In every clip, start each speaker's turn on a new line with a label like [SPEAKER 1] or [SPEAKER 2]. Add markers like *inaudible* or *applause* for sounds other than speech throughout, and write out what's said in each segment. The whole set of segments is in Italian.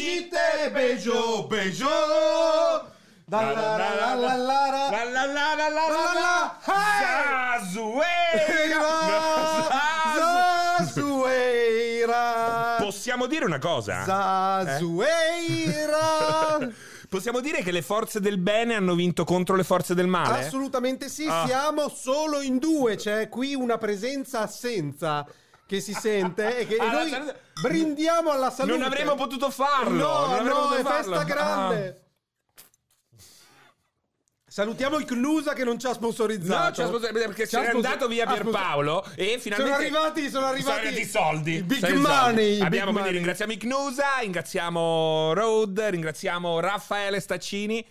[SPEAKER 1] è Bejo, Bejo. Da la la la la la la.
[SPEAKER 2] La la la
[SPEAKER 1] La
[SPEAKER 2] la la la
[SPEAKER 1] la.
[SPEAKER 2] la
[SPEAKER 1] Hey!
[SPEAKER 2] Zazueira!
[SPEAKER 1] Zasueira. Zasueira.
[SPEAKER 2] Possiamo dire una cosa? Eh?
[SPEAKER 1] Zasueira.
[SPEAKER 2] *laughs* Possiamo dire che le forze del bene hanno vinto contro le forze del male?
[SPEAKER 1] Assolutamente sì,
[SPEAKER 2] Ah.
[SPEAKER 1] siamo solo in due, c'è qui una presenza assenza che si sente e che e
[SPEAKER 2] Ah, la
[SPEAKER 1] noi
[SPEAKER 2] salute-
[SPEAKER 1] brindiamo alla salute.
[SPEAKER 2] Non avremmo potuto farlo! non
[SPEAKER 1] No,
[SPEAKER 2] avremmo
[SPEAKER 1] no,
[SPEAKER 2] potuto
[SPEAKER 1] è
[SPEAKER 2] farlo.
[SPEAKER 1] festa grande.
[SPEAKER 2] Ah.
[SPEAKER 1] Ah. Salutiamo il Cnusa che non ci ha sponsorizzato.
[SPEAKER 2] No, ci ha sposato-
[SPEAKER 1] Esatto.
[SPEAKER 2] perché
[SPEAKER 1] Ci
[SPEAKER 2] se
[SPEAKER 1] ha
[SPEAKER 2] n'è
[SPEAKER 1] sponsor-
[SPEAKER 2] andato via
[SPEAKER 1] ha sponsor-
[SPEAKER 2] Pierpaolo e
[SPEAKER 1] Sono
[SPEAKER 2] finalmente...
[SPEAKER 1] arrivati, sono arrivati.
[SPEAKER 2] Sono i soldi.
[SPEAKER 1] I Big
[SPEAKER 2] Sono i soldi.
[SPEAKER 1] money. i big
[SPEAKER 2] Abbiamo quindi
[SPEAKER 1] money.
[SPEAKER 2] ringraziamo Ignusa, ringraziamo Road, ringraziamo Raffaele Staccini.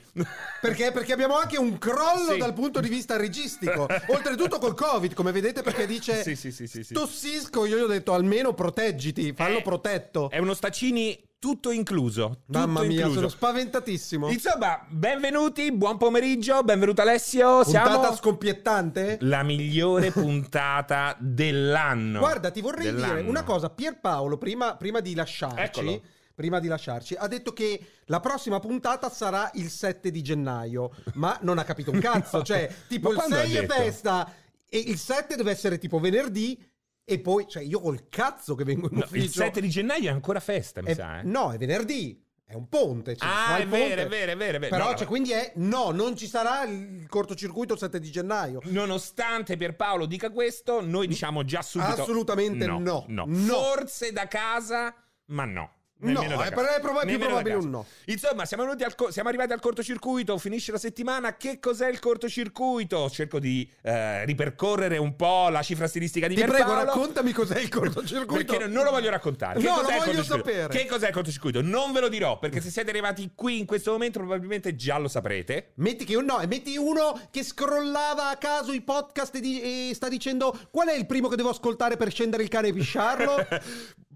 [SPEAKER 1] Perché? Perché abbiamo anche un crollo
[SPEAKER 2] Sì.
[SPEAKER 1] dal punto di vista
[SPEAKER 2] *laughs*
[SPEAKER 1] registico. Oltretutto col Covid, come vedete, perché dice
[SPEAKER 2] Sì, sì, sì, sì, sì.
[SPEAKER 1] tossisco. Io gli ho detto almeno proteggiti, fallo
[SPEAKER 2] Eh,
[SPEAKER 1] protetto.
[SPEAKER 2] È uno Staccini tutto incluso. tutto
[SPEAKER 1] Mamma mia,
[SPEAKER 2] incluso.
[SPEAKER 1] sono spaventatissimo.
[SPEAKER 2] Insomma, benvenuti, buon pomeriggio, benvenuto Alessio.
[SPEAKER 1] Puntata
[SPEAKER 2] Siamo
[SPEAKER 1] scoppiettante?
[SPEAKER 2] la migliore *laughs* puntata dell'anno.
[SPEAKER 1] Guarda, ti vorrei dire
[SPEAKER 2] Dell'anno.
[SPEAKER 1] una cosa. Pierpaolo, prima, prima di lasciarci,
[SPEAKER 2] Eccolo.
[SPEAKER 1] prima di lasciarci, ha detto che la prossima puntata sarà il 7 di gennaio, ma non ha capito
[SPEAKER 2] *laughs*
[SPEAKER 1] un cazzo.
[SPEAKER 2] No.
[SPEAKER 1] Cioè, tipo
[SPEAKER 2] Ma
[SPEAKER 1] il
[SPEAKER 2] quando
[SPEAKER 1] 6
[SPEAKER 2] ha
[SPEAKER 1] è
[SPEAKER 2] detto?
[SPEAKER 1] festa e il 7 deve essere tipo venerdì e poi, cioè, io col cazzo che vengo in
[SPEAKER 2] No,
[SPEAKER 1] ufficio.
[SPEAKER 2] il 7 di gennaio è ancora festa, mi
[SPEAKER 1] È-
[SPEAKER 2] sa. eh.
[SPEAKER 1] No, è venerdì. È un ponte. cioè,
[SPEAKER 2] Ah,
[SPEAKER 1] sarà
[SPEAKER 2] è
[SPEAKER 1] il
[SPEAKER 2] vero,
[SPEAKER 1] ponte.
[SPEAKER 2] è vero, è vero, è vero.
[SPEAKER 1] Però,
[SPEAKER 2] No,
[SPEAKER 1] cioè,
[SPEAKER 2] no.
[SPEAKER 1] quindi è no, non ci sarà il cortocircuito il 7 di gennaio.
[SPEAKER 2] Nonostante Pierpaolo dica questo, noi diciamo già subito:
[SPEAKER 1] Assolutamente no,
[SPEAKER 2] no,
[SPEAKER 1] no.
[SPEAKER 2] Forse da casa, ma no.
[SPEAKER 1] No,
[SPEAKER 2] Nemmeno da
[SPEAKER 1] è
[SPEAKER 2] casa.
[SPEAKER 1] per- è proba- più
[SPEAKER 2] Nemmeno da
[SPEAKER 1] probabile
[SPEAKER 2] casa.
[SPEAKER 1] un no.
[SPEAKER 2] Insomma, siamo, venuti al co- siamo arrivati al cortocircuito. Finisce la settimana. Che cos'è il cortocircuito? Cerco di eh, ripercorrere un po' la cifra stilistica di
[SPEAKER 1] Ti prego,
[SPEAKER 2] Pierpaolo.
[SPEAKER 1] raccontami cos'è il cortocircuito.
[SPEAKER 2] Perché non lo voglio raccontare. Che
[SPEAKER 1] No, lo
[SPEAKER 2] cos'è il
[SPEAKER 1] voglio
[SPEAKER 2] cortocircuito?
[SPEAKER 1] sapere.
[SPEAKER 2] Che cos'è il cortocircuito? Non ve lo dirò, perché se siete arrivati qui in questo momento probabilmente già lo saprete.
[SPEAKER 1] Metti che no, e metti uno che scrollava a caso i podcast e, di- e sta dicendo qual è il primo che devo ascoltare per scendere il cane e
[SPEAKER 2] *laughs*
[SPEAKER 1] pisciarlo.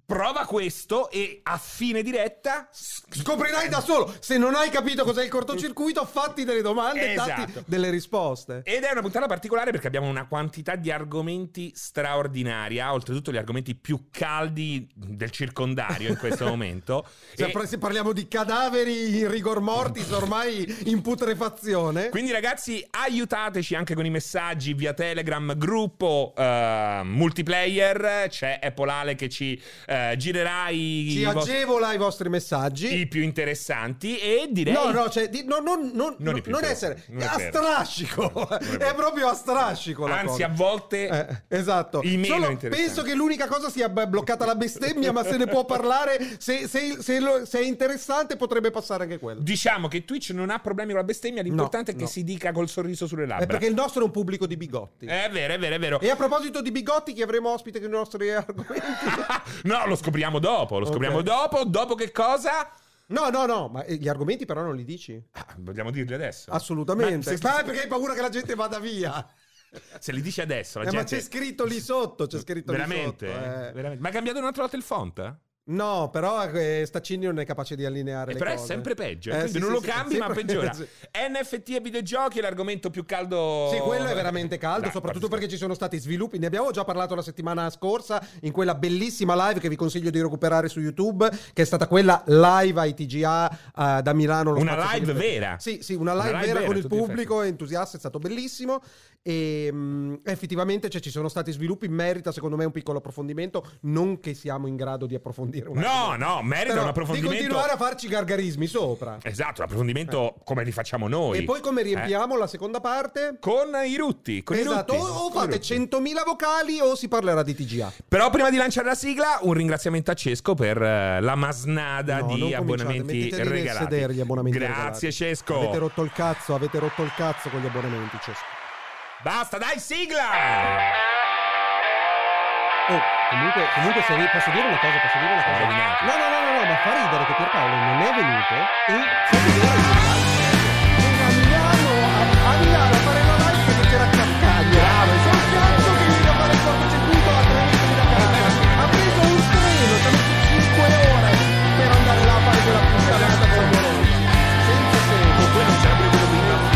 [SPEAKER 2] Prova questo e a fine diretta s-
[SPEAKER 1] Scoprirai da solo. Se non hai capito cos'è il cortocircuito, fatti delle domande e datti
[SPEAKER 2] Esatto.
[SPEAKER 1] delle risposte.
[SPEAKER 2] Ed è una puntata particolare perché abbiamo una quantità di argomenti straordinaria, oltretutto gli argomenti più caldi del circondario
[SPEAKER 1] *laughs*
[SPEAKER 2] in questo momento.
[SPEAKER 1] Se,
[SPEAKER 2] E
[SPEAKER 1] par- se parliamo di cadaveri in rigor mortis ormai in putrefazione.
[SPEAKER 2] quindi ragazzi aiutateci anche con i messaggi via Telegram, gruppo eh, multiplayer, c'è Apple Ale che ci eh, girerà i,
[SPEAKER 1] Ci
[SPEAKER 2] i vos-
[SPEAKER 1] agevola i vostri messaggi.
[SPEAKER 2] i più interessanti e direi...
[SPEAKER 1] No, no, cioè, di- no, non, non-
[SPEAKER 2] Non è più
[SPEAKER 1] non
[SPEAKER 2] vero.
[SPEAKER 1] essere.
[SPEAKER 2] Non è
[SPEAKER 1] a
[SPEAKER 2] vero.
[SPEAKER 1] strascico.
[SPEAKER 2] Non è
[SPEAKER 1] *laughs* è,
[SPEAKER 2] vero.
[SPEAKER 1] proprio a strascico la
[SPEAKER 2] Anzi,
[SPEAKER 1] cosa.
[SPEAKER 2] a volte
[SPEAKER 1] Eh, esatto.
[SPEAKER 2] I meno
[SPEAKER 1] Solo
[SPEAKER 2] interessanti.
[SPEAKER 1] penso che l'unica cosa sia beh, bloccata la bestemmia, ma se ne può parlare. Se, se- se lo- se è interessante, potrebbe passare anche quello.
[SPEAKER 2] Diciamo che Twitch non ha problemi con la bestemmia, l'importante
[SPEAKER 1] No,
[SPEAKER 2] è che
[SPEAKER 1] no.
[SPEAKER 2] si dica col sorriso sulle
[SPEAKER 1] È
[SPEAKER 2] labbra.
[SPEAKER 1] perché il nostro è un pubblico di bigotti.
[SPEAKER 2] È vero, è vero, è vero.
[SPEAKER 1] E a proposito di bigotti, chi avremo ospite con i nostri
[SPEAKER 2] *laughs*
[SPEAKER 1] argomenti?
[SPEAKER 2] no, lo scopriamo dopo, lo scopriamo
[SPEAKER 1] Ok.
[SPEAKER 2] dopo. Dopo che cosa?
[SPEAKER 1] No, no, no, ma eh, gli argomenti però non li dici?
[SPEAKER 2] Ah, vogliamo dirli adesso? Ma
[SPEAKER 1] Assolutamente.
[SPEAKER 2] se,
[SPEAKER 1] Ma è perché hai paura che la gente vada via.
[SPEAKER 2] se li dici adesso, la
[SPEAKER 1] Eh, ma
[SPEAKER 2] gente...
[SPEAKER 1] c'è scritto lì sotto, c'è scritto
[SPEAKER 2] veramente,
[SPEAKER 1] lì sotto. eh.
[SPEAKER 2] veramente. Ma ha cambiato un'altra volta il font? eh?
[SPEAKER 1] No, però eh, Staccini non è capace di allineare
[SPEAKER 2] Eh,
[SPEAKER 1] le
[SPEAKER 2] però
[SPEAKER 1] cose.
[SPEAKER 2] è sempre peggio. eh,
[SPEAKER 1] Eh,
[SPEAKER 2] quindi
[SPEAKER 1] sì,
[SPEAKER 2] non
[SPEAKER 1] sì,
[SPEAKER 2] lo
[SPEAKER 1] sì,
[SPEAKER 2] cambi, ma
[SPEAKER 1] sempre-
[SPEAKER 2] peggiora.
[SPEAKER 1] *laughs* sì.
[SPEAKER 2] NFT e videogiochi è l'argomento più caldo.
[SPEAKER 1] Sì, quello è veramente caldo,
[SPEAKER 2] Oh, Dai,
[SPEAKER 1] soprattutto
[SPEAKER 2] parti-
[SPEAKER 1] perché ci sono stati sviluppi. Ne abbiamo già parlato la settimana scorsa in quella bellissima live che vi consiglio di recuperare su YouTube, che è stata quella live ai TGA eh, da Milano. lo
[SPEAKER 2] Una
[SPEAKER 1] spazio
[SPEAKER 2] live
[SPEAKER 1] per-
[SPEAKER 2] vera.
[SPEAKER 1] Sì, sì, una live,
[SPEAKER 2] Una live
[SPEAKER 1] vera,
[SPEAKER 2] vera,
[SPEAKER 1] con il
[SPEAKER 2] tutti gli
[SPEAKER 1] pubblico, entusiasta, è stato bellissimo. E mm, effettivamente cioè, ci sono stati sviluppi, merita secondo me un piccolo approfondimento, non che siamo in grado di approfondire. un
[SPEAKER 2] No,
[SPEAKER 1] argomento.
[SPEAKER 2] no, merita
[SPEAKER 1] Però
[SPEAKER 2] un
[SPEAKER 1] Di
[SPEAKER 2] approfondimento.
[SPEAKER 1] continuare a farci gargarismi sopra.
[SPEAKER 2] Esatto, un approfondimento come li facciamo noi.
[SPEAKER 1] E poi come riempiamo la seconda parte?
[SPEAKER 2] Eh, Con i rutti. Eh. Con
[SPEAKER 1] esatto,
[SPEAKER 2] i rutti.
[SPEAKER 1] o, o
[SPEAKER 2] con i
[SPEAKER 1] fate
[SPEAKER 2] rutti.
[SPEAKER 1] 100.000 vocali o si parlerà di TGA.
[SPEAKER 2] Però prima di lanciare la sigla, un ringraziamento a Cesco per eh, la
[SPEAKER 1] No,
[SPEAKER 2] masnada
[SPEAKER 1] non
[SPEAKER 2] di
[SPEAKER 1] cominciate,
[SPEAKER 2] abbonamenti
[SPEAKER 1] mettetevi nel
[SPEAKER 2] regalati.
[SPEAKER 1] sedere gli abbonamenti
[SPEAKER 2] Grazie
[SPEAKER 1] regalati.
[SPEAKER 2] Cesco.
[SPEAKER 1] Avete rotto il cazzo, avete rotto il cazzo con gli abbonamenti, Cesco.
[SPEAKER 2] Basta, dai, sigla!
[SPEAKER 1] Oh, comunque, comunque se vi- posso dire una cosa, posso dire una cosa.
[SPEAKER 2] Sbavinato.
[SPEAKER 1] No, no, no, no, no, ma fa ridere che Pierpaolo non è venuto e fa vedere che era a Milano, a, a Milano a fare la live perché c'era Cascaglio. Bravo, c'è un cazzo che viene a fare il cortocircuito a tre metri da casa. Ha preso un treno, ci ha messo 5 ore per andare là a fare quella puttanata con Bologna. Senza senso. Quello sarebbe quello migliore.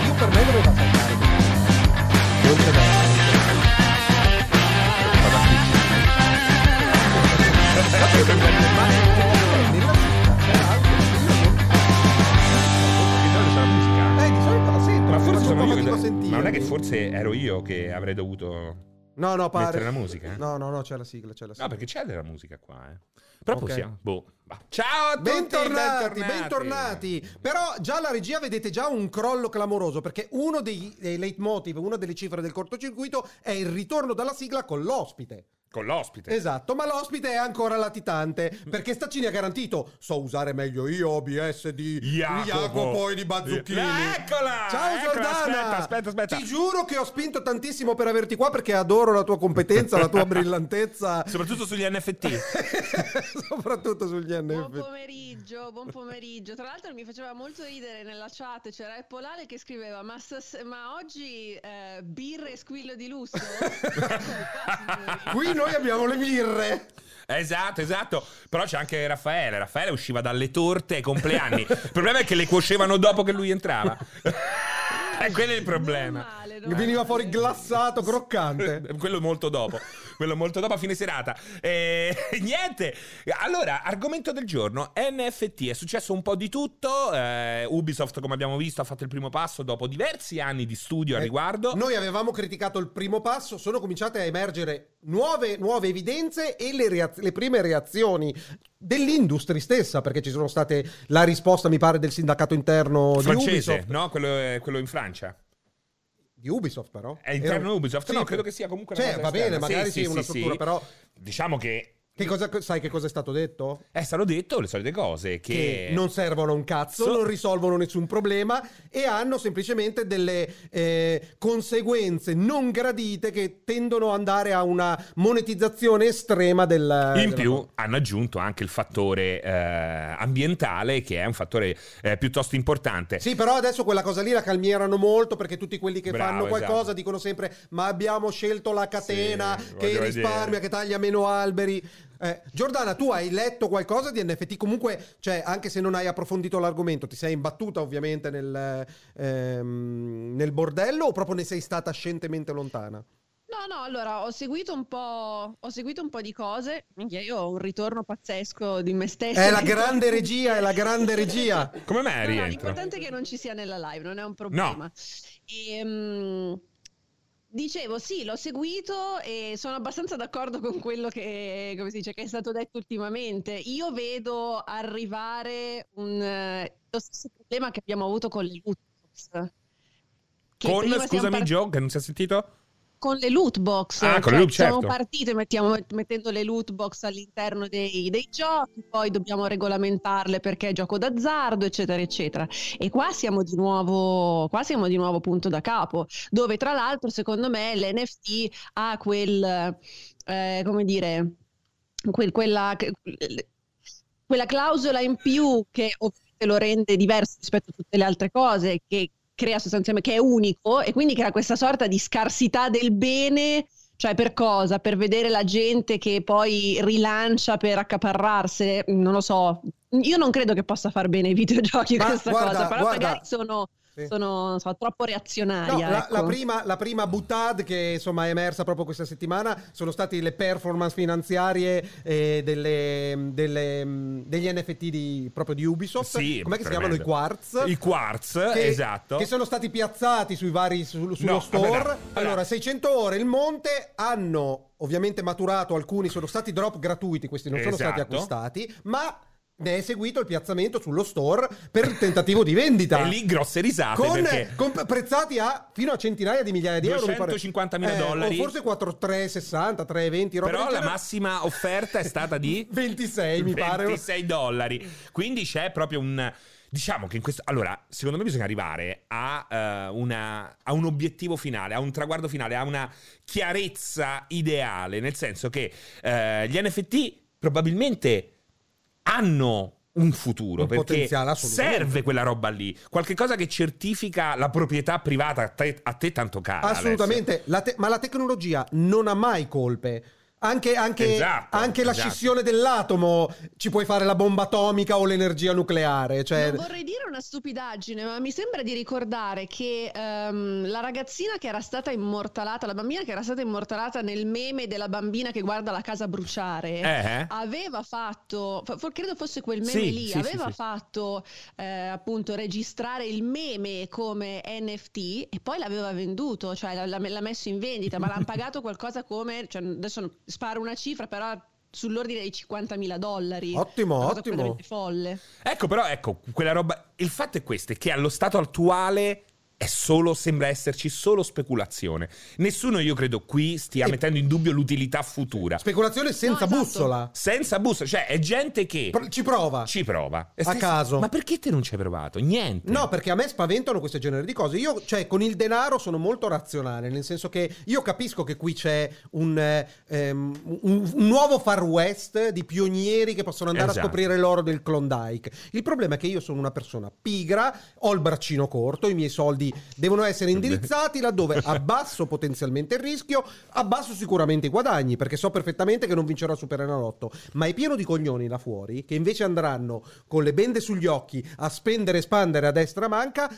[SPEAKER 1] Io per me doveva saltare. Non Eh,
[SPEAKER 2] sono io
[SPEAKER 1] fatico
[SPEAKER 2] che
[SPEAKER 1] a
[SPEAKER 2] do-
[SPEAKER 1] sentire.
[SPEAKER 2] Ma non è che forse ero io che avrei dovuto
[SPEAKER 1] No, no,
[SPEAKER 2] mettere la
[SPEAKER 1] pare.
[SPEAKER 2] musica? eh?
[SPEAKER 1] No, no, no, c'è la sigla, c'è la sigla.
[SPEAKER 2] No, perché c'è della musica qua, eh. Però
[SPEAKER 1] Ok.
[SPEAKER 2] possiamo. Boh. va. Ciao a tutti!
[SPEAKER 1] Bentornati, bentornati. Però già la regia vedete già un crollo clamoroso perché uno dei, dei leitmotiv, una delle cifre del cortocircuito è il ritorno dalla sigla con l'ospite.
[SPEAKER 2] Con l'ospite.
[SPEAKER 1] Esatto, ma l'ospite è ancora latitante
[SPEAKER 2] Mm.
[SPEAKER 1] perché Staccini ha garantito so usare meglio io OBS di
[SPEAKER 2] Jacopo.
[SPEAKER 1] poi di Bazzucchini.
[SPEAKER 2] Eh, Eccola!
[SPEAKER 1] Ciao
[SPEAKER 2] Eccola,
[SPEAKER 1] Giordana!
[SPEAKER 2] aspetta, aspetta, aspetta.
[SPEAKER 1] Ti giuro che ho spinto tantissimo per averti qua perché adoro la tua competenza, la
[SPEAKER 2] *laughs*
[SPEAKER 1] tua brillantezza, *laughs*
[SPEAKER 2] Soprattutto sugli NFT.
[SPEAKER 1] soprattutto sugli
[SPEAKER 3] Buon
[SPEAKER 1] NFT.
[SPEAKER 3] pomeriggio, buon pomeriggio. Tra l'altro mi faceva molto ridere nella chat, c'era Eppolale che scriveva ma, stas- ma oggi eh, birra e squillo
[SPEAKER 1] *laughs*
[SPEAKER 3] di lusso?
[SPEAKER 1] Qui noi abbiamo le birre.
[SPEAKER 2] Esatto, esatto. Però c'è anche Raffaele. Raffaele usciva dalle torte ai compleanni. Il problema è che le cuocevano dopo che lui entrava. *laughs* E quello è il problema.
[SPEAKER 3] Normale, normale.
[SPEAKER 1] Veniva fuori glassato, croccante.
[SPEAKER 2] Quello molto dopo, quello molto dopo a fine serata. E, *laughs* niente, allora, argomento del giorno, NFT, è successo un po' di tutto, eh, Ubisoft come abbiamo visto ha fatto il primo passo dopo diversi anni di studio al
[SPEAKER 1] Eh,
[SPEAKER 2] riguardo.
[SPEAKER 1] Noi avevamo criticato il primo passo, sono cominciate a emergere nuove, nuove evidenze e le, reaz- le prime reazioni dell'industria stessa, perché ci sono state la risposta, mi pare, del sindacato interno di
[SPEAKER 2] francese,
[SPEAKER 1] Ubisoft.
[SPEAKER 2] no? Quello, eh, quello in Francia.
[SPEAKER 1] Di Ubisoft, però.
[SPEAKER 2] È interno
[SPEAKER 1] Era-
[SPEAKER 2] Ubisoft?
[SPEAKER 1] Sì,
[SPEAKER 2] No, credo che sia comunque una
[SPEAKER 1] Cioè,
[SPEAKER 2] cosa
[SPEAKER 1] va bene,
[SPEAKER 2] esterna.
[SPEAKER 1] magari
[SPEAKER 2] Sì,
[SPEAKER 1] sì,
[SPEAKER 2] sì,
[SPEAKER 1] una
[SPEAKER 2] sì,
[SPEAKER 1] struttura,
[SPEAKER 2] sì.
[SPEAKER 1] però...
[SPEAKER 2] Diciamo che
[SPEAKER 1] Che cosa, sai che cosa è stato detto?
[SPEAKER 2] è stato detto le solite cose che,
[SPEAKER 1] che non servono a un cazzo,
[SPEAKER 2] So-
[SPEAKER 1] non risolvono nessun problema e hanno semplicemente delle eh, conseguenze non gradite che tendono ad andare a una monetizzazione estrema del...
[SPEAKER 2] In
[SPEAKER 1] della-
[SPEAKER 2] più hanno aggiunto anche il fattore eh, ambientale, che è un fattore eh, piuttosto importante.
[SPEAKER 1] Sì, però adesso quella cosa lì la calmierano molto perché tutti quelli che
[SPEAKER 2] Bravo,
[SPEAKER 1] fanno qualcosa
[SPEAKER 2] esatto.
[SPEAKER 1] dicono sempre ma abbiamo scelto la catena
[SPEAKER 2] Sì,
[SPEAKER 1] che
[SPEAKER 2] voglio
[SPEAKER 1] risparmia,
[SPEAKER 2] vedere.
[SPEAKER 1] che taglia meno alberi. Eh, Giordana, tu hai letto qualcosa di NFT? Comunque, cioè, anche se non hai approfondito l'argomento, ti sei imbattuta ovviamente nel, ehm, nel bordello o proprio ne sei stata scientemente lontana?
[SPEAKER 3] No, no, allora ho seguito un po', ho seguito un po' di cose, Minchia, io ho un ritorno pazzesco di me stessa.
[SPEAKER 1] È la grande regia, è la grande
[SPEAKER 3] *laughs*
[SPEAKER 1] regia.
[SPEAKER 2] Come mai
[SPEAKER 3] No, no,
[SPEAKER 2] rientro?
[SPEAKER 3] l'importante è che non ci sia nella live, non è un problema. Ehm, dicevo, sì, l'ho seguito e sono abbastanza d'accordo con quello che, come si dice, che è stato detto ultimamente. Io vedo arrivare un, eh, lo stesso problema che abbiamo avuto con le loot box. Che
[SPEAKER 2] Con,
[SPEAKER 3] prima siamo
[SPEAKER 2] scusami
[SPEAKER 3] partiti-
[SPEAKER 2] Joe, che non si è sentito?
[SPEAKER 3] con le loot box. Cioè,
[SPEAKER 2] Ah, con le loot,
[SPEAKER 3] siamo
[SPEAKER 2] certo.
[SPEAKER 3] partite mettiamo- mettendo le loot box all'interno dei, dei giochi, poi dobbiamo regolamentarle perché è gioco d'azzardo, eccetera, eccetera. E qua siamo di nuovo, qua siamo di nuovo punto da capo, dove tra l'altro secondo me l'NFT ha quel, eh, come dire, quel- quella, quella clausola in più che ovviamente lo rende diverso rispetto a tutte le altre cose, che crea sostanzialmente, che è unico e quindi crea questa sorta di scarsità del bene. Cioè, per cosa? Per vedere la gente che poi rilancia per accaparrarsene, non lo so. Io non credo che possa far bene ai videogiochi
[SPEAKER 1] Ma
[SPEAKER 3] questa
[SPEAKER 1] guarda,
[SPEAKER 3] cosa, però
[SPEAKER 1] guarda.
[SPEAKER 3] magari sono,
[SPEAKER 1] Sì.
[SPEAKER 3] sono non so, troppo reazionaria.
[SPEAKER 1] No, la,
[SPEAKER 3] ecco.
[SPEAKER 1] la prima, la prima buttad che insomma è emersa proprio questa settimana sono state le performance finanziarie eh, delle- delle, mh, degli NFT di, proprio di Ubisoft.
[SPEAKER 2] Sì,
[SPEAKER 1] Com'è che si chiamano
[SPEAKER 2] tremendo.
[SPEAKER 1] i quarts?
[SPEAKER 2] I quartz,
[SPEAKER 1] che,
[SPEAKER 2] esatto.
[SPEAKER 1] che sono stati piazzati sui vari sul- sullo
[SPEAKER 2] No,
[SPEAKER 1] store.
[SPEAKER 2] vabbè, dai, vabbè.
[SPEAKER 1] Allora, 600 ore il monte hanno ovviamente maturato alcuni, sono stati drop gratuiti, questi non sono stati
[SPEAKER 2] Esatto.
[SPEAKER 1] acquistati, ma ne è seguito il piazzamento sullo store per il tentativo di vendita
[SPEAKER 2] E lì grosse risate
[SPEAKER 1] con,
[SPEAKER 2] Ah, perché...
[SPEAKER 1] con prezzati a fino a centinaia di migliaia di euro. mi pare. Eh,
[SPEAKER 2] 250.000 dollari.
[SPEAKER 1] O forse 4, 360, 320, roba
[SPEAKER 2] Però
[SPEAKER 1] del
[SPEAKER 2] la
[SPEAKER 1] genere.
[SPEAKER 2] massima offerta è stata
[SPEAKER 1] *laughs*
[SPEAKER 2] di
[SPEAKER 1] 26, mi pare.
[SPEAKER 2] 26 dollari. Quindi c'è proprio un. Diciamo che in questo. Allora, secondo me bisogna arrivare a, eh, una- a un obiettivo finale, a un traguardo finale, a una chiarezza ideale. Nel senso che eh, gli NFT probabilmente hanno un futuro
[SPEAKER 1] Un
[SPEAKER 2] perché
[SPEAKER 1] potenziale, assolutamente.
[SPEAKER 2] serve quella roba lì, qualche cosa che certifica la proprietà privata a te, a te tanto cara. Alessio.
[SPEAKER 1] Assolutamente, La te- ma la tecnologia non ha mai colpe. Anche, anche-
[SPEAKER 2] Esatto,
[SPEAKER 1] anche la
[SPEAKER 2] esatto.
[SPEAKER 1] scissione dell'atomo ci puoi fare la bomba atomica o l'energia nucleare. Cioè,
[SPEAKER 3] Non vorrei dire una stupidaggine, ma mi sembra di ricordare che ehm, la ragazzina che era stata immortalata, la bambina che era stata immortalata nel meme della bambina che guarda la casa bruciare.
[SPEAKER 2] Eh?
[SPEAKER 3] Aveva fatto, fa- for- credo fosse quel meme
[SPEAKER 2] Sì,
[SPEAKER 3] lì,
[SPEAKER 2] sì, sì,
[SPEAKER 3] aveva
[SPEAKER 2] sì.
[SPEAKER 3] fatto eh, appunto registrare il meme come NFT e poi l'aveva venduto, cioè l'ha, l'ha- l'ha messo in vendita, ma
[SPEAKER 2] *laughs*
[SPEAKER 3] l'hanno pagato qualcosa come, cioè, adesso non- sparo una cifra, però sull'ordine dei 50.000 dollari.
[SPEAKER 1] ottimo,
[SPEAKER 2] Oh,
[SPEAKER 3] Una cosa
[SPEAKER 1] ottimo.
[SPEAKER 3] completamente folle.
[SPEAKER 2] Ecco, però, ecco, quella roba. Il fatto è questo: è che allo stato attuale è solo, sembra esserci solo speculazione. Nessuno, io credo, qui stia
[SPEAKER 1] E-
[SPEAKER 2] mettendo in dubbio l'utilità futura.
[SPEAKER 1] Speculazione senza
[SPEAKER 3] No, esatto.
[SPEAKER 1] bussola.
[SPEAKER 2] Senza busta, cioè, è gente che
[SPEAKER 1] Pro- ci prova.
[SPEAKER 2] ci prova. E
[SPEAKER 1] A caso.
[SPEAKER 2] Ma perché te non ci hai provato? Niente.
[SPEAKER 1] No, perché a me spaventano questo genere di cose. Io, cioè, con il denaro sono molto razionale, nel senso che io capisco che qui c'è un, eh, ehm, un- un nuovo far west di pionieri che possono andare
[SPEAKER 2] Esatto.
[SPEAKER 1] a scoprire l'oro del Klondike. Il problema è che io sono una persona pigra, ho il braccino corto, i miei soldi devono essere indirizzati laddove abbasso potenzialmente il rischio, abbasso sicuramente i guadagni, perché so perfettamente che non vincerò Superenalotto, ma è pieno di cognoni là fuori che invece andranno con le bende sugli occhi a spendere e spandere a destra manca.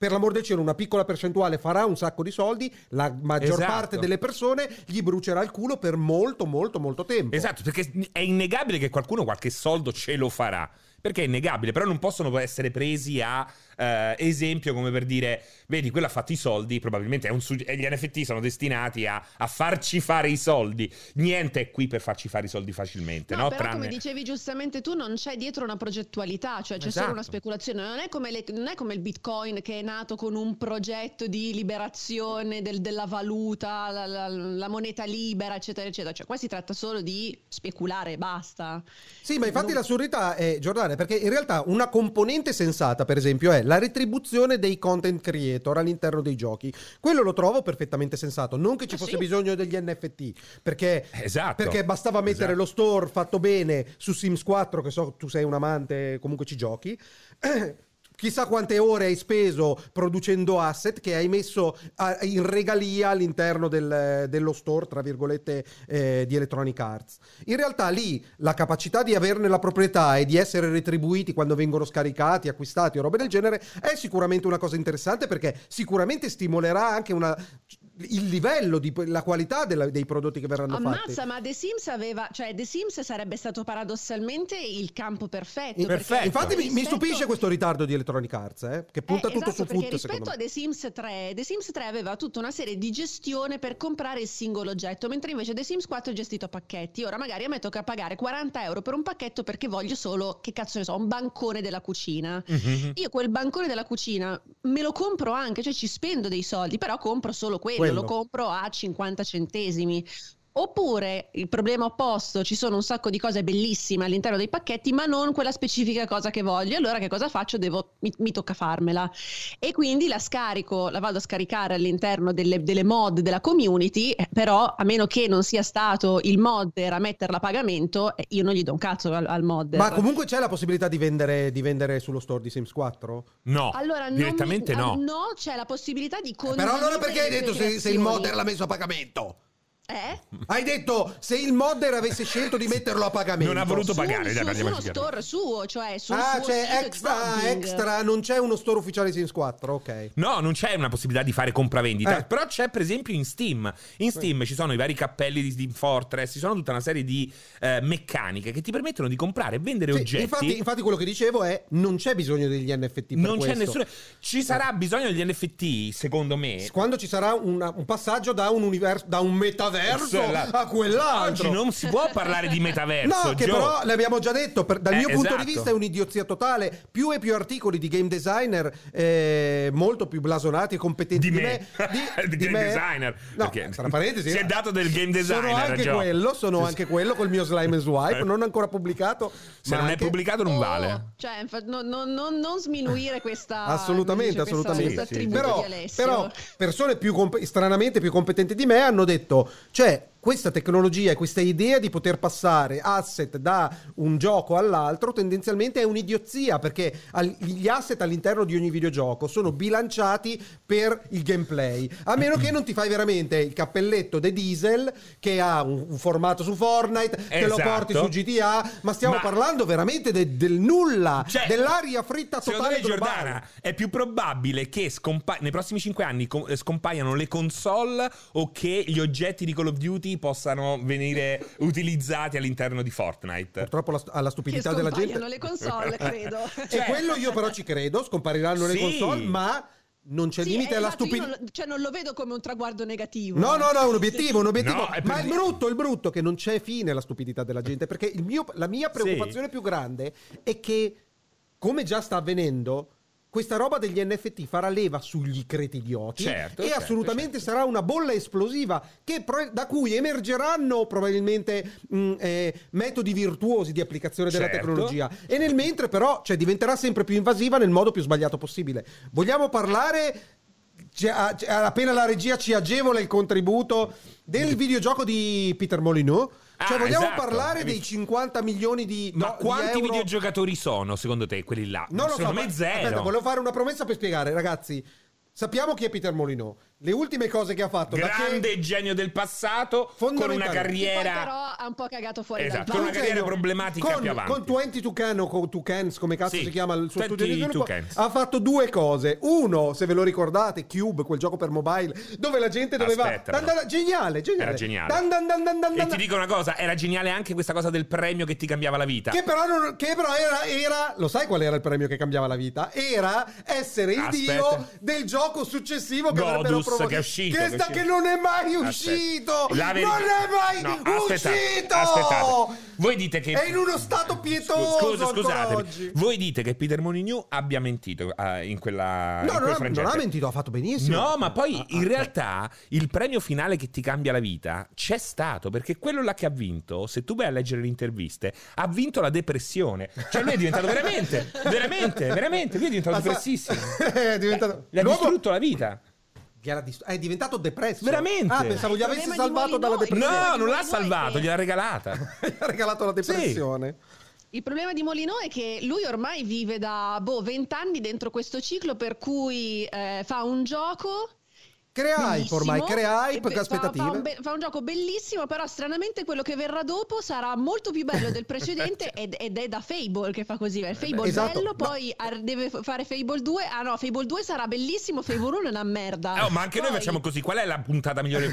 [SPEAKER 1] Per l'amor del cielo, una piccola percentuale farà un sacco di soldi, la maggior
[SPEAKER 2] Esatto.
[SPEAKER 1] parte delle persone gli brucerà il culo per molto, molto, molto tempo.
[SPEAKER 2] Esatto, perché è innegabile che qualcuno qualche soldo ce lo farà. Perché è innegabile, però non possono essere presi a eh, esempio come per dire, vedi, quello ha fatto i soldi, probabilmente è un sug- e gli NFT sono destinati a, a farci fare i soldi. Niente è qui per farci fare i soldi facilmente, no?
[SPEAKER 3] No, però come
[SPEAKER 2] Tranne-
[SPEAKER 3] dicevi giustamente tu non c'è dietro una progettualità, cioè c'è
[SPEAKER 2] Esatto.
[SPEAKER 3] solo una speculazione, non è, come le- non è come il bitcoin che è nato con un progetto di liberazione del- della valuta, la, la- la moneta libera eccetera eccetera, cioè qua si tratta solo di speculare e basta.
[SPEAKER 1] Sì, ma infatti
[SPEAKER 3] Non-
[SPEAKER 1] l'assurdità è, Giordana, perché in realtà una componente sensata, per esempio, è la retribuzione dei content creator all'interno dei giochi. Quello lo trovo perfettamente sensato. Non che ci
[SPEAKER 3] Ah,
[SPEAKER 1] fosse
[SPEAKER 3] sì?
[SPEAKER 1] bisogno degli NFT, perché,
[SPEAKER 2] Esatto.
[SPEAKER 1] perché bastava mettere
[SPEAKER 2] Esatto.
[SPEAKER 1] lo store fatto bene su Sims 4, che so tu sei un amante, comunque ci giochi. *clears throat* Chissà quante ore hai speso producendo asset che hai messo a- in regalia all'interno del- dello store, tra virgolette, eh, di Electronic Arts. In realtà lì la capacità di averne la proprietà e di essere retribuiti quando vengono scaricati, acquistati o robe del genere è sicuramente una cosa interessante perché sicuramente stimolerà anche una- il livello, di, la qualità della- dei prodotti che verranno fatti.
[SPEAKER 3] Ammazza, ma The Sims aveva, cioè The Sims sarebbe stato paradossalmente il campo perfetto. perché
[SPEAKER 2] Perfetto.
[SPEAKER 1] Infatti mi, mi
[SPEAKER 3] rispetto-
[SPEAKER 1] stupisce questo ritardo di Electronic Arts, eh, che punta
[SPEAKER 3] Eh,
[SPEAKER 1] tutto
[SPEAKER 3] esatto,
[SPEAKER 1] su
[SPEAKER 3] perché
[SPEAKER 1] foot secondo
[SPEAKER 3] rispetto
[SPEAKER 1] me.
[SPEAKER 3] a The Sims 3, The Sims 3 aveva tutta una serie di gestione per comprare il singolo oggetto, mentre invece The Sims 4 è gestito a pacchetti. Ora magari a me tocca pagare 40 euro per un pacchetto perché voglio solo, che cazzo ne so, un bancone della cucina.
[SPEAKER 1] Mm.
[SPEAKER 2] Mhm.
[SPEAKER 3] Io quel bancone della cucina me lo compro anche, cioè ci spendo dei soldi, però compro solo quello,
[SPEAKER 1] Quello.
[SPEAKER 3] lo compro a 50 centesimi. Oppure il problema opposto, ci sono un sacco di cose bellissime all'interno dei pacchetti, ma non quella specifica cosa che voglio. Allora che cosa faccio? Devo- mi, mi tocca farmela. E quindi la scarico, la vado a scaricare all'interno delle, delle mod della community, eh, però a meno che non sia stato il modder a metterla a pagamento, eh, io non gli do un cazzo al, al modder.
[SPEAKER 1] Ma comunque c'è la possibilità di vendere, di vendere sullo store di Sims 4?
[SPEAKER 2] No,
[SPEAKER 3] Allora, non
[SPEAKER 2] direttamente
[SPEAKER 3] mi-
[SPEAKER 2] no.
[SPEAKER 3] ah, No, c'è la possibilità di condividere
[SPEAKER 1] Eh, Però allora perché hai
[SPEAKER 3] le
[SPEAKER 1] detto
[SPEAKER 3] tue
[SPEAKER 1] se, se il
[SPEAKER 3] creazioni.
[SPEAKER 1] modder l'ha messo a pagamento?
[SPEAKER 3] Eh?
[SPEAKER 1] Hai detto se il modder avesse scelto
[SPEAKER 3] *laughs*
[SPEAKER 1] di metterlo a pagamento.
[SPEAKER 2] Non ha voluto
[SPEAKER 3] Su-
[SPEAKER 2] pagare.
[SPEAKER 3] su,
[SPEAKER 2] dai,
[SPEAKER 3] su
[SPEAKER 2] parliamo
[SPEAKER 3] uno
[SPEAKER 2] di-
[SPEAKER 3] store suo, cioè sul
[SPEAKER 1] Ah,
[SPEAKER 3] suo sito
[SPEAKER 1] c'è
[SPEAKER 3] di
[SPEAKER 1] extra,
[SPEAKER 3] crowdfunding.
[SPEAKER 1] extra, non c'è uno store ufficiale di Sims 4, ok.
[SPEAKER 2] No, non c'è una possibilità di fare compravendita.
[SPEAKER 1] Eh.
[SPEAKER 2] Però c'è, per esempio, in Steam. In Steam ci sono i vari cappelli di Steam Fortress, ci sono tutta una serie di eh, meccaniche che ti permettono di comprare e vendere
[SPEAKER 1] Sì,
[SPEAKER 2] oggetti.
[SPEAKER 1] infatti, infatti quello che dicevo è non c'è bisogno degli NFT per
[SPEAKER 2] non
[SPEAKER 1] questo.
[SPEAKER 2] c'è
[SPEAKER 1] Eh.
[SPEAKER 2] nessuno. Ci sarà bisogno degli NFT, secondo me.
[SPEAKER 1] Quando ci sarà una- un passaggio da un, universo, da un metaverso
[SPEAKER 2] Sì, Eh, la-
[SPEAKER 1] a quell'altro.
[SPEAKER 2] Oggi non si può parlare
[SPEAKER 1] *laughs*
[SPEAKER 2] di metaverso.
[SPEAKER 1] No, che
[SPEAKER 2] Gio.
[SPEAKER 1] però l'abbiamo già detto, per- dal
[SPEAKER 2] Eh,
[SPEAKER 1] mio punto
[SPEAKER 2] esatto.
[SPEAKER 1] di vista è un'idiozia totale. Più e più articoli di game designer eh, molto più blasonati e competenti
[SPEAKER 2] Di
[SPEAKER 1] di
[SPEAKER 2] me.
[SPEAKER 1] me.
[SPEAKER 2] *laughs* Di game designer.
[SPEAKER 1] No,
[SPEAKER 2] Perché-
[SPEAKER 1] tra parentesi. eh.
[SPEAKER 2] Si è dato del game
[SPEAKER 1] Sono
[SPEAKER 2] designer,
[SPEAKER 1] anche
[SPEAKER 2] Gio.
[SPEAKER 1] quello, sono
[SPEAKER 2] Sì,
[SPEAKER 1] anche
[SPEAKER 2] sì.
[SPEAKER 1] quello col mio slime and swipe,
[SPEAKER 2] *laughs* Eh.
[SPEAKER 1] non ancora pubblicato.
[SPEAKER 2] Se
[SPEAKER 1] ma
[SPEAKER 2] non
[SPEAKER 1] anche-
[SPEAKER 2] è pubblicato, non
[SPEAKER 3] Oh,
[SPEAKER 2] vale.
[SPEAKER 3] Cioè, infa- non, non- non- non sminuire
[SPEAKER 1] *laughs*
[SPEAKER 3] questa
[SPEAKER 1] assolutamente,
[SPEAKER 3] come dice, questa-
[SPEAKER 1] assolutamente.
[SPEAKER 3] questo
[SPEAKER 2] Sì, sì,
[SPEAKER 3] attributo
[SPEAKER 1] Però,
[SPEAKER 3] di Alessio.
[SPEAKER 1] però persone più comp- stranamente più competenti di me hanno detto, cioè questa tecnologia e questa idea di poter passare asset da un gioco all'altro tendenzialmente è un'idiozia perché al- gli asset all'interno di ogni videogioco sono bilanciati per il gameplay a meno che non ti fai veramente il cappelletto de Diesel che ha un, un formato su Fortnite che lo
[SPEAKER 2] Esatto.
[SPEAKER 1] porti su GTA ma stiamo
[SPEAKER 2] Ma-
[SPEAKER 1] parlando veramente de- del nulla
[SPEAKER 2] Cioè,
[SPEAKER 1] dell'aria fritta
[SPEAKER 2] Secondo
[SPEAKER 1] totale
[SPEAKER 2] me,
[SPEAKER 1] globale.
[SPEAKER 2] Giordana, è più probabile che scompa- nei prossimi 5 anni co- eh, scompaiano le console o che gli oggetti di Call of Duty possano
[SPEAKER 1] *laughs*
[SPEAKER 2] venire utilizzati all'interno di Fortnite.
[SPEAKER 1] purtroppo la stu- alla
[SPEAKER 4] Che
[SPEAKER 1] stupidità della gente Eh,
[SPEAKER 4] scompaiono Eh. le
[SPEAKER 1] *laughs*
[SPEAKER 4] console, credo.
[SPEAKER 2] Cioè-
[SPEAKER 1] e quello io però ci credo, scompariranno le
[SPEAKER 2] Sì.
[SPEAKER 1] console, ma non c'è
[SPEAKER 4] Sì,
[SPEAKER 1] limite
[SPEAKER 4] eh,
[SPEAKER 1] alla
[SPEAKER 4] esatto, io
[SPEAKER 1] stupidità.
[SPEAKER 4] non lo- cioè, non lo vedo come un traguardo negativo.
[SPEAKER 1] No, no, no, un obiettivo, un obiettivo.
[SPEAKER 2] No, è per
[SPEAKER 1] Ma il
[SPEAKER 2] dire-
[SPEAKER 1] brutto, il brutto che non c'è fine alla stupidità della gente, perché il mio- la mia preoccupazione più grande è che, come già sta avvenendo, questa roba degli NFT farà leva sugli creti idioti
[SPEAKER 2] Certo,
[SPEAKER 1] e
[SPEAKER 2] certo,
[SPEAKER 1] assolutamente
[SPEAKER 2] certo.
[SPEAKER 1] sarà una bolla esplosiva che pro- da cui emergeranno probabilmente mh, eh, metodi virtuosi di applicazione della
[SPEAKER 2] Certo.
[SPEAKER 1] tecnologia. E nel mentre però cioè, diventerà sempre più invasiva nel modo più sbagliato possibile. Vogliamo parlare c'è- a- c'è- appena la regia ci agevola il contributo del videogioco di Peter Molyneux. Cioè,
[SPEAKER 2] Ah,
[SPEAKER 1] vogliamo
[SPEAKER 2] esatto.
[SPEAKER 1] parlare dei
[SPEAKER 2] Capisci.
[SPEAKER 1] 50 milioni di.
[SPEAKER 2] Ma
[SPEAKER 1] no, di
[SPEAKER 2] quanti
[SPEAKER 1] euro?
[SPEAKER 2] videogiocatori sono, secondo te, quelli là?
[SPEAKER 1] Non lo so.
[SPEAKER 2] secondo me
[SPEAKER 1] ma-
[SPEAKER 2] zero.
[SPEAKER 1] Aspetta, volevo fare una promessa per spiegare, ragazzi. Sappiamo chi è Peter Molyneux. Le ultime cose che ha fatto. da che-
[SPEAKER 2] Grande genio del passato, con una
[SPEAKER 1] Fondamentale.
[SPEAKER 4] Che poi
[SPEAKER 2] carriera...
[SPEAKER 4] però ha un po' cagato fuori
[SPEAKER 2] Esatto,
[SPEAKER 1] Ma
[SPEAKER 4] dal
[SPEAKER 2] con
[SPEAKER 1] un
[SPEAKER 2] una carriera
[SPEAKER 1] genio.
[SPEAKER 2] problematica
[SPEAKER 1] con,
[SPEAKER 2] più avanti.
[SPEAKER 1] Con 20 Tucano, con Tucans, come cazzo
[SPEAKER 2] Sì,
[SPEAKER 1] si chiama il suo
[SPEAKER 2] 20
[SPEAKER 1] studio di sviluppo,
[SPEAKER 2] Toucans.
[SPEAKER 1] ha fatto due cose. Uno, se ve lo ricordate, Cube, quel gioco per mobile, dove la gente doveva...
[SPEAKER 2] Aspetta,
[SPEAKER 1] Dan, dan,
[SPEAKER 2] no.
[SPEAKER 1] geniale, geniale.
[SPEAKER 2] Era geniale.
[SPEAKER 1] Dan, dan, dan, dan, dan,
[SPEAKER 2] E
[SPEAKER 1] dan.
[SPEAKER 2] ti dico una cosa, era geniale anche questa cosa del premio che ti cambiava la vita.
[SPEAKER 1] Che però, non- che però era, era- Lo sai qual era il premio che cambiava la vita? Era essere il
[SPEAKER 2] Aspetta.
[SPEAKER 1] dio del gioco successivo che avrebbero
[SPEAKER 2] Godus,
[SPEAKER 1] promosso.
[SPEAKER 2] che è uscito,
[SPEAKER 1] Che,
[SPEAKER 2] che è
[SPEAKER 1] sta-
[SPEAKER 2] uscito.
[SPEAKER 1] che non è mai
[SPEAKER 2] Aspetta.
[SPEAKER 1] uscito!
[SPEAKER 2] La verità-
[SPEAKER 1] Non è mai
[SPEAKER 2] No,
[SPEAKER 1] uscito!
[SPEAKER 2] aspettate, aspettate. Voi dite che
[SPEAKER 1] È in uno stato pietoso
[SPEAKER 2] Scusa,
[SPEAKER 1] ancora
[SPEAKER 2] scusatemi.
[SPEAKER 1] oggi.
[SPEAKER 2] Voi dite che Peter Molyneux abbia mentito eh, in quella in
[SPEAKER 1] No,
[SPEAKER 2] quel
[SPEAKER 1] non ha, non
[SPEAKER 2] frangente.
[SPEAKER 1] ha mentito, ha fatto benissimo.
[SPEAKER 2] No, ma poi
[SPEAKER 1] Ah, ah,
[SPEAKER 2] in realtà il premio finale che ti cambia la vita c'è stato perché quello là che ha vinto, se tu vai a leggere le interviste, ha vinto la depressione. Cioè lui è
[SPEAKER 1] *laughs*
[SPEAKER 2] diventato veramente, veramente, veramente, lui è diventato
[SPEAKER 1] Ma sa-
[SPEAKER 2] depressissimo.
[SPEAKER 1] *laughs* è diventato...
[SPEAKER 2] Gli ha
[SPEAKER 1] L'uomo
[SPEAKER 2] distrutto la vita.
[SPEAKER 1] gli era dist- È diventato depresso.
[SPEAKER 2] Veramente?
[SPEAKER 1] Ah, pensavo gli
[SPEAKER 4] Il
[SPEAKER 1] avessi
[SPEAKER 4] problema di
[SPEAKER 1] salvato dalla
[SPEAKER 4] Molyneux-
[SPEAKER 1] depressione.
[SPEAKER 2] No,
[SPEAKER 4] Perché-
[SPEAKER 2] non l'ha
[SPEAKER 4] Perché-
[SPEAKER 2] salvato, gliel'ha regalata.
[SPEAKER 1] Gli *laughs* ha regalato la depressione.
[SPEAKER 4] Il problema di Molino è che lui ormai vive da boh, 20 anni dentro questo ciclo per cui eh, fa un gioco
[SPEAKER 1] Crea hype
[SPEAKER 4] bellissimo,
[SPEAKER 1] ormai, crea
[SPEAKER 4] e
[SPEAKER 1] hype,
[SPEAKER 4] pe-
[SPEAKER 1] che
[SPEAKER 4] fa-
[SPEAKER 1] aspettative.
[SPEAKER 4] Fa un, be- fa un gioco bellissimo, però stranamente quello che verrà dopo sarà molto più bello
[SPEAKER 1] *laughs*
[SPEAKER 4] del precedente ed, ed è da Fable che fa così. È Fable
[SPEAKER 1] Certo. Esatto,
[SPEAKER 4] bello,
[SPEAKER 1] no.
[SPEAKER 4] poi ar- deve f- fare Fable 2. Ah no, Fable 2 sarà bellissimo, Fable 1 è una merda.
[SPEAKER 2] Oh, ma anche noi
[SPEAKER 4] Poi-
[SPEAKER 2] facciamo così. Qual è la puntata migliore del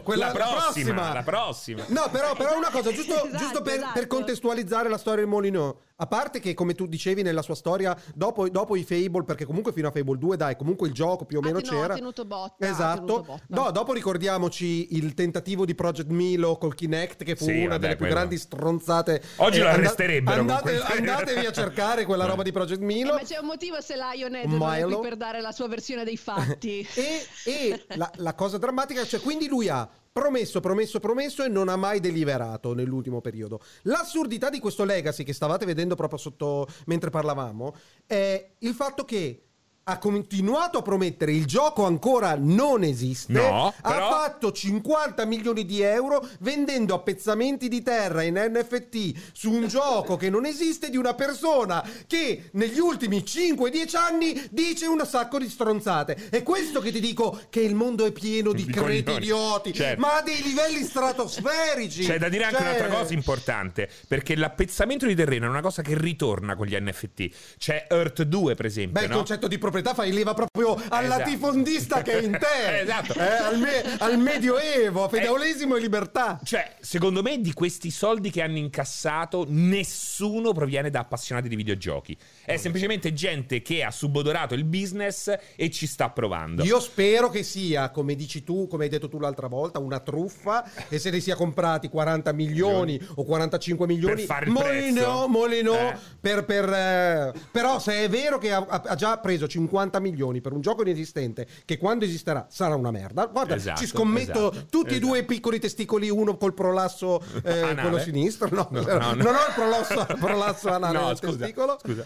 [SPEAKER 1] *laughs* Quella-
[SPEAKER 2] la prossima, la prossima.
[SPEAKER 1] No, però, però una
[SPEAKER 4] *laughs*
[SPEAKER 1] cosa, giusto,
[SPEAKER 4] Esatto,
[SPEAKER 1] giusto per,
[SPEAKER 4] esatto.
[SPEAKER 1] per contestualizzare la storia di Molino. A parte che, come tu dicevi nella sua storia, dopo, dopo i Fable, perché comunque fino a Fable 2, dai, comunque il gioco più o
[SPEAKER 4] Ha
[SPEAKER 1] meno
[SPEAKER 4] tenu- ha
[SPEAKER 1] c'era.
[SPEAKER 4] tenuto botta, ha
[SPEAKER 1] Esatto.
[SPEAKER 4] tenuto botta.
[SPEAKER 1] No, dopo ricordiamoci il tentativo di Project Milo col Kinect, che fu
[SPEAKER 2] Sì,
[SPEAKER 1] una
[SPEAKER 2] vabbè,
[SPEAKER 1] delle più
[SPEAKER 2] quello.
[SPEAKER 1] grandi stronzate.
[SPEAKER 2] Oggi lo
[SPEAKER 1] anda-
[SPEAKER 2] arresterebbero con
[SPEAKER 1] Andate,
[SPEAKER 2] quel-
[SPEAKER 1] andatevi a cercare
[SPEAKER 2] *laughs*
[SPEAKER 1] quella roba di Project
[SPEAKER 4] Eh,
[SPEAKER 1] Milo.
[SPEAKER 4] ma c'è un motivo se Lionhead non è qui
[SPEAKER 1] Milo.
[SPEAKER 4] per dare la sua versione dei
[SPEAKER 1] *laughs*
[SPEAKER 4] fatti.
[SPEAKER 1] e, e la, la cosa drammatica, cioè, quindi lui ha promesso, promesso, promesso e non ha mai deliberato nell'ultimo periodo. L'assurdità di questo legacy che stavate vedendo proprio sotto mentre parlavamo è il fatto che ha continuato a promettere il gioco ancora non esiste
[SPEAKER 2] No,
[SPEAKER 1] ha
[SPEAKER 2] però-
[SPEAKER 1] fatto 50 milioni di euro vendendo appezzamenti di terra in NFT su un gioco che non esiste di una persona che negli ultimi 5-10 anni dice un sacco di stronzate. È questo che ti dico che il mondo è pieno di
[SPEAKER 2] Di
[SPEAKER 1] creti
[SPEAKER 2] coglioni.
[SPEAKER 1] idioti,
[SPEAKER 2] Certo.
[SPEAKER 1] ma a dei livelli stratosferici.
[SPEAKER 2] C'è da dire anche
[SPEAKER 1] Cioè-
[SPEAKER 2] un'altra cosa importante, perché l'appezzamento di terreno è una cosa che ritorna con gli NFT. C'è Earth 2, per esempio.
[SPEAKER 1] Beh, il
[SPEAKER 2] no?
[SPEAKER 1] concetto di proprietà fai leva proprio al
[SPEAKER 2] Esatto.
[SPEAKER 1] latifondista che è in te,
[SPEAKER 2] *laughs* Esatto.
[SPEAKER 1] eh, al, me- al medioevo, a feudalesimo e libertà.
[SPEAKER 2] Cioè, secondo me, di questi soldi che hanno incassato, nessuno proviene da appassionati di videogiochi. È semplicemente gente che ha subodorato il business e ci sta provando.
[SPEAKER 1] Io spero che sia, come dici tu, come hai detto tu l'altra volta, una truffa e se ne sia comprati 40 milioni o 45 milioni.
[SPEAKER 2] fare il
[SPEAKER 1] Molino,
[SPEAKER 2] prezzo.
[SPEAKER 1] Molino,
[SPEAKER 2] Eh.
[SPEAKER 1] per, per, eh, però se è vero che ha, ha già preso 50 50 milioni per un gioco inesistente che quando esisterà sarà una merda. Guarda,
[SPEAKER 2] Esatto,
[SPEAKER 1] ci scommetto
[SPEAKER 2] esatto,
[SPEAKER 1] tutti e
[SPEAKER 2] esatto.
[SPEAKER 1] due i piccoli testicoli, uno col prolasso eh,
[SPEAKER 2] Anale.
[SPEAKER 1] quello sinistro. No,
[SPEAKER 2] *laughs* No, no,
[SPEAKER 1] non
[SPEAKER 2] no.
[SPEAKER 1] ho il prolasso, prolasso anale
[SPEAKER 2] No,
[SPEAKER 1] del
[SPEAKER 2] scusa,
[SPEAKER 1] testicolo.
[SPEAKER 2] scusa.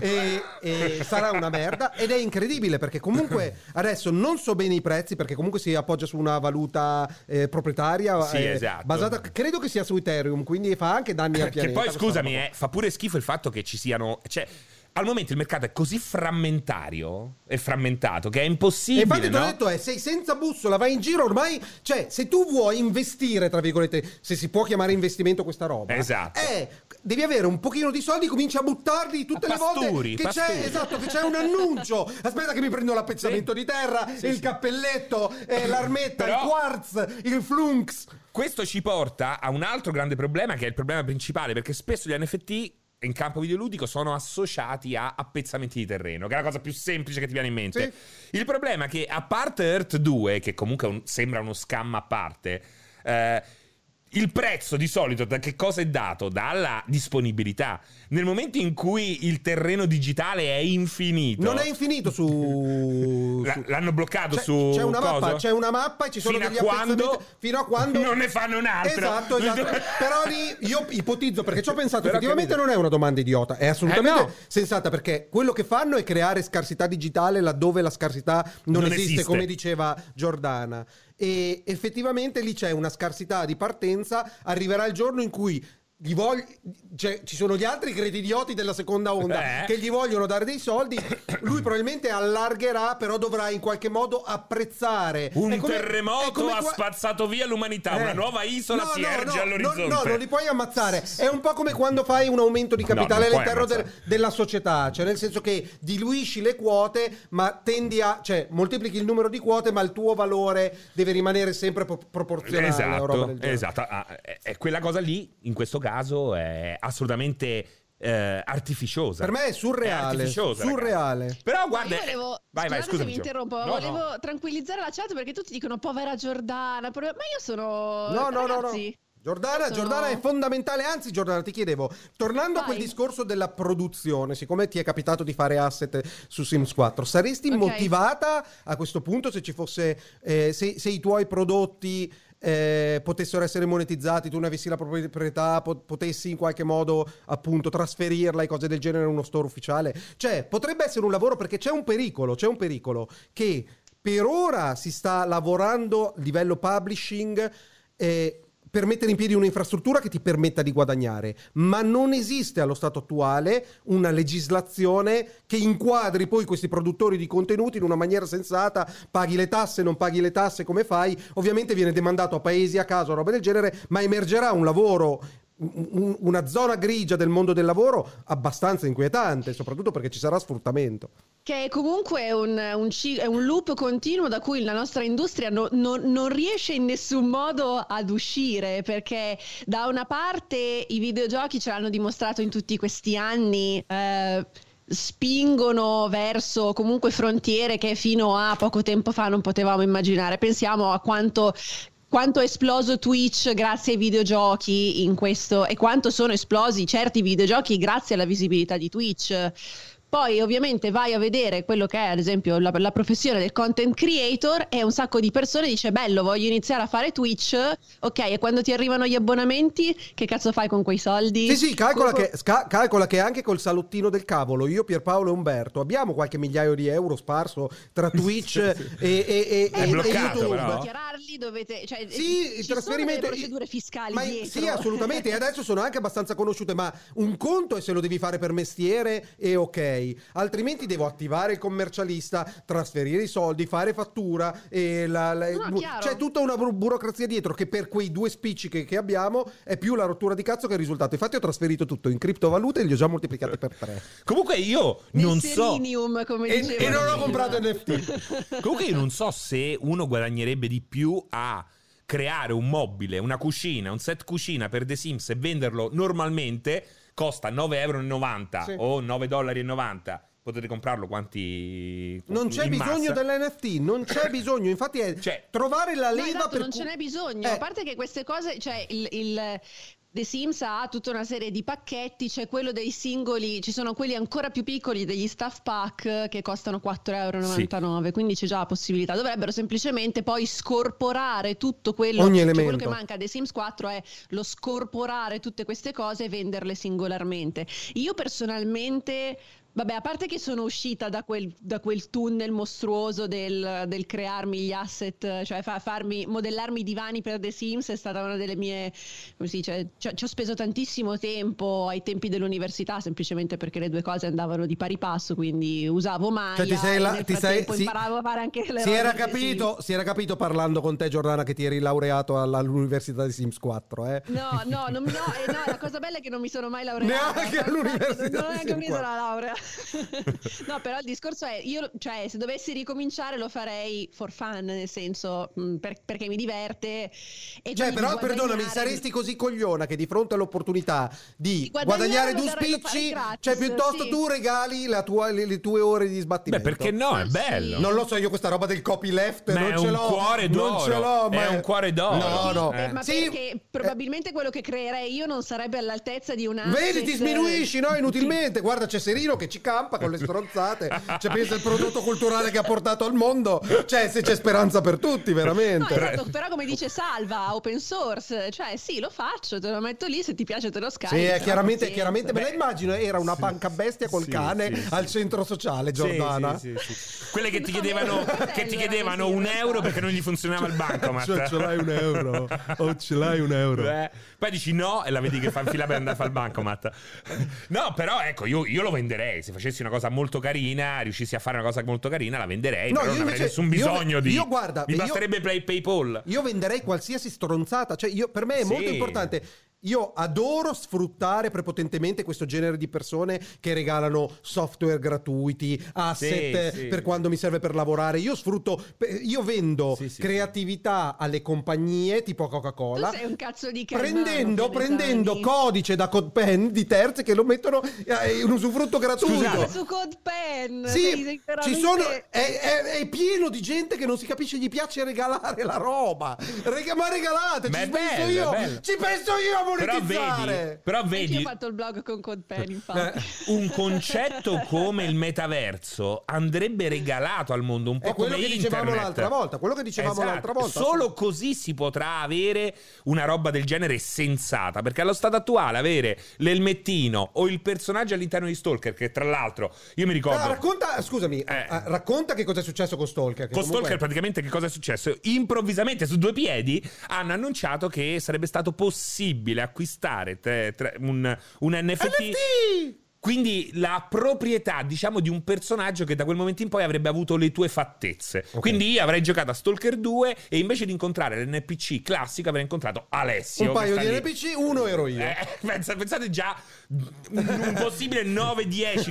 [SPEAKER 1] E, e sarà una merda ed è incredibile perché
[SPEAKER 2] *laughs*
[SPEAKER 1] comunque adesso non so bene i prezzi perché comunque si appoggia su una valuta eh, proprietaria
[SPEAKER 2] Sì,
[SPEAKER 1] eh,
[SPEAKER 2] esatto.
[SPEAKER 1] basata credo che sia su Ethereum quindi fa anche danni al
[SPEAKER 2] Che
[SPEAKER 1] pianeta
[SPEAKER 2] poi,
[SPEAKER 1] questa
[SPEAKER 2] scusami,
[SPEAKER 1] roba qua.
[SPEAKER 2] eh, fa pure schifo il fatto che ci siano. Cioè, al momento il mercato è così frammentario e frammentato che è
[SPEAKER 1] E
[SPEAKER 2] impossibile.
[SPEAKER 1] infatti ti ho
[SPEAKER 2] no?
[SPEAKER 1] detto, eh, sei senza bussola, vai in giro ormai, cioè se tu vuoi investire, tra virgolette, se si può chiamare investimento questa roba,
[SPEAKER 2] Esatto.
[SPEAKER 1] eh, devi avere un pochino di soldi, cominci a buttarli tutte le volte
[SPEAKER 2] Pasturi,
[SPEAKER 1] che
[SPEAKER 2] pasturi.
[SPEAKER 1] c'è, esatto, che c'è un annuncio, aspetta che mi prendo l'appezzamento
[SPEAKER 2] Sì.
[SPEAKER 1] di terra,
[SPEAKER 2] Sì,
[SPEAKER 1] il
[SPEAKER 2] sì.
[SPEAKER 1] cappelletto, eh, l'armetta,
[SPEAKER 2] Però-
[SPEAKER 1] il quartz, il flunx,
[SPEAKER 2] Questo ci porta a un altro grande problema, che è il problema principale, perché spesso gli NFT in campo videoludico sono associati a appezzamenti di terreno, che è la cosa più semplice che ti viene in mente. Il problema è che, a parte Earth 2, che comunque è un- sembra uno scam a parte, eh, il prezzo di solito da che cosa è dato? Dalla disponibilità. Nel momento in cui il terreno digitale è infinito,
[SPEAKER 1] non è infinito su...
[SPEAKER 2] *laughs* la-
[SPEAKER 1] su-
[SPEAKER 2] l'hanno bloccato
[SPEAKER 1] C'è-
[SPEAKER 2] su
[SPEAKER 1] c'è una
[SPEAKER 2] coso?
[SPEAKER 1] mappa, c'è una mappa e ci sono
[SPEAKER 2] Fino a
[SPEAKER 1] degli
[SPEAKER 2] quando-
[SPEAKER 1] appezzamenti fino a quando
[SPEAKER 2] Non ne fanno un'altra.
[SPEAKER 1] Esatto,
[SPEAKER 2] *laughs*
[SPEAKER 1] esatto. Però lì io ipotizzo perché ci ho pensato,
[SPEAKER 2] Però
[SPEAKER 1] effettivamente
[SPEAKER 2] capito.
[SPEAKER 1] non è una domanda idiota, è assolutamente
[SPEAKER 2] Eh no.
[SPEAKER 1] sensata perché quello che fanno è creare scarsità digitale laddove la scarsità non,
[SPEAKER 2] Non
[SPEAKER 1] esiste,
[SPEAKER 2] esiste.
[SPEAKER 1] come diceva Giordana. E effettivamente lì c'è una scarsità di partenza, arriverà il giorno in cui gli vog- cioè, ci sono gli altri credi idioti della seconda onda
[SPEAKER 2] Eh.
[SPEAKER 1] che gli vogliono dare dei soldi. Lui probabilmente allargherà, però dovrà in qualche modo apprezzare. È
[SPEAKER 2] Un
[SPEAKER 1] come- è
[SPEAKER 2] terremoto
[SPEAKER 1] come
[SPEAKER 2] ha
[SPEAKER 1] qua-
[SPEAKER 2] spazzato via l'umanità,
[SPEAKER 1] eh.
[SPEAKER 2] una nuova isola
[SPEAKER 1] No,
[SPEAKER 2] si
[SPEAKER 1] no,
[SPEAKER 2] erge
[SPEAKER 1] no,
[SPEAKER 2] all'orizzonte.
[SPEAKER 1] No, no, non li puoi ammazzare. È un po' come quando fai un aumento di capitale
[SPEAKER 2] No, non puoi
[SPEAKER 1] all'interno del-
[SPEAKER 2] ammazzare.
[SPEAKER 1] della società, cioè nel senso che diluisci le quote, ma tendi a, cioè moltiplichi il numero di quote, ma il tuo valore deve rimanere sempre pro- proporzionale a roba del
[SPEAKER 2] Esatto,
[SPEAKER 1] genere.
[SPEAKER 2] esatto. Ah, è- è quella cosa lì, in questo caso, è assolutamente eh, artificiosa.
[SPEAKER 1] Per me è
[SPEAKER 2] È
[SPEAKER 1] surreale,
[SPEAKER 2] artificiosa, ragazzi.
[SPEAKER 1] surreale.
[SPEAKER 2] Però guarda... eh,
[SPEAKER 3] io volevo,
[SPEAKER 2] Vai, vai,
[SPEAKER 3] scusate se
[SPEAKER 2] scusami,
[SPEAKER 3] mi
[SPEAKER 2] Gio.
[SPEAKER 3] interrompo,
[SPEAKER 2] No,
[SPEAKER 3] volevo
[SPEAKER 2] no.
[SPEAKER 3] tranquillizzare la chat perché tutti dicono povera Giordana, povera- ma io sono...
[SPEAKER 1] No, no, no, no.
[SPEAKER 3] ragazzi,
[SPEAKER 1] Giordana,
[SPEAKER 3] Sono-
[SPEAKER 1] Giordana è fondamentale, anzi Giordana ti chiedevo, tornando a quel
[SPEAKER 3] Vai.
[SPEAKER 1] discorso della produzione, siccome ti è capitato di fare asset su Sims 4, saresti
[SPEAKER 3] Ok.
[SPEAKER 1] motivata a questo punto se ci fosse, eh, se, se i tuoi prodotti eh, potessero essere monetizzati, tu ne avessi la proprietà, po- potessi in qualche modo appunto trasferirla e cose del genere in uno store ufficiale? Cioè potrebbe essere un lavoro perché c'è un pericolo, c'è un pericolo che per ora si sta lavorando a livello publishing eh, per mettere in piedi un'infrastruttura che ti permetta di guadagnare, ma non esiste allo stato attuale una legislazione che inquadri poi questi produttori di contenuti in una maniera sensata, paghi le tasse, non paghi le tasse, come fai? Ovviamente viene demandato a paesi a caso, roba del genere, ma emergerà un lavoro un- un- una zona grigia del mondo del lavoro abbastanza inquietante, soprattutto perché ci sarà sfruttamento.
[SPEAKER 3] Che è comunque è un, un ci- è un loop continuo da cui la nostra industria no- non- non riesce in nessun modo ad uscire, perché da una parte i videogiochi ce l'hanno dimostrato in tutti questi anni. eh, spingono verso comunque frontiere che fino a poco tempo fa non potevamo immaginare. Pensiamo a quanto quanto è esploso Twitch grazie ai videogiochi in questo e quanto sono esplosi certi videogiochi grazie alla visibilità di Twitch. Poi ovviamente vai a vedere quello che è ad esempio la, la professione del content creator e un sacco di persone dice bello voglio iniziare a fare Twitch, ok e quando ti arrivano gli abbonamenti che cazzo fai con quei soldi?
[SPEAKER 1] Sì, sì, calcola
[SPEAKER 3] Come-
[SPEAKER 1] che, sca- calcola che anche col salottino del cavolo, io, Pierpaolo e Umberto abbiamo qualche migliaio di euro sparso tra Twitch e, e, e-
[SPEAKER 2] È
[SPEAKER 1] e- e
[SPEAKER 2] bloccato,
[SPEAKER 1] YouTube.
[SPEAKER 2] però.
[SPEAKER 3] dichiararli dovete cioè,
[SPEAKER 1] Sì,
[SPEAKER 3] ci
[SPEAKER 1] il
[SPEAKER 3] sono
[SPEAKER 1] trasferimento.
[SPEAKER 3] delle procedure fiscali
[SPEAKER 1] Ma-
[SPEAKER 3] dietro.
[SPEAKER 1] Sì, assolutamente. E adesso sono anche abbastanza conosciute. Ma un conto è se lo devi fare per mestiere e ok. Altrimenti devo attivare il commercialista, trasferire i soldi, fare fattura. E la, la-
[SPEAKER 3] No,
[SPEAKER 1] bu-
[SPEAKER 3] chiaro.
[SPEAKER 1] c'è tutta una bu- burocrazia dietro che per quei due spicci che, che abbiamo è più la rottura di cazzo che il risultato. Infatti, ho trasferito tutto in criptovalute e li ho già moltiplicati per tre.
[SPEAKER 2] Comunque io
[SPEAKER 3] Nel
[SPEAKER 2] non so...
[SPEAKER 3] Selenium, come
[SPEAKER 2] E-
[SPEAKER 3] diceva
[SPEAKER 2] e non ho
[SPEAKER 3] prima.
[SPEAKER 2] comprato
[SPEAKER 1] NFT.
[SPEAKER 2] Comunque io non so se uno guadagnerebbe di più a creare un mobile, una cucina, un set cucina per The Sims e venderlo normalmente costa 9,90 euro
[SPEAKER 1] Sì.
[SPEAKER 2] o 9,90 dollari. Potete comprarlo quanti...
[SPEAKER 1] Non c'è
[SPEAKER 2] in
[SPEAKER 1] bisogno
[SPEAKER 2] massa.
[SPEAKER 1] dell'NFT, non c'è bisogno. Infatti, è
[SPEAKER 2] Cioè-
[SPEAKER 1] trovare la
[SPEAKER 3] No,
[SPEAKER 1] leva
[SPEAKER 3] esatto,
[SPEAKER 1] per
[SPEAKER 3] non
[SPEAKER 1] cui-
[SPEAKER 3] ce n'è bisogno.
[SPEAKER 1] Eh.
[SPEAKER 3] A parte che queste cose, cioè il. il- The Sims ha tutta una serie di pacchetti, c'è cioè quello dei singoli, ci sono quelli ancora più piccoli degli staff pack che costano 4,99 euro, sì. quindi c'è già la possibilità. Dovrebbero semplicemente poi scorporare tutto quello,
[SPEAKER 1] Ogni
[SPEAKER 3] cioè
[SPEAKER 1] elemento.
[SPEAKER 3] quello che manca a The Sims 4 è lo scorporare tutte queste cose e venderle singolarmente. Io personalmente Vabbè, a parte che sono uscita da quel, da quel tunnel mostruoso del, del, crearmi gli asset, cioè fa, farmi, modellarmi i divani per The Sims è stata una delle mie, come si dice, cioè, ci ho speso tantissimo tempo ai tempi dell'università semplicemente perché le due cose andavano di pari passo, quindi usavo mai.
[SPEAKER 1] Cioè ti sei, la, ti sei
[SPEAKER 3] si, imparavo a fare anche le
[SPEAKER 1] si era, capito, si era capito parlando con te Giordana che ti eri laureato alla, all'università di Sims 4, eh? Cioè,
[SPEAKER 3] No, no, non, no, eh, no,
[SPEAKER 1] *laughs*
[SPEAKER 3] la cosa bella è che non mi sono mai laureata.
[SPEAKER 1] Neanche all'università.
[SPEAKER 3] Non ho neanche preso la laurea. *laughs* no, però il discorso è, io, cioè, se dovessi ricominciare lo farei for fun, nel senso, mh, per, perché mi diverte. E
[SPEAKER 1] cioè, però,
[SPEAKER 3] guadagnare...
[SPEAKER 1] perdonami, saresti così cogliona che di fronte all'opportunità di guadagnare, guadagnare due spicci, gratis, cioè, piuttosto
[SPEAKER 3] sì.
[SPEAKER 1] tu regali tua, le, le, tue ore di sbattimento.
[SPEAKER 2] Beh, perché no, è bello.
[SPEAKER 1] Non lo so, io questa roba del copyleft
[SPEAKER 2] ma
[SPEAKER 1] non ce l'ho.
[SPEAKER 2] Cuore
[SPEAKER 1] d'oro. Non ce l'ho, ma
[SPEAKER 2] è un cuore d'oro.
[SPEAKER 1] No, no.
[SPEAKER 3] Eh, ma sì. perché probabilmente quello che creerei io non sarebbe all'altezza di un asset. eh.
[SPEAKER 1] Vedi, ti sminuisci, no? Inutilmente. Guarda, c'è Serino che ci campa con le stronzate. Cioè, pensa il prodotto culturale che ha portato al mondo. Cioè, se c'è speranza per tutti, veramente.
[SPEAKER 3] No, esatto, però come dice Salva, open source, cioè sì, lo faccio, te lo metto lì, se ti piace te lo scarico.
[SPEAKER 1] Sì, è chiaramente, chiaramente me la immagino, era una panca bestia col
[SPEAKER 2] sì,
[SPEAKER 1] cane
[SPEAKER 2] sì,
[SPEAKER 1] al centro sociale, Giordana.
[SPEAKER 2] Quelle che ti chiedevano, che ti chiedevano un euro perché non gli funzionava il bancomat.
[SPEAKER 1] Cioè, ce l'hai un euro?
[SPEAKER 2] *laughs*
[SPEAKER 1] Oh, ce l'hai un euro?
[SPEAKER 2] Beh, Eh. poi dici no e la vedi che fa in fila per andare a fare il bancomat. No, però ecco, io, io lo venderei se facessi una cosa molto carina, riuscissi a fare una cosa molto carina, la venderei. No, Eh, però non avrei nessun bisogno
[SPEAKER 1] io,
[SPEAKER 2] di.
[SPEAKER 1] Io guarda,
[SPEAKER 2] mi
[SPEAKER 1] io,
[SPEAKER 2] basterebbe play PayPal.
[SPEAKER 1] Io venderei qualsiasi stronzata. Cioè, io, per me è
[SPEAKER 2] Sì.
[SPEAKER 1] molto importante. Io adoro sfruttare prepotentemente questo genere di persone che regalano software gratuiti, asset
[SPEAKER 2] Sì, sì.
[SPEAKER 1] per quando mi serve per lavorare. Io sfrutto, io vendo
[SPEAKER 2] Sì, sì,
[SPEAKER 1] creatività alle compagnie tipo
[SPEAKER 3] Tu
[SPEAKER 1] Coca-Cola
[SPEAKER 3] sei un cazzo di carmano,
[SPEAKER 1] prendendo,
[SPEAKER 3] Pietro
[SPEAKER 1] prendendo
[SPEAKER 3] Dani.
[SPEAKER 1] codice da CodePen di terzi che lo mettono eh, in usufrutto gratuito.
[SPEAKER 2] Scusate.
[SPEAKER 3] su CodePen. sei- sei
[SPEAKER 1] Sì, ci
[SPEAKER 3] veramente-
[SPEAKER 1] sono,
[SPEAKER 2] eh,
[SPEAKER 1] è, è- è pieno di gente che non si capisce gli piace regalare la roba. Rega- ma regalate,
[SPEAKER 2] Ma
[SPEAKER 1] ci
[SPEAKER 2] è
[SPEAKER 1] penso
[SPEAKER 2] bello,
[SPEAKER 1] io,
[SPEAKER 2] è bello.
[SPEAKER 1] ci penso io a
[SPEAKER 2] Però
[SPEAKER 1] monetizzare.
[SPEAKER 2] vedi, però
[SPEAKER 3] Anch'io ho
[SPEAKER 2] vedi Eh,
[SPEAKER 3] fatto il blog con CodePen, infatti.
[SPEAKER 2] un
[SPEAKER 3] *laughs*
[SPEAKER 2] concetto come il metaverso andrebbe regalato al mondo, un po'
[SPEAKER 1] È quello
[SPEAKER 2] come
[SPEAKER 1] che dicevamo
[SPEAKER 2] internet.
[SPEAKER 1] l'altra volta, quello che dicevamo
[SPEAKER 2] Esatto.
[SPEAKER 1] l'altra volta.
[SPEAKER 2] Solo così si potrà avere una roba del genere sensata. Perché allo stato attuale avere l'elmettino o il personaggio all'interno di Stalker, che tra l'altro io mi ricordo.
[SPEAKER 1] Ah, racconta, scusami,
[SPEAKER 2] Eh.
[SPEAKER 1] ah, racconta che cosa è successo con Stalker. che
[SPEAKER 2] Con
[SPEAKER 1] comunque-
[SPEAKER 2] Stalker praticamente che cosa è successo? Improvvisamente su due piedi hanno annunciato che sarebbe stato possibile acquistare tre- tre- un, un
[SPEAKER 1] NFT!
[SPEAKER 2] Quindi la proprietà, diciamo, di un personaggio che da quel momento in poi avrebbe avuto le tue fattezze.
[SPEAKER 1] Ok.
[SPEAKER 2] Quindi io avrei giocato a Stalker 2 e invece di incontrare l'NPC classico avrei incontrato Alessio.
[SPEAKER 1] Un
[SPEAKER 2] che
[SPEAKER 1] paio
[SPEAKER 2] sta
[SPEAKER 1] di
[SPEAKER 2] lì.
[SPEAKER 1] NPC, uno ero io.
[SPEAKER 2] Eh, pensa- pensate già un, un possibile 9-10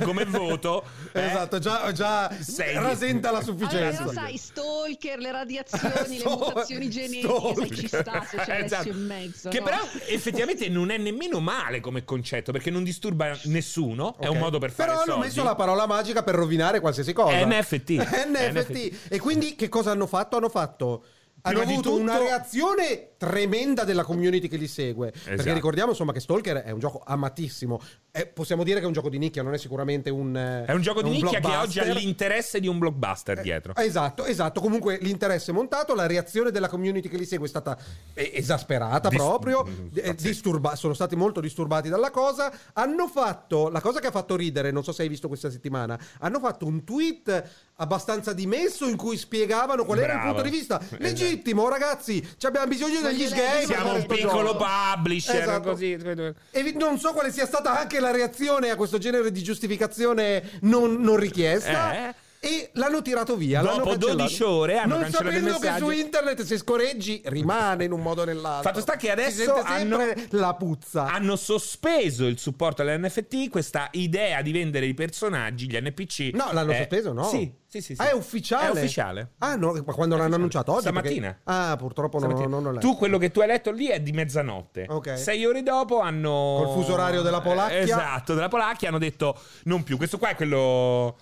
[SPEAKER 1] *laughs*
[SPEAKER 2] come voto. eh.
[SPEAKER 1] Esatto, già, già
[SPEAKER 2] Sei.
[SPEAKER 1] rasenta la
[SPEAKER 3] Allora,
[SPEAKER 1] sufficienza.
[SPEAKER 3] però sai, stalker,
[SPEAKER 2] *laughs*
[SPEAKER 3] le radiazioni, le
[SPEAKER 1] Sto-
[SPEAKER 3] mutazioni genetiche, sai, ci sta se c'è
[SPEAKER 2] Esatto.
[SPEAKER 3] Alessio in mezzo.
[SPEAKER 2] Che
[SPEAKER 3] no?
[SPEAKER 2] però effettivamente non è nemmeno male come concetto, perché non disturba nessuno, è
[SPEAKER 1] Ok.
[SPEAKER 2] un modo per fare
[SPEAKER 1] Però hanno
[SPEAKER 2] soldi.
[SPEAKER 1] messo la parola magica per rovinare qualsiasi cosa.
[SPEAKER 2] NFT.
[SPEAKER 1] *laughs* NFT. E quindi che cosa hanno fatto? Hanno fatto. Hanno
[SPEAKER 2] Prima di
[SPEAKER 1] avuto
[SPEAKER 2] tutto-
[SPEAKER 1] una reazione tremenda della community che li segue. Perché
[SPEAKER 2] Esatto.
[SPEAKER 1] ricordiamo insomma che Stalker è un gioco amatissimo. È- possiamo dire che è un gioco di nicchia, non è sicuramente un. eh,
[SPEAKER 2] È un gioco di nicchia che oggi ha
[SPEAKER 1] blockbuster.
[SPEAKER 2] l'interesse di un blockbuster
[SPEAKER 1] Eh,
[SPEAKER 2] dietro.
[SPEAKER 1] Esatto, esatto. Comunque l'interesse è montato, la reazione della community che li segue è stata eh, esasperata
[SPEAKER 2] Dis-
[SPEAKER 1] proprio,
[SPEAKER 2] mm,
[SPEAKER 1] eh,
[SPEAKER 2] pazzesco.
[SPEAKER 1] disturba- sono stati molto disturbati dalla cosa. Hanno fatto, la cosa che ha fatto ridere, non so se hai visto questa settimana, hanno fatto un tweet abbastanza dimesso in cui spiegavano qual era il
[SPEAKER 2] Bravo.
[SPEAKER 1] punto di vista
[SPEAKER 2] Esatto.
[SPEAKER 1] legittimo, ragazzi, ci abbiamo bisogno
[SPEAKER 3] Voglio
[SPEAKER 1] degli
[SPEAKER 3] leggere.
[SPEAKER 1] sgay. per
[SPEAKER 2] Siamo
[SPEAKER 1] fare
[SPEAKER 2] un
[SPEAKER 1] sto
[SPEAKER 2] piccolo
[SPEAKER 1] gioco.
[SPEAKER 2] publisher,
[SPEAKER 1] Esatto.
[SPEAKER 2] così.
[SPEAKER 1] E vi- non so quale sia stata anche la reazione a questo genere di giustificazione non, non richiesta.
[SPEAKER 2] Eh?
[SPEAKER 1] E l'hanno tirato via.
[SPEAKER 2] Dopo
[SPEAKER 1] l'hanno cancellato.
[SPEAKER 2] 12 ore hanno
[SPEAKER 1] Non
[SPEAKER 2] cancellato il
[SPEAKER 1] sapendo che su
[SPEAKER 2] messaggio.
[SPEAKER 1] internet se scoreggi rimane in un modo o nell'altro.
[SPEAKER 2] Fatto sta che adesso
[SPEAKER 1] si sente sempre
[SPEAKER 2] hanno- Ah,
[SPEAKER 1] la puzza.
[SPEAKER 2] Hanno sospeso il supporto all'NFT, questa idea di vendere i personaggi, gli NPC.
[SPEAKER 1] No, l'hanno
[SPEAKER 2] eh,
[SPEAKER 1] sospeso, no?
[SPEAKER 2] Sì, sì, sì. sì.
[SPEAKER 1] Ah, è ufficiale?
[SPEAKER 2] È ufficiale.
[SPEAKER 1] Ah, no, ma quando l'hanno annunciato oggi?
[SPEAKER 2] Stamattina.
[SPEAKER 1] Perché- Ah, purtroppo non,
[SPEAKER 2] Stamattina.
[SPEAKER 1] non, non l'ho letto.
[SPEAKER 2] tu quello che tu hai letto lì è di mezzanotte.
[SPEAKER 1] Ok.
[SPEAKER 2] Sei ore dopo hanno.
[SPEAKER 1] Col fuso orario della Polacchia.
[SPEAKER 2] Eh, Esatto, della Polacchia hanno detto non più. Questo qua è quello.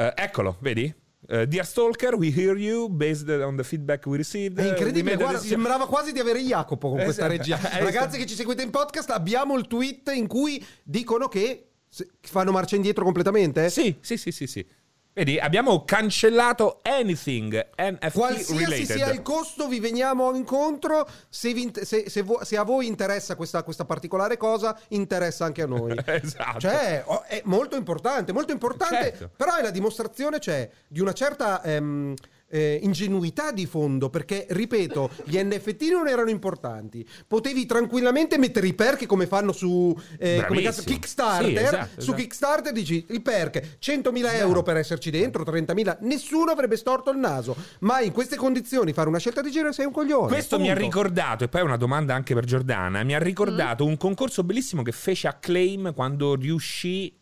[SPEAKER 2] eh, eccolo, vedi? Eh, Dear Stalker, we hear you based on the feedback we received.
[SPEAKER 1] È incredibile,
[SPEAKER 2] We made a
[SPEAKER 1] guarda,
[SPEAKER 2] decision-
[SPEAKER 1] sembrava quasi di avere Jacopo con
[SPEAKER 2] Eh,
[SPEAKER 1] questa
[SPEAKER 2] sì.
[SPEAKER 1] regia.
[SPEAKER 2] Eh,
[SPEAKER 1] Ragazzi
[SPEAKER 2] sì.
[SPEAKER 1] che ci seguite in podcast, abbiamo il tweet in cui dicono che se- fanno marcia indietro completamente.
[SPEAKER 2] Sì, sì, sì, sì, sì. Vedi, abbiamo cancellato anything NFT
[SPEAKER 1] Qualsiasi
[SPEAKER 2] related.
[SPEAKER 1] sia
[SPEAKER 2] *laughs*
[SPEAKER 1] il costo, vi veniamo incontro. Se, vi int- se- se vo- se a voi interessa questa, questa particolare cosa, interessa anche a noi.
[SPEAKER 2] *laughs* Esatto.
[SPEAKER 1] Cioè, oh, è molto importante, molto importante,
[SPEAKER 2] Certo.
[SPEAKER 1] però è la dimostrazione, cioè, di una certa ehm, eh, ingenuità di fondo, perché,
[SPEAKER 2] *laughs*
[SPEAKER 1] ripeto, gli NFT non erano importanti. Potevi tranquillamente mettere i perk come fanno su eh, come
[SPEAKER 2] Bravissimo.
[SPEAKER 1] cazzo- Kickstarter,
[SPEAKER 2] Sì, esatto,
[SPEAKER 1] su
[SPEAKER 2] esatto.
[SPEAKER 1] Kickstarter dici il perk, 100.000 euro per esserci dentro, 30.000, nessuno avrebbe storto il naso, ma in queste condizioni fare una scelta di genere sei un coglione.
[SPEAKER 2] Questo mi ha
[SPEAKER 1] Punto.
[SPEAKER 2] ricordato, e poi una domanda anche per Giordana, mi ha ricordato
[SPEAKER 1] Mm.
[SPEAKER 2] un concorso bellissimo che fece Acclaim quando riuscì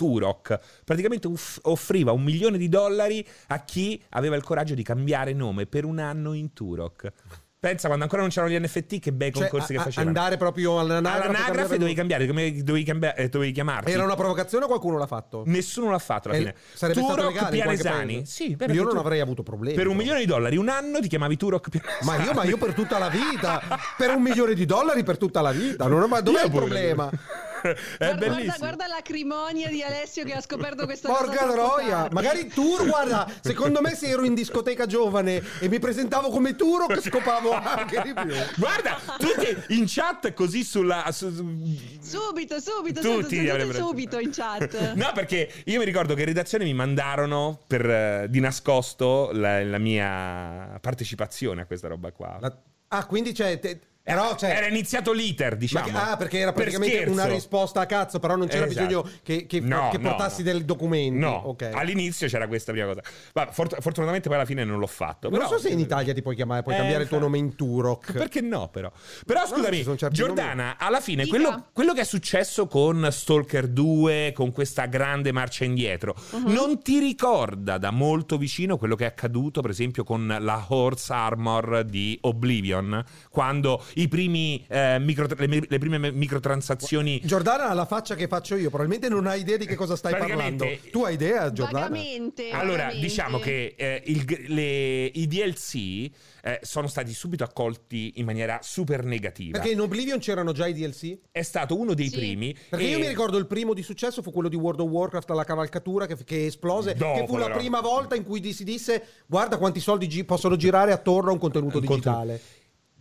[SPEAKER 2] Turok. Praticamente uff- offriva un milione di dollari a chi aveva il coraggio di cambiare nome per un anno in Turok. Pensa quando ancora non c'erano gli NFT che bei
[SPEAKER 1] Cioè,
[SPEAKER 2] concorsi
[SPEAKER 1] a-
[SPEAKER 2] che
[SPEAKER 1] a-
[SPEAKER 2] facevano.
[SPEAKER 1] andare proprio all'anagrafe,
[SPEAKER 2] All'anagrafe
[SPEAKER 1] cambiare-
[SPEAKER 2] dovevi cambiare, come- dovevi, cambia- eh, dovevi chiamarti.
[SPEAKER 1] Era una provocazione o qualcuno l'ha fatto?
[SPEAKER 2] Esatto. Nessuno l'ha fatto alla
[SPEAKER 1] Eh,
[SPEAKER 2] fine.
[SPEAKER 1] sarebbe stato
[SPEAKER 2] Turok
[SPEAKER 1] legale in qualche
[SPEAKER 2] Pianesani.
[SPEAKER 1] paese.
[SPEAKER 2] Sì,
[SPEAKER 1] Io non
[SPEAKER 2] tu-
[SPEAKER 1] avrei avuto problemi,
[SPEAKER 2] Per un
[SPEAKER 1] però.
[SPEAKER 2] milione di dollari, un anno ti chiamavi Turok Pianesani.
[SPEAKER 1] Ma io, ma io per tutta la vita, per un milione di dollari per tutta la vita, non, ma dov'è
[SPEAKER 2] Io
[SPEAKER 1] il
[SPEAKER 2] pure.
[SPEAKER 1] problema?
[SPEAKER 2] *laughs* È
[SPEAKER 4] guarda, guarda,
[SPEAKER 2] bellissimo.
[SPEAKER 4] guarda l'acrimonia di Alessio che ha scoperto questa
[SPEAKER 1] Porca
[SPEAKER 4] cosa.
[SPEAKER 1] troia, magari tu, guarda, secondo me se ero in discoteca giovane e mi presentavo come Turo, che scopavo anche di più.
[SPEAKER 2] *laughs* Guarda, tutti in chat così sulla. su- su-
[SPEAKER 4] Subito, subito,
[SPEAKER 2] Tutti
[SPEAKER 4] subito, subito,
[SPEAKER 2] avrebbero-
[SPEAKER 4] subito in chat.
[SPEAKER 2] *laughs* No, perché io mi ricordo che in redazione mi mandarono per, eh, di nascosto la, la mia partecipazione a questa roba qua.
[SPEAKER 1] La- Ah, quindi c'è... te- Però c'è...
[SPEAKER 2] Era iniziato l'iter,
[SPEAKER 1] Eh. Ma
[SPEAKER 2] Eh, diciamo.
[SPEAKER 1] che- ah, perché era
[SPEAKER 2] Per
[SPEAKER 1] praticamente
[SPEAKER 2] scherzo.
[SPEAKER 1] una risposta a cazzo, però non c'era
[SPEAKER 2] Esatto.
[SPEAKER 1] bisogno che, che-
[SPEAKER 2] No,
[SPEAKER 1] che
[SPEAKER 2] no,
[SPEAKER 1] portassi
[SPEAKER 2] no.
[SPEAKER 1] del documento.
[SPEAKER 2] No,
[SPEAKER 1] Ok.
[SPEAKER 2] all'inizio c'era questa prima cosa. Ma for- fortunatamente poi alla fine non l'ho fatto.
[SPEAKER 1] Non
[SPEAKER 2] però-
[SPEAKER 1] so se in Italia ti puoi chiamare, puoi
[SPEAKER 2] Eh,
[SPEAKER 1] cambiare il tuo
[SPEAKER 2] fa-
[SPEAKER 1] nome in Turok.
[SPEAKER 2] Perché no, però? Però
[SPEAKER 1] No,
[SPEAKER 2] scusami,
[SPEAKER 1] ci sono certi
[SPEAKER 2] Giordana, alla fine
[SPEAKER 4] Dica.
[SPEAKER 2] quello, quello che è successo con Stalker 2, con questa grande marcia indietro,
[SPEAKER 4] Mhm.
[SPEAKER 2] non ti ricorda da molto vicino quello che è accaduto, per esempio, con la Horse Armor di Oblivion, quando i primi, eh, micro- le, le prime me- microtransazioni.
[SPEAKER 1] Giordana ha la faccia che faccio io, probabilmente non hai idea di che cosa stai
[SPEAKER 2] Praticamente-
[SPEAKER 1] parlando. Tu hai idea, Giordana?
[SPEAKER 4] Vagamente.
[SPEAKER 2] Allora,
[SPEAKER 4] vagamente.
[SPEAKER 2] diciamo che eh, il- le- i DLC eh, sono stati subito accolti in maniera super negativa.
[SPEAKER 1] Perché in Oblivion c'erano già i DLC?
[SPEAKER 2] È stato uno dei
[SPEAKER 4] Sì.
[SPEAKER 2] primi.
[SPEAKER 1] Perché
[SPEAKER 2] e-
[SPEAKER 1] io mi ricordo il primo di successo fu quello di World of Warcraft alla cavalcatura che, che esplose,
[SPEAKER 2] Dopo,
[SPEAKER 1] che fu la
[SPEAKER 2] però.
[SPEAKER 1] prima volta in cui di- si disse guarda quanti soldi gi- possono girare attorno a un contenuto
[SPEAKER 2] Un
[SPEAKER 1] digitale.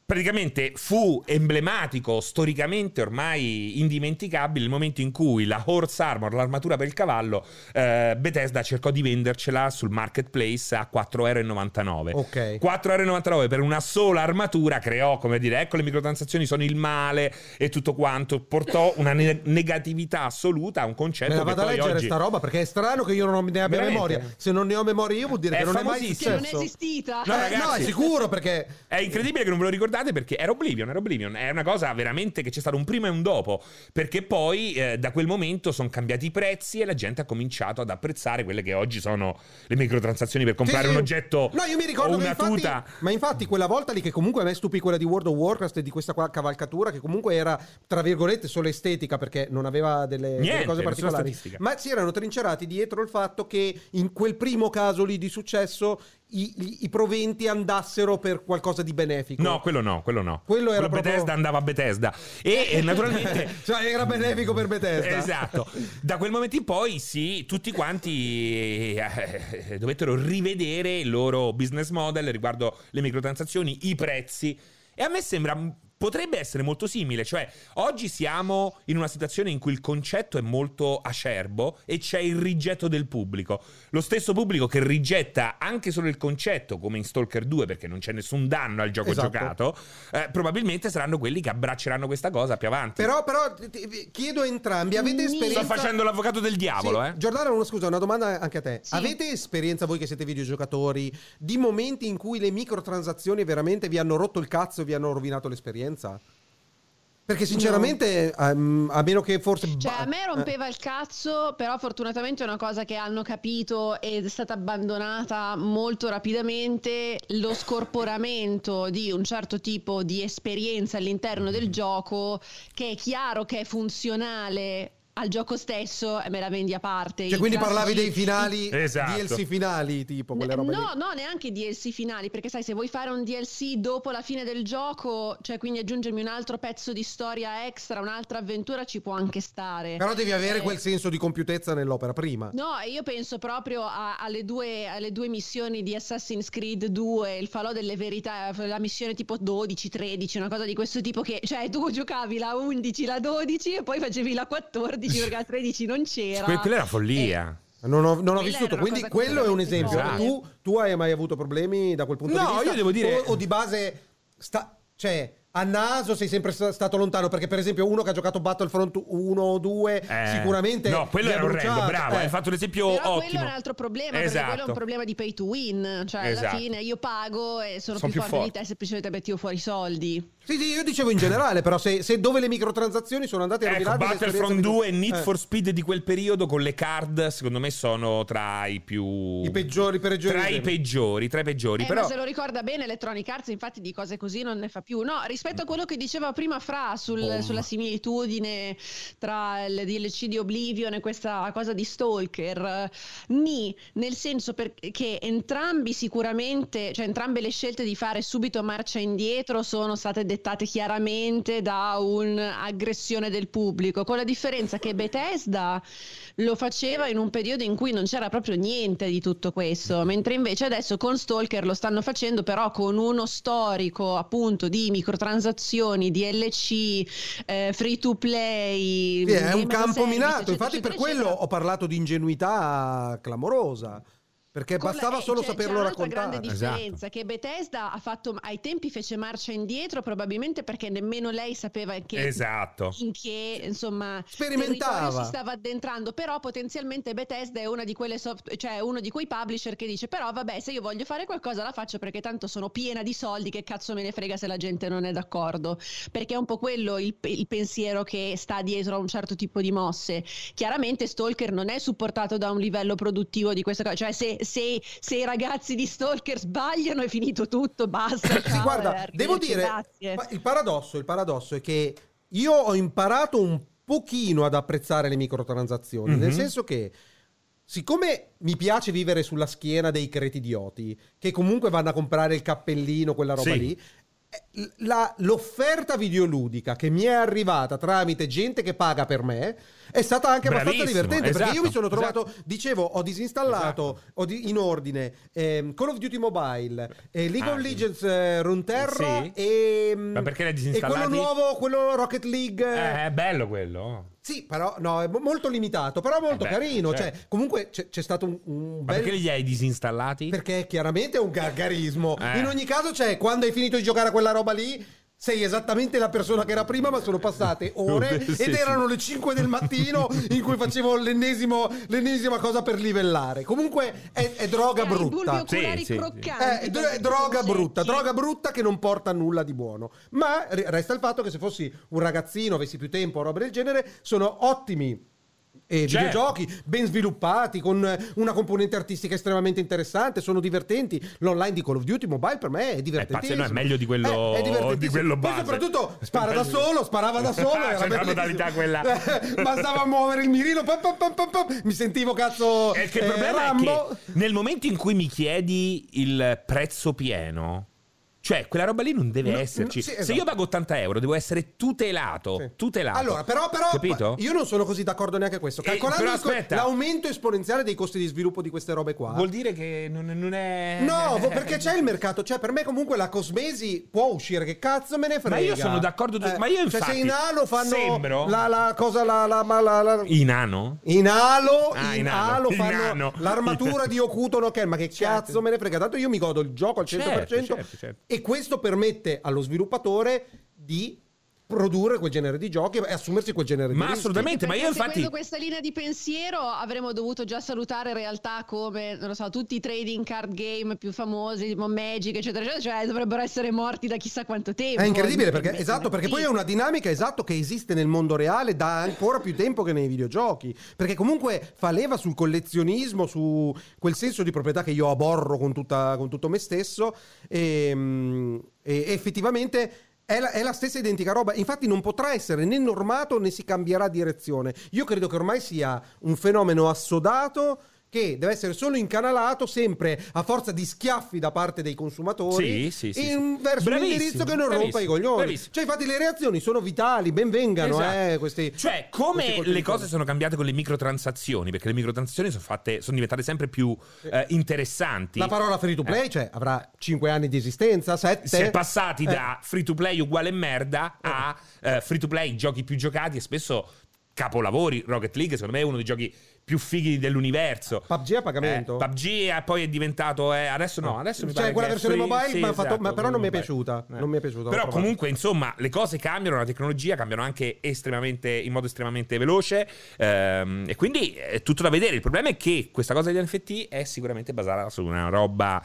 [SPEAKER 2] praticamente fu emblematico, storicamente ormai indimenticabile, il momento in cui la Horse Armor, l'armatura per il cavallo, eh, Bethesda cercò di vendercela sul marketplace a 4,99€.
[SPEAKER 1] Ok.
[SPEAKER 2] 4,99€ per una sola armatura creò, come dire, ecco le microtransazioni sono il male e tutto quanto, portò una ne- negatività assoluta a un concetto
[SPEAKER 1] Me la
[SPEAKER 2] che
[SPEAKER 1] vado a
[SPEAKER 2] Eh, poi
[SPEAKER 1] leggere
[SPEAKER 2] oggi...
[SPEAKER 1] sta roba perché è strano che io non ne abbia
[SPEAKER 2] Veramente.
[SPEAKER 1] memoria. Se non ne ho memoria io vuol dire
[SPEAKER 2] È
[SPEAKER 1] che non è mai
[SPEAKER 2] famosissimo.
[SPEAKER 1] successo.
[SPEAKER 4] Che non è esistita.
[SPEAKER 2] No,
[SPEAKER 1] Eh,
[SPEAKER 2] ragazzi.
[SPEAKER 1] no, è sicuro perché
[SPEAKER 2] È incredibile che non ve lo ricordate perché era Oblivion, era Oblivion. È una cosa veramente che c'è stato un prima e un dopo. Perché poi eh, da quel momento sono cambiati i prezzi e la gente ha cominciato ad apprezzare quelle che oggi sono le microtransazioni per comprare
[SPEAKER 1] Sì, sì.
[SPEAKER 2] un oggetto
[SPEAKER 1] No, io mi ricordo
[SPEAKER 2] o
[SPEAKER 1] che
[SPEAKER 2] una
[SPEAKER 1] infatti-
[SPEAKER 2] tuta.
[SPEAKER 1] Ma infatti quella volta lì che comunque a me stupì quella di World of Warcraft e di questa qua cavalcatura che comunque era tra virgolette solo estetica perché non aveva delle, delle
[SPEAKER 2] Niente,
[SPEAKER 1] cose
[SPEAKER 2] nessuna
[SPEAKER 1] particolari.
[SPEAKER 2] statistica.
[SPEAKER 1] Ma si erano trincerati dietro il fatto che in quel primo caso lì di successo i, i- i proventi andassero per qualcosa di benefico.
[SPEAKER 2] No, quello no, quello no.
[SPEAKER 1] Quello era proprio-
[SPEAKER 2] Bethesda andava a Bethesda. E, e naturalmente.
[SPEAKER 1] *laughs* Cioè, era benefico per Bethesda.
[SPEAKER 2] Esatto. Da quel momento in poi, sì, tutti quanti eh, dovettero rivedere il loro business model riguardo le microtransazioni, i prezzi. E a me sembra. Potrebbe essere molto simile, cioè oggi siamo in una situazione in cui il concetto è molto acerbo e c'è il rigetto del pubblico. Lo stesso pubblico che rigetta anche solo il concetto, come in Stalker 2, perché non c'è nessun danno al gioco
[SPEAKER 1] Esatto.
[SPEAKER 2] giocato, eh, probabilmente saranno quelli che abbracceranno questa cosa più avanti.
[SPEAKER 1] Però, però ti- ti- chiedo a entrambi, avete
[SPEAKER 4] Sto
[SPEAKER 1] esperienza...
[SPEAKER 2] Sto facendo l'avvocato del diavolo,
[SPEAKER 1] Sì,
[SPEAKER 2] eh.
[SPEAKER 1] Giordano, una scusa, una domanda anche a te.
[SPEAKER 4] Sì.
[SPEAKER 1] Avete esperienza voi che siete videogiocatori di momenti in cui le microtransazioni veramente vi hanno rotto il cazzo e vi hanno rovinato l'esperienza? Perché sinceramente, ehm, a meno che forse...
[SPEAKER 4] Cioè, a me
[SPEAKER 1] Eh,
[SPEAKER 4] rompeva il cazzo, però fortunatamente è una cosa che hanno capito ed è stata abbandonata molto rapidamente. Lo scorporamento di un certo tipo
[SPEAKER 1] Mm-hmm.
[SPEAKER 4] di esperienza all'interno del gioco, che è chiaro che è funzionale
[SPEAKER 3] al gioco stesso e me la vendi a parte.
[SPEAKER 1] Cioè,
[SPEAKER 3] I
[SPEAKER 1] quindi
[SPEAKER 3] classici-
[SPEAKER 1] parlavi dei finali,
[SPEAKER 2] Esatto.
[SPEAKER 1] DLC finali, tipo
[SPEAKER 4] Eh,
[SPEAKER 1] quelle robe
[SPEAKER 3] No, no, neanche DLC finali, perché sai, se vuoi fare un DLC dopo la fine del gioco, cioè quindi aggiungermi un altro pezzo di storia extra, un'altra avventura, ci può anche stare.
[SPEAKER 1] lì. Però devi avere
[SPEAKER 3] Eh.
[SPEAKER 1] quel senso di compiutezza nell'opera prima.
[SPEAKER 3] No, io penso proprio a- alle, due, alle due missioni di Assassin's Creed 2, il falò delle verità, la missione tipo 12, 13, una cosa di questo tipo che, cioè tu giocavi la 11, la 12 e poi facevi la 14 perché la 13 non c'era.
[SPEAKER 2] Que- quella è una follia.
[SPEAKER 1] Non ho, non ho
[SPEAKER 3] Quella era
[SPEAKER 1] vissuto,
[SPEAKER 3] una
[SPEAKER 1] quindi
[SPEAKER 3] cosa
[SPEAKER 1] quello è un esempio.
[SPEAKER 2] Esatto.
[SPEAKER 1] Tu, tu hai mai avuto problemi da quel punto
[SPEAKER 2] No,
[SPEAKER 1] di vista?
[SPEAKER 2] io devo dire-
[SPEAKER 1] O, o di base, sta- cioè, a naso sei sempre sta- stato lontano, perché per esempio uno che ha giocato Battlefront 1 o 2
[SPEAKER 2] Eh,
[SPEAKER 1] sicuramente...
[SPEAKER 2] No, quello
[SPEAKER 1] gli ha
[SPEAKER 2] era orrendo,
[SPEAKER 1] bruciato.
[SPEAKER 2] bravo.
[SPEAKER 1] Eh.
[SPEAKER 2] Hai fatto un esempio
[SPEAKER 3] Però
[SPEAKER 2] oh, ottimo.
[SPEAKER 3] quello è un altro problema, perché quello è
[SPEAKER 2] Esatto.
[SPEAKER 3] un problema di pay to win, cioè
[SPEAKER 2] Esatto.
[SPEAKER 3] alla fine io pago e sono,
[SPEAKER 2] Sono
[SPEAKER 3] più,
[SPEAKER 2] più
[SPEAKER 3] forte di
[SPEAKER 2] forte.
[SPEAKER 3] te, semplicemente perché tiro fuori i soldi.
[SPEAKER 1] Sì, sì, io dicevo in generale, però se, se dove le microtransazioni sono andate a
[SPEAKER 2] Ecco,
[SPEAKER 1] rovinare
[SPEAKER 2] Battlefront 2 e Need
[SPEAKER 1] Eh.
[SPEAKER 2] for Speed di quel periodo con le card, secondo me, sono tra i più.
[SPEAKER 1] I peggiori, i peggiori
[SPEAKER 2] Tra i
[SPEAKER 1] esempi.
[SPEAKER 2] peggiori, tra i peggiori.
[SPEAKER 3] Eh,
[SPEAKER 2] però.
[SPEAKER 3] ma se lo ricorda bene Electronic Arts infatti di cose così non ne fa più no rispetto a quello che diceva prima Fra sul-
[SPEAKER 2] Boom.
[SPEAKER 3] sulla similitudine tra il DLC di Oblivion e questa cosa di Stalker eh, ni nel senso per- che entrambi sicuramente cioè entrambe le scelte di fare subito marcia indietro sono state dettate chiaramente da un'aggressione del pubblico con la differenza che Bethesda lo faceva in un periodo in cui non c'era proprio niente di tutto questo, mentre invece adesso con Stalker lo stanno facendo però con uno storico appunto di microtransazioni, DLC, eh, free to play.
[SPEAKER 1] Sì, è
[SPEAKER 3] game
[SPEAKER 1] un
[SPEAKER 3] as a
[SPEAKER 1] campo
[SPEAKER 3] service,
[SPEAKER 1] minato,
[SPEAKER 3] eccetera,
[SPEAKER 1] infatti per
[SPEAKER 3] eccetera,
[SPEAKER 1] quello
[SPEAKER 3] eccetera.
[SPEAKER 1] ho parlato di ingenuità clamorosa, perché
[SPEAKER 3] Con la-
[SPEAKER 1] Cioè, bastava
[SPEAKER 3] eh,
[SPEAKER 1] solo
[SPEAKER 3] c'è-
[SPEAKER 1] saperlo
[SPEAKER 3] c'è un'altra
[SPEAKER 1] raccontare.
[SPEAKER 3] grande differenza che Bethesda ha fatto ai tempi fece marcia indietro probabilmente perché nemmeno lei sapeva che
[SPEAKER 2] Esatto.
[SPEAKER 3] in che insomma territorio
[SPEAKER 1] Sperimentava.
[SPEAKER 3] si stava addentrando però potenzialmente Bethesda è una di quelle soft- cioè uno di quei publisher che dice però vabbè se io voglio fare qualcosa la faccio perché tanto sono piena di soldi che cazzo me ne frega se la gente non è d'accordo perché è un po' quello il, il pensiero che sta dietro a un certo tipo di mosse chiaramente Stalker non è supportato da un livello produttivo di questa cosa cioè se, se- se i ragazzi di Stalker sbagliano è finito tutto basta
[SPEAKER 1] Sì,
[SPEAKER 3] ciao,
[SPEAKER 1] guarda,
[SPEAKER 3] arrivederci,
[SPEAKER 1] devo dire,
[SPEAKER 3] grazie.
[SPEAKER 1] pa- il paradosso, il paradosso è che io ho imparato un pochino ad apprezzare le microtransazioni,
[SPEAKER 2] Mhm.
[SPEAKER 1] nel senso che siccome mi piace vivere sulla schiena dei creti idioti, che comunque vanno a comprare il cappellino, quella roba
[SPEAKER 2] Sì.
[SPEAKER 1] lì, eh, la- l'offerta videoludica che mi è arrivata tramite gente che paga per me è stata anche abbastanza
[SPEAKER 2] Bravissimo,
[SPEAKER 1] divertente perché io
[SPEAKER 2] esatto,
[SPEAKER 1] mi sono trovato dicevo ho disinstallato
[SPEAKER 2] Esatto.
[SPEAKER 1] ho di- in ordine ehm, Call of Duty Mobile eh, League
[SPEAKER 2] Ah,
[SPEAKER 1] of
[SPEAKER 2] sì.
[SPEAKER 1] Legends eh, Runeterra
[SPEAKER 2] Sì.
[SPEAKER 1] e mm,
[SPEAKER 2] Ma perché l'hai
[SPEAKER 1] e quello
[SPEAKER 2] disinstallati?
[SPEAKER 1] nuovo quello Rocket League
[SPEAKER 2] Eh, è bello quello.
[SPEAKER 1] sì però no è mo- molto limitato però molto
[SPEAKER 2] Eh beh,
[SPEAKER 1] carino
[SPEAKER 2] certo.
[SPEAKER 1] cioè, comunque c'è, c'è stato un, un
[SPEAKER 2] Ma
[SPEAKER 1] bel
[SPEAKER 2] perché li hai disinstallati?
[SPEAKER 1] perché chiaramente è un gargarismo.
[SPEAKER 2] Eh.
[SPEAKER 1] In ogni caso, cioè, quando hai finito di giocare a quella roba lì, sei esattamente la persona che era prima, ma sono
[SPEAKER 2] *laughs*
[SPEAKER 1] passate ore
[SPEAKER 2] Sì, sì.
[SPEAKER 1] ed erano le 5 del
[SPEAKER 2] *laughs*
[SPEAKER 1] mattino in cui facevo l'ennesimo, l'ennesima cosa per livellare. Comunque è, è droga
[SPEAKER 3] Hai i bulbi
[SPEAKER 1] brutta.
[SPEAKER 3] oculari
[SPEAKER 2] Sì, sì, sì.
[SPEAKER 3] croccanti,
[SPEAKER 1] Eh, è dro- è droga brutta, droga brutta che non porta a nulla di buono. Ma re- resta il fatto che se fossi un ragazzino, avessi più tempo, roba del genere, sono ottimi. eh,
[SPEAKER 2] Certo.
[SPEAKER 1] videogiochi ben sviluppati con eh, una componente artistica estremamente interessante sono divertenti l'online di Call of Duty Mobile per me è divertentissimo
[SPEAKER 2] Eh,
[SPEAKER 1] Eh,
[SPEAKER 2] no, è meglio di quello-
[SPEAKER 1] è divertentissimo.
[SPEAKER 2] di quello
[SPEAKER 1] poi
[SPEAKER 2] base.
[SPEAKER 1] soprattutto spara da
[SPEAKER 2] Meglio di-
[SPEAKER 1] solo sparava da solo
[SPEAKER 2] Ah,
[SPEAKER 1] era
[SPEAKER 2] *laughs* c'è la
[SPEAKER 1] bellissimo.
[SPEAKER 2] modalità quella.
[SPEAKER 1] *laughs* bastava muovere il mirino pam, pam, pam, pam, pam. mi sentivo
[SPEAKER 2] *laughs*
[SPEAKER 1] cazzo
[SPEAKER 2] È che il
[SPEAKER 1] eh,
[SPEAKER 2] problema
[SPEAKER 1] Rambo
[SPEAKER 2] è che nel momento in cui mi chiedi il prezzo pieno, cioè quella roba lì non deve
[SPEAKER 1] No, no,
[SPEAKER 2] esserci.
[SPEAKER 1] sì, esatto.
[SPEAKER 2] Se io pago 80 euro, devo essere tutelato.
[SPEAKER 1] Sì.
[SPEAKER 2] Tutelato.
[SPEAKER 1] Allora, però, però
[SPEAKER 2] capito?
[SPEAKER 1] io non sono così d'accordo neanche a questo.
[SPEAKER 2] Eh,
[SPEAKER 1] Calcolando
[SPEAKER 2] però
[SPEAKER 1] il co-
[SPEAKER 2] aspetta.
[SPEAKER 1] l'aumento esponenziale dei costi di sviluppo di queste robe qua.
[SPEAKER 2] Vuol dire che non, non è.
[SPEAKER 1] *laughs* No, vo- perché c'è il mercato, cioè per me comunque la Cosmesi può uscire, che cazzo me ne frega.
[SPEAKER 2] io sono d'accordo tu- ma io
[SPEAKER 1] Cioè
[SPEAKER 2] infatti
[SPEAKER 1] se in Halo fanno
[SPEAKER 2] sembro-
[SPEAKER 1] la, la cosa, la... la, ma la- la-
[SPEAKER 2] In ano?
[SPEAKER 1] In Halo,
[SPEAKER 2] Ah,
[SPEAKER 1] in
[SPEAKER 2] in Halo.
[SPEAKER 1] Halo
[SPEAKER 2] In
[SPEAKER 1] fanno
[SPEAKER 2] Halo.
[SPEAKER 1] l'armatura di Okuto no Ken, ma che
[SPEAKER 2] Certo.
[SPEAKER 1] cazzo me ne frega, tanto io mi godo il gioco al 100%
[SPEAKER 2] Certo, certo, certo.
[SPEAKER 1] e questo permette allo sviluppatore di produrre quel genere di giochi e assumersi quel genere di
[SPEAKER 2] Ma
[SPEAKER 1] rischi.
[SPEAKER 2] assolutamente, ma
[SPEAKER 3] Perché
[SPEAKER 2] io
[SPEAKER 3] seguendo
[SPEAKER 2] infatti.
[SPEAKER 3] questa linea di pensiero avremmo dovuto già salutare realtà come, non lo so, tutti i trading card game più famosi, tipo Magic, eccetera, eccetera, cioè dovrebbero essere morti da chissà quanto tempo.
[SPEAKER 1] È incredibile perché, esatto, perché
[SPEAKER 3] Sì.
[SPEAKER 1] poi è una dinamica esatto che esiste nel mondo reale da ancora più tempo che nei videogiochi. Perché comunque fa leva sul collezionismo, su quel senso di proprietà che io aborro con, tutta- con tutto me stesso. E, mm, e Ehm, effettivamente È la, è la stessa identica roba, infatti non potrà essere né normato né si cambierà direzione. Io credo che ormai sia un fenomeno assodato che deve essere solo incanalato sempre a forza di schiaffi da parte dei consumatori
[SPEAKER 2] Sì, sì, sì,
[SPEAKER 1] in-
[SPEAKER 2] sì.
[SPEAKER 1] verso un
[SPEAKER 2] Bravissimo,
[SPEAKER 1] indirizzo che non
[SPEAKER 2] bravissimo,
[SPEAKER 1] rompa i coglioni.
[SPEAKER 2] bravissimo.
[SPEAKER 1] Cioè, infatti, le reazioni sono vitali, ben vengano.
[SPEAKER 2] Esatto.
[SPEAKER 1] eh, questi- questi
[SPEAKER 2] cioè, come
[SPEAKER 1] colpi
[SPEAKER 2] le
[SPEAKER 1] di
[SPEAKER 2] cose
[SPEAKER 1] coda.
[SPEAKER 2] sono cambiate con le microtransazioni, perché le microtransazioni sono, fatte, sono diventate sempre più eh, interessanti.
[SPEAKER 1] La parola free to play, cioè, avrà 5 anni di esistenza, Eh, 7.
[SPEAKER 2] Eh. si è passati da free to play uguale merda a eh, free to play giochi più giocati e spesso capolavori. Rocket League, secondo me, è uno dei giochi più fighi dell'universo.
[SPEAKER 1] PUBG a pagamento?
[SPEAKER 2] Eh, PUBG eh, poi è diventato eh, adesso no, adesso mi
[SPEAKER 1] Cioè,
[SPEAKER 2] pare
[SPEAKER 1] quella
[SPEAKER 2] che è
[SPEAKER 1] versione
[SPEAKER 2] free-
[SPEAKER 1] mobile
[SPEAKER 2] sì,
[SPEAKER 1] mi ha fatto-
[SPEAKER 2] esatto,
[SPEAKER 1] ma però non mi è
[SPEAKER 2] mobile.
[SPEAKER 1] piaciuta,
[SPEAKER 2] Eh.
[SPEAKER 1] non mi è piaciuta, l'ho
[SPEAKER 2] Però
[SPEAKER 1] provata.
[SPEAKER 2] comunque insomma le cose cambiano, la tecnologia cambiano anche estremamente in modo estremamente veloce ehm, e quindi è tutto da vedere. Il problema è che questa cosa degli NFT è sicuramente basata su una roba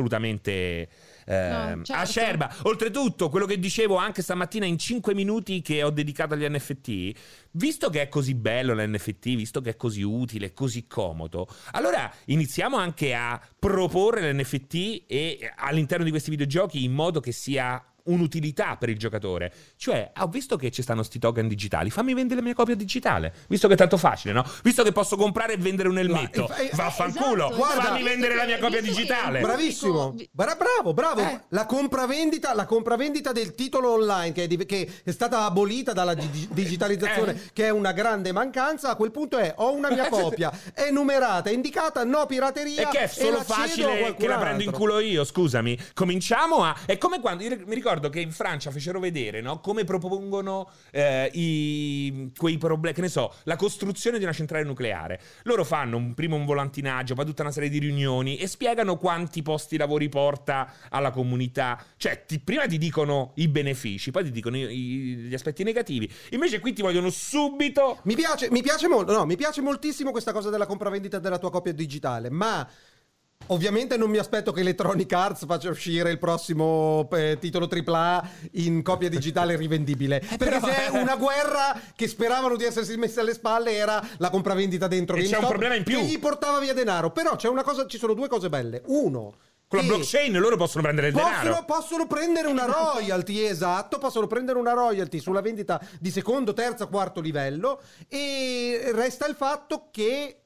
[SPEAKER 2] assolutamente ehm,
[SPEAKER 4] No, certo.
[SPEAKER 2] acerba. Oltretutto, quello che dicevo anche stamattina in 5 minuti che ho dedicato agli NFT, visto che è così bello l'NFT, visto che è così utile, così comodo, allora iniziamo anche a proporre l'NFT e eh, all'interno di questi videogiochi in modo che sia un'utilità per il giocatore. Cioè, ho visto che ci stanno sti token digitali, fammi vendere la mia copia digitale, visto che è tanto facile, no? Visto che posso comprare e vendere un elmetto.
[SPEAKER 1] eh, eh,
[SPEAKER 2] Vaffanculo,
[SPEAKER 1] esatto, esatto.
[SPEAKER 2] fammi vendere la mia copia digitale.
[SPEAKER 1] Bravissimo,
[SPEAKER 4] Vi-
[SPEAKER 1] Bra- bravo, bravo.
[SPEAKER 2] Eh.
[SPEAKER 1] La compravendita, la compravendita del titolo online che è, di- che è stata abolita dalla di- digitalizzazione,
[SPEAKER 2] Eh.
[SPEAKER 1] che è una grande mancanza. A quel punto è: ho una
[SPEAKER 2] *laughs*
[SPEAKER 1] mia copia, è numerata, è indicata, no
[SPEAKER 2] E
[SPEAKER 1] pirateria.
[SPEAKER 2] che è
[SPEAKER 1] la
[SPEAKER 2] solo
[SPEAKER 1] cedo a
[SPEAKER 2] facile
[SPEAKER 1] qualcun
[SPEAKER 2] che la prendo in
[SPEAKER 1] altro.
[SPEAKER 2] culo io, scusami. Cominciamo a. È come quando. io mi ricordo che in Francia fecero vedere, no? Come propongono eh, i, quei problemi. Che ne so, la costruzione di una centrale nucleare. Loro fanno un- prima un volantinaggio, poi tutta una serie di riunioni e spiegano quanti posti lavori porta alla comunità. Cioè, ti- prima ti dicono i benefici, poi ti dicono i- i- gli aspetti negativi. Invece qui ti vogliono subito.
[SPEAKER 1] Mi piace, mi piace molto, no, mi piace moltissimo questa cosa della compravendita della tua copia digitale, ma ovviamente non mi aspetto che Electronic Arts faccia uscire il prossimo eh, titolo AAA in copia digitale
[SPEAKER 2] *laughs*
[SPEAKER 1] rivendibile, perché
[SPEAKER 2] Eh, però-
[SPEAKER 1] se
[SPEAKER 2] *laughs*
[SPEAKER 1] è una guerra che speravano di essersi messi alle spalle era la compravendita dentro
[SPEAKER 2] E c'è un
[SPEAKER 1] GameStop,
[SPEAKER 2] problema in più.
[SPEAKER 1] che gli portava via denaro, però c'è una cosa, ci sono due cose belle. Uno,
[SPEAKER 2] Con la
[SPEAKER 1] che-
[SPEAKER 2] blockchain loro possono prendere il denaro.
[SPEAKER 1] Possono, possono prendere una royalty, *laughs* esatto, possono prendere una royalty sulla vendita di secondo, terzo, quarto livello e resta il fatto che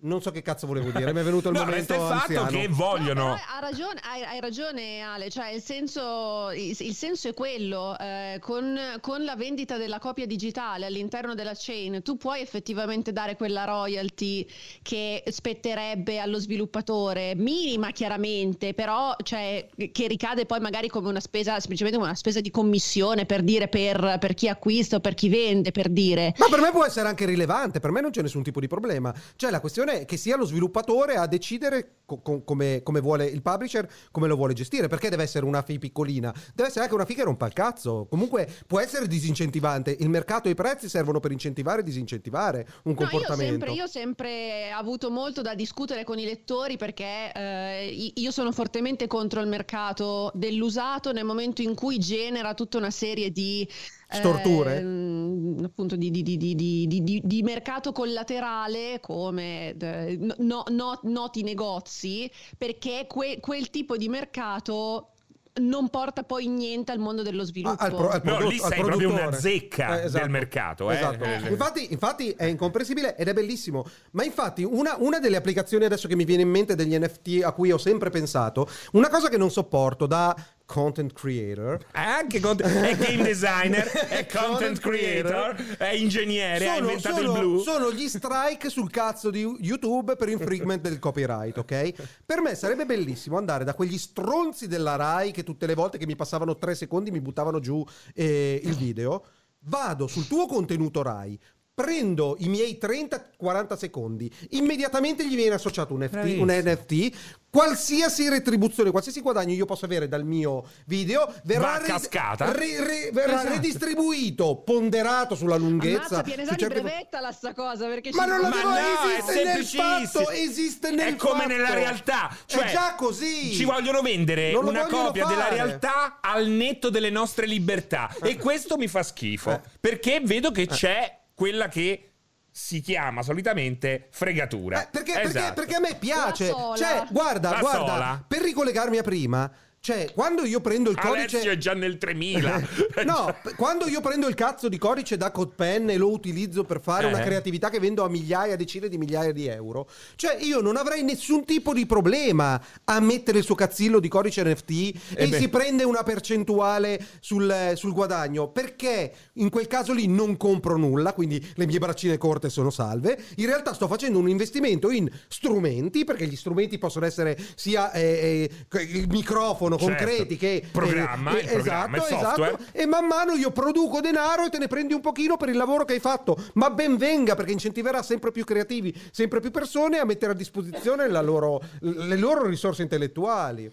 [SPEAKER 1] non so che cazzo volevo dire, mi è venuto il
[SPEAKER 2] *laughs* No,
[SPEAKER 1] momento
[SPEAKER 2] resta il fatto
[SPEAKER 1] anziano.
[SPEAKER 2] che
[SPEAKER 3] No,
[SPEAKER 2] vogliono.
[SPEAKER 3] però ha ragione, hai, hai ragione Ale, cioè il senso, il, il senso è quello, eh, con, con la vendita della copia digitale all'interno della chain tu puoi effettivamente dare quella royalty che spetterebbe allo sviluppatore, minima chiaramente, però cioè, che ricade poi magari come una spesa, semplicemente come una spesa di commissione per dire per, per chi acquista o per chi vende, per dire.
[SPEAKER 1] Ma per me può essere anche rilevante, per me non c'è nessun tipo di problema. Cioè la questione è che sia lo sviluppatore a decidere co- co- come, come vuole il publisher, come lo vuole gestire, perché deve essere una FI piccolina, deve essere anche una FI che rompa il cazzo. Comunque può essere disincentivante, il mercato e i prezzi servono per incentivare e disincentivare un
[SPEAKER 3] No, io ho
[SPEAKER 1] comportamento.
[SPEAKER 3] sempre- io ho sempre avuto molto da discutere con i lettori perché eh, i- io sono fortemente contro il mercato dell'usato nel momento in cui genera tutta una serie di
[SPEAKER 1] Storture?
[SPEAKER 3] ehm, appunto di, di- di- di- di- di- di- di mercato collaterale come eh, no- no- noti negozi perché que- quel tipo di mercato non porta poi niente al mondo dello
[SPEAKER 1] Ah,
[SPEAKER 3] sviluppo.
[SPEAKER 1] al pro- al
[SPEAKER 2] No,
[SPEAKER 1] prodotto- al
[SPEAKER 2] lì sei proprio
[SPEAKER 1] produttore.
[SPEAKER 2] una zecca del mercato, eh.
[SPEAKER 1] Esatto.
[SPEAKER 2] Eh.
[SPEAKER 1] Infatti, infatti è incomprensibile ed è bellissimo. Ma infatti una, una delle applicazioni adesso che mi viene in mente degli NFT a cui ho sempre pensato, una cosa che non sopporto da content creator
[SPEAKER 2] È anche cont- *laughs* è game designer,
[SPEAKER 1] *laughs*
[SPEAKER 2] è content creator, è ingegnere, ha inventato
[SPEAKER 1] sono-
[SPEAKER 2] il blu.
[SPEAKER 1] sono gli strike sul cazzo di YouTube per infringement del copyright, ok? Per me sarebbe bellissimo andare da quegli stronzi della Rai che tutte le volte che mi passavano tre secondi mi buttavano giù eh, il video. Vado sul tuo contenuto Rai. Prendo i miei 30-40 secondi, immediatamente gli viene associato un, FT, un NFT, qualsiasi retribuzione, qualsiasi guadagno io possa avere dal mio video,
[SPEAKER 2] Va
[SPEAKER 1] verrà,
[SPEAKER 2] a
[SPEAKER 1] ri-
[SPEAKER 2] cascata.
[SPEAKER 1] ri- ri- verrà
[SPEAKER 2] Esatto.
[SPEAKER 1] redistribuito, ponderato sulla lunghezza lunghezza.
[SPEAKER 3] Ammazza, Pianesani
[SPEAKER 1] Su certe-
[SPEAKER 3] brevetta la sta cosa perché
[SPEAKER 1] Ma
[SPEAKER 3] ci-
[SPEAKER 1] non lo
[SPEAKER 2] Ma
[SPEAKER 1] devo
[SPEAKER 2] no, è
[SPEAKER 1] esiste nel
[SPEAKER 2] semplicissimo.
[SPEAKER 1] fatto, esiste nel
[SPEAKER 2] è come
[SPEAKER 1] fatto.
[SPEAKER 2] nella realtà. Cioè,
[SPEAKER 1] è già così.
[SPEAKER 2] Ci vogliono vendere
[SPEAKER 1] Non lo
[SPEAKER 2] una
[SPEAKER 1] vogliono
[SPEAKER 2] copia della
[SPEAKER 1] fare.
[SPEAKER 2] realtà al netto delle nostre libertà. E questo mi fa schifo.
[SPEAKER 1] Eh.
[SPEAKER 2] Perché vedo che c'è quella che si chiama solitamente fregatura.
[SPEAKER 1] Eh, perché, perché-
[SPEAKER 2] Esatto.
[SPEAKER 1] perché a me piace.
[SPEAKER 3] La sola.
[SPEAKER 1] Cioè, guarda,
[SPEAKER 2] La
[SPEAKER 1] guarda,
[SPEAKER 2] sola.
[SPEAKER 1] per ricollegarmi a prima, Cioè, quando io prendo il codice...
[SPEAKER 2] Alessio è già nel 3000.
[SPEAKER 1] *laughs* No, p- quando io prendo il cazzo di codice da CodePen e lo utilizzo per fare
[SPEAKER 2] Eh.
[SPEAKER 1] una creatività che vendo a migliaia, decine di migliaia di euro, cioè io non avrei nessun tipo di problema a mettere il suo cazzillo di codice NFT
[SPEAKER 2] Eh
[SPEAKER 1] e
[SPEAKER 2] beh.
[SPEAKER 1] si prende una percentuale sul, sul guadagno, perché in quel caso lì non compro nulla, quindi le mie braccine corte sono salve, in realtà sto facendo un investimento in strumenti, perché gli strumenti possono essere sia eh, eh, il microfono
[SPEAKER 2] Certo.
[SPEAKER 1] concreti che... eh, esatto,
[SPEAKER 2] Programma, il programma, il software.
[SPEAKER 1] E man mano io produco denaro e te ne prendi un pochino per il lavoro che hai fatto. Ma ben venga perché incentiverà sempre più creativi, sempre più persone a mettere a disposizione la loro- le loro risorse intellettuali.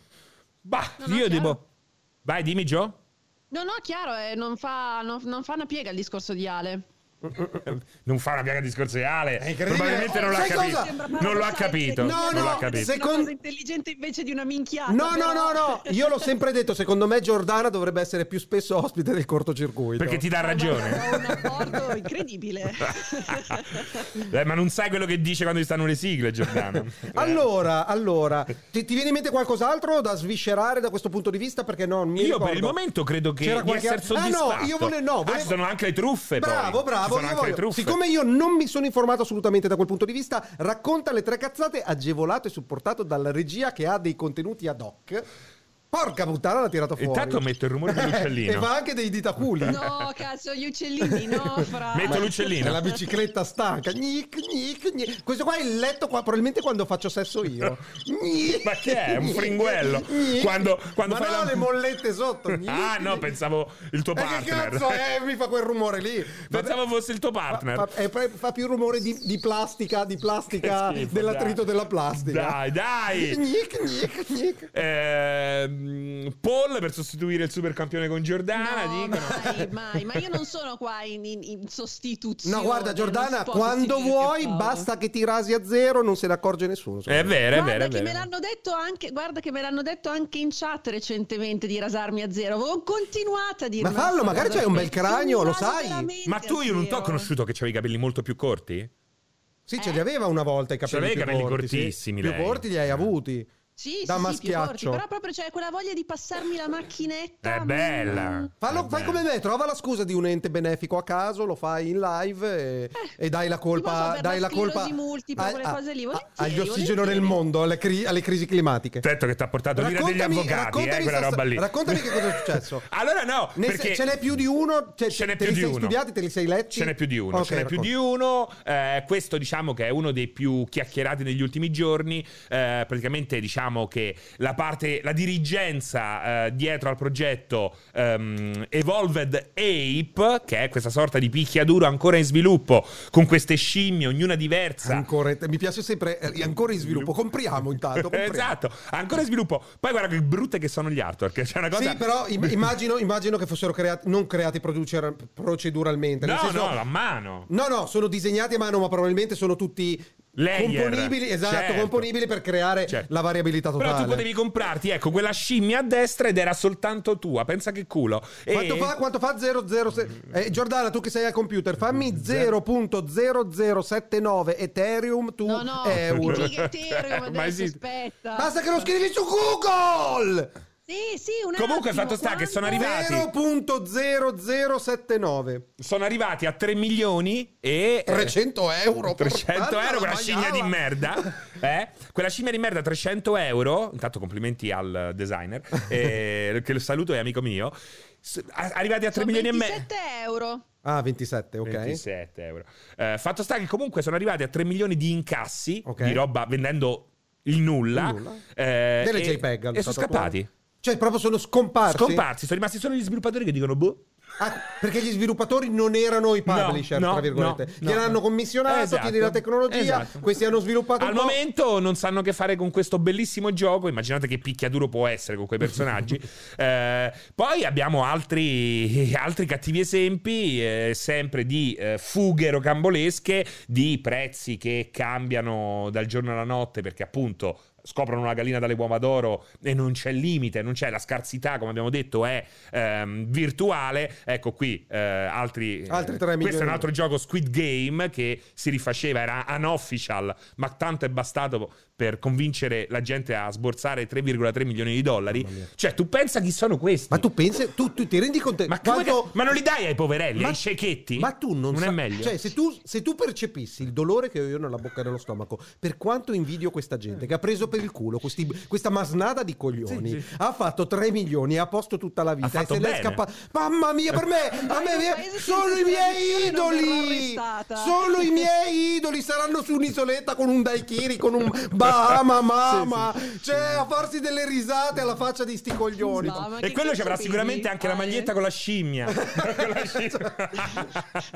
[SPEAKER 2] Bah,
[SPEAKER 4] No, no,
[SPEAKER 2] io
[SPEAKER 4] chiaro.
[SPEAKER 2] devo... Vai, dimmi Gio.
[SPEAKER 4] No, no, chiaro, eh, non, fa, non, non fa una piega il discorso di Ale.
[SPEAKER 2] Non fa una piaga discorsiale.
[SPEAKER 1] È incredibile.
[SPEAKER 2] Probabilmente non l'ha
[SPEAKER 1] Sai
[SPEAKER 2] capito.
[SPEAKER 1] cosa?
[SPEAKER 4] Sembra
[SPEAKER 2] Non l'ha
[SPEAKER 4] paradossale.
[SPEAKER 2] capito.
[SPEAKER 1] No,
[SPEAKER 2] non
[SPEAKER 1] no,
[SPEAKER 2] l'ha capito.
[SPEAKER 1] se-
[SPEAKER 4] Una
[SPEAKER 1] Secondo-
[SPEAKER 4] cosa intelligente invece di una
[SPEAKER 3] Ah,
[SPEAKER 4] minchiata.
[SPEAKER 1] No, no, no,
[SPEAKER 4] però-
[SPEAKER 1] no, io l'ho sempre detto, secondo me Giordana dovrebbe essere più spesso ospite del cortocircuito.
[SPEAKER 2] Perché ti dà
[SPEAKER 4] Guarda, ho un
[SPEAKER 2] ragione.
[SPEAKER 4] apporto
[SPEAKER 2] *laughs*
[SPEAKER 4] incredibile.
[SPEAKER 2] Eh, ma non sai quello che dice quando gli stanno le sigle, Giordano. Eh.
[SPEAKER 1] *laughs* Allora, allora, ti, ti viene in mente qualcos'altro da sviscerare da questo punto di vista? Perché no, non mi
[SPEAKER 2] Io
[SPEAKER 1] ricordo.
[SPEAKER 2] per il momento credo che
[SPEAKER 1] C'era
[SPEAKER 2] di
[SPEAKER 1] qualche
[SPEAKER 2] essere
[SPEAKER 1] altro- Ah,
[SPEAKER 2] soddisfatto.
[SPEAKER 1] no, io volevo- no,
[SPEAKER 2] Ah,
[SPEAKER 1] volevo-
[SPEAKER 2] ci sono anche le truffe poi.
[SPEAKER 1] Bravo,
[SPEAKER 2] Ci
[SPEAKER 1] bravo.
[SPEAKER 2] sono
[SPEAKER 1] io
[SPEAKER 2] anche le
[SPEAKER 1] voglio-
[SPEAKER 2] truffe.
[SPEAKER 1] Siccome io non mi sono informato assolutamente da quel punto di vista, racconta le tre cazzate agevolato e supportato dalla regia che ha dei contenuti ad hoc. Porca puttana, l'ha tirato fuori.
[SPEAKER 2] Intanto metto
[SPEAKER 1] *laughs*
[SPEAKER 2] il rumore dell'uccellino.
[SPEAKER 1] e fa anche dei ditaculi.
[SPEAKER 4] No, cazzo, gli uccellini, no, fra.
[SPEAKER 2] Metto
[SPEAKER 1] È la
[SPEAKER 2] l'uccellino.
[SPEAKER 1] bicicletta stanca. Gnic, gnic, gnic. Questo qua è il letto qua, probabilmente quando faccio sesso io. Gnic,
[SPEAKER 2] *laughs* Ma che è? Un
[SPEAKER 1] gnic,
[SPEAKER 2] fringuello?
[SPEAKER 1] gnic.
[SPEAKER 2] Quando- quando
[SPEAKER 1] Ma
[SPEAKER 2] fai
[SPEAKER 1] no,
[SPEAKER 2] la-
[SPEAKER 1] le mollette sotto. gnic,
[SPEAKER 2] Ah, no,
[SPEAKER 1] gnic.
[SPEAKER 2] pensavo il
[SPEAKER 1] *laughs*
[SPEAKER 2] tuo
[SPEAKER 1] Eh, che
[SPEAKER 2] partner.
[SPEAKER 1] cazzo è? Mi fa quel rumore lì. Vabbè.
[SPEAKER 2] *laughs* Pensavo fosse il tuo partner.
[SPEAKER 1] Fa, fa- eh, fa- fa più rumore di, di plastica, di plastica,
[SPEAKER 2] *laughs* Che schifo,
[SPEAKER 1] dell'attrito
[SPEAKER 2] dai.
[SPEAKER 1] della plastica.
[SPEAKER 2] Dai, dai.
[SPEAKER 1] *laughs* Gnic, gnic, gnic.
[SPEAKER 2] Ehm, Paul per sostituire il supercampione con Giordana.
[SPEAKER 4] No,
[SPEAKER 2] Ah, dicono.
[SPEAKER 4] mai, mai, ma io non sono qua in, in- in sostituzione.
[SPEAKER 1] No, guarda Giordana,
[SPEAKER 4] non si può
[SPEAKER 1] quando
[SPEAKER 4] sostituire
[SPEAKER 1] vuoi
[SPEAKER 4] Paolo.
[SPEAKER 1] basta che ti rasi a zero, non se ne accorge nessuno.
[SPEAKER 2] È vero, è
[SPEAKER 4] Guarda
[SPEAKER 2] vero. è
[SPEAKER 4] che me
[SPEAKER 2] vero.
[SPEAKER 4] l'hanno detto anche, guarda che me l'hanno detto anche in chat recentemente di rasarmi a zero. Voi continuate a dirmi.
[SPEAKER 1] Ma fallo, magari c'hai un bel cranio, lo sai.
[SPEAKER 2] Ma tu io non ti ho conosciuto che avevi i capelli molto più corti?
[SPEAKER 1] Sì, ce li aveva una volta i
[SPEAKER 2] Ce
[SPEAKER 1] capelli,
[SPEAKER 2] l'aveva i
[SPEAKER 1] più
[SPEAKER 2] capelli
[SPEAKER 1] corti, sì.
[SPEAKER 2] cortissimi,
[SPEAKER 1] Più
[SPEAKER 2] lei. Eh.
[SPEAKER 1] corti li hai avuti.
[SPEAKER 4] Sì, sì, sì,
[SPEAKER 1] Da
[SPEAKER 4] più corti.
[SPEAKER 1] maschiaccio.
[SPEAKER 4] però proprio c'è quella voglia di passarmi la macchinetta.
[SPEAKER 2] È bella.
[SPEAKER 1] Fallo,
[SPEAKER 2] È
[SPEAKER 1] fai
[SPEAKER 2] bella.
[SPEAKER 1] come me, trova la scusa di un ente benefico a caso, lo fai in live e, e dai la
[SPEAKER 4] Eh, tipo
[SPEAKER 1] colpa,
[SPEAKER 4] per
[SPEAKER 1] dai la
[SPEAKER 4] sclerosi
[SPEAKER 1] colpa
[SPEAKER 4] multipla, quelle cose lì, volentieri,
[SPEAKER 1] agli ossigeno
[SPEAKER 4] volentieri.
[SPEAKER 1] nel mondo, alle, cri- alle crisi climatiche.
[SPEAKER 2] Tetto che ti ha portato l'ira degli
[SPEAKER 1] Raccontami-
[SPEAKER 2] avvocati, eh,
[SPEAKER 1] raccontami
[SPEAKER 2] quella
[SPEAKER 1] sta-
[SPEAKER 2] roba lì.
[SPEAKER 1] Raccontami che cosa è successo.
[SPEAKER 2] Allora no,
[SPEAKER 1] Ne-
[SPEAKER 2] perché
[SPEAKER 1] ce n'è più di uno, Cioè,
[SPEAKER 2] Ce n'è
[SPEAKER 1] te li
[SPEAKER 2] più di
[SPEAKER 1] sei
[SPEAKER 2] uno.
[SPEAKER 1] studiati, te li sei letti?
[SPEAKER 2] Ce n'è più di uno,
[SPEAKER 1] Ok,
[SPEAKER 2] ce n'è più di uno. Eh, questo diciamo che è uno dei più chiacchierati negli ultimi giorni. Eh, praticamente diciamo che la parte, la dirigenza eh, dietro al progetto ehm, Evolved Ape, che è questa sorta di picchiaduro ancora in sviluppo, con queste scimmie, ognuna diversa.
[SPEAKER 1] Ancora, mi piace sempre, eh, ancora in sviluppo. Compriamo
[SPEAKER 2] *laughs*
[SPEAKER 1] intanto. compriamo.
[SPEAKER 2] esatto, ancora in sviluppo. Poi guarda che brutte che sono gli artwork. Che c'è una cosa.
[SPEAKER 1] Sì, però
[SPEAKER 2] *laughs*
[SPEAKER 1] im- immagino, immagino che fossero creati, non creati producer- proceduralmente.
[SPEAKER 2] No,
[SPEAKER 1] nel senso-
[SPEAKER 2] no, a mano.
[SPEAKER 1] No, no, sono disegnati a mano, ma probabilmente sono tutti
[SPEAKER 2] Layer.
[SPEAKER 1] componibili, esatto,
[SPEAKER 2] Certo.
[SPEAKER 1] componibili per creare
[SPEAKER 2] Certo.
[SPEAKER 1] la variabilità totale.
[SPEAKER 2] Però tu potevi comprarti, ecco, quella scimmia a destra ed era soltanto tua. Pensa che culo. E- Mm.
[SPEAKER 1] Quanto fa? Quanto fa 006? Eh, Giordana, tu che sei al computer, fammi 0.0079 Ethereum tu
[SPEAKER 4] No, no,
[SPEAKER 2] *laughs*
[SPEAKER 1] euro.
[SPEAKER 4] Figa Ethereum
[SPEAKER 2] Ma
[SPEAKER 4] adesso,
[SPEAKER 2] esiste.
[SPEAKER 4] aspetta.
[SPEAKER 1] Basta che lo scrivi su Google!
[SPEAKER 4] Sì, sì, un
[SPEAKER 2] Comunque,
[SPEAKER 4] attimo,
[SPEAKER 2] fatto sta che sono
[SPEAKER 4] quando-
[SPEAKER 2] Arrivati.
[SPEAKER 1] 0.0079
[SPEAKER 2] Sono arrivati a 3 milioni e...
[SPEAKER 1] 300 euro
[SPEAKER 2] 300
[SPEAKER 1] portata
[SPEAKER 2] euro,
[SPEAKER 1] la
[SPEAKER 2] quella scimmia di
[SPEAKER 1] maiala.
[SPEAKER 2] merda. Eh? Quella scimmia di merda, 300 euro. Intanto complimenti al designer,
[SPEAKER 1] *laughs*
[SPEAKER 2] eh, che lo saluto, è amico mio. S- a- arrivati a 3
[SPEAKER 4] Sono
[SPEAKER 2] milioni e mezzo.
[SPEAKER 4] 27 euro.
[SPEAKER 1] Ah, 27, ok.
[SPEAKER 2] 27 euro. Eh, fatto sta che comunque sono arrivati a 3 milioni di incassi
[SPEAKER 1] Ok.
[SPEAKER 2] di roba vendendo il nulla.
[SPEAKER 1] Il nulla.
[SPEAKER 2] eh,
[SPEAKER 1] Delle
[SPEAKER 2] e-
[SPEAKER 1] JPEG, allo
[SPEAKER 2] E sono
[SPEAKER 1] stato
[SPEAKER 2] scappati.
[SPEAKER 1] Cioè, proprio sono scomparsi.
[SPEAKER 2] Scomparsi, sono rimasti solo gli sviluppatori che dicono boh.
[SPEAKER 1] Ah, perché gli sviluppatori non erano i publisher,
[SPEAKER 2] No, no,
[SPEAKER 1] tra virgolette.
[SPEAKER 2] no, no.
[SPEAKER 1] Gliel'hanno commissionato,
[SPEAKER 2] Esatto.
[SPEAKER 1] tieni la tecnologia,
[SPEAKER 2] Esatto.
[SPEAKER 1] questi hanno sviluppato
[SPEAKER 2] Al
[SPEAKER 1] un po'.
[SPEAKER 2] momento non sanno che fare con questo bellissimo gioco. Immaginate che picchiaduro può essere con
[SPEAKER 1] *laughs*
[SPEAKER 2] quei personaggi. Eh, poi abbiamo altri, *laughs* altri cattivi esempi, eh, sempre di eh, fughe rocambolesche, di prezzi che cambiano dal giorno alla notte perché appunto. scoprono la gallina dalle uova d'oro e non c'è limite, non c'è la scarsità, come abbiamo detto, è ehm, virtuale. Ecco qui eh, altri,
[SPEAKER 1] Altri tre
[SPEAKER 2] Questo è
[SPEAKER 1] milioni.
[SPEAKER 2] un altro gioco Squid Game che si rifaceva, era unofficial, ma tanto è bastato per convincere la gente a sborsare 3,3 milioni di dollari.
[SPEAKER 1] Mamma mia.
[SPEAKER 2] Cioè, tu pensa chi sono questi?
[SPEAKER 1] Ma tu pensi, tu, tu ti rendi conto?
[SPEAKER 2] Ma, come
[SPEAKER 1] quanto,
[SPEAKER 2] ca- ma non li dai ai poverelli, ai scechetti?
[SPEAKER 1] Ma tu non,
[SPEAKER 2] non
[SPEAKER 1] sa-
[SPEAKER 2] è meglio.
[SPEAKER 1] Cioè, se tu, se tu percepissi il dolore che ho io nella bocca e nello stomaco, per quanto invidio questa gente che ha preso per il culo questi- questa masnada di coglioni,
[SPEAKER 2] Sì, sì.
[SPEAKER 1] ha fatto 3 milioni, ha posto tutta la vita
[SPEAKER 2] Ha fatto
[SPEAKER 1] e se l'è
[SPEAKER 2] bene.
[SPEAKER 1] scappata. Mamma mia, per me, a me
[SPEAKER 3] in un
[SPEAKER 1] via-
[SPEAKER 3] paese
[SPEAKER 1] sono i
[SPEAKER 3] senza
[SPEAKER 1] miei
[SPEAKER 3] tradizione non verrà
[SPEAKER 1] idoli!
[SPEAKER 3] arrestata.
[SPEAKER 1] Sono i miei idoli! Saranno su un'isoletta con un daiquiri, con
[SPEAKER 2] *laughs*
[SPEAKER 1] un Bahama Mama, cioè a farsi delle risate alla faccia di sti coglioni.
[SPEAKER 3] No, ma
[SPEAKER 2] e
[SPEAKER 3] che
[SPEAKER 2] quello ci avrà
[SPEAKER 3] cazzo
[SPEAKER 2] sicuramente
[SPEAKER 3] ridi?
[SPEAKER 2] anche la
[SPEAKER 3] Ah, eh?
[SPEAKER 2] maglietta con
[SPEAKER 1] *laughs*
[SPEAKER 2] la scimmia. Con
[SPEAKER 1] Cioè,
[SPEAKER 2] la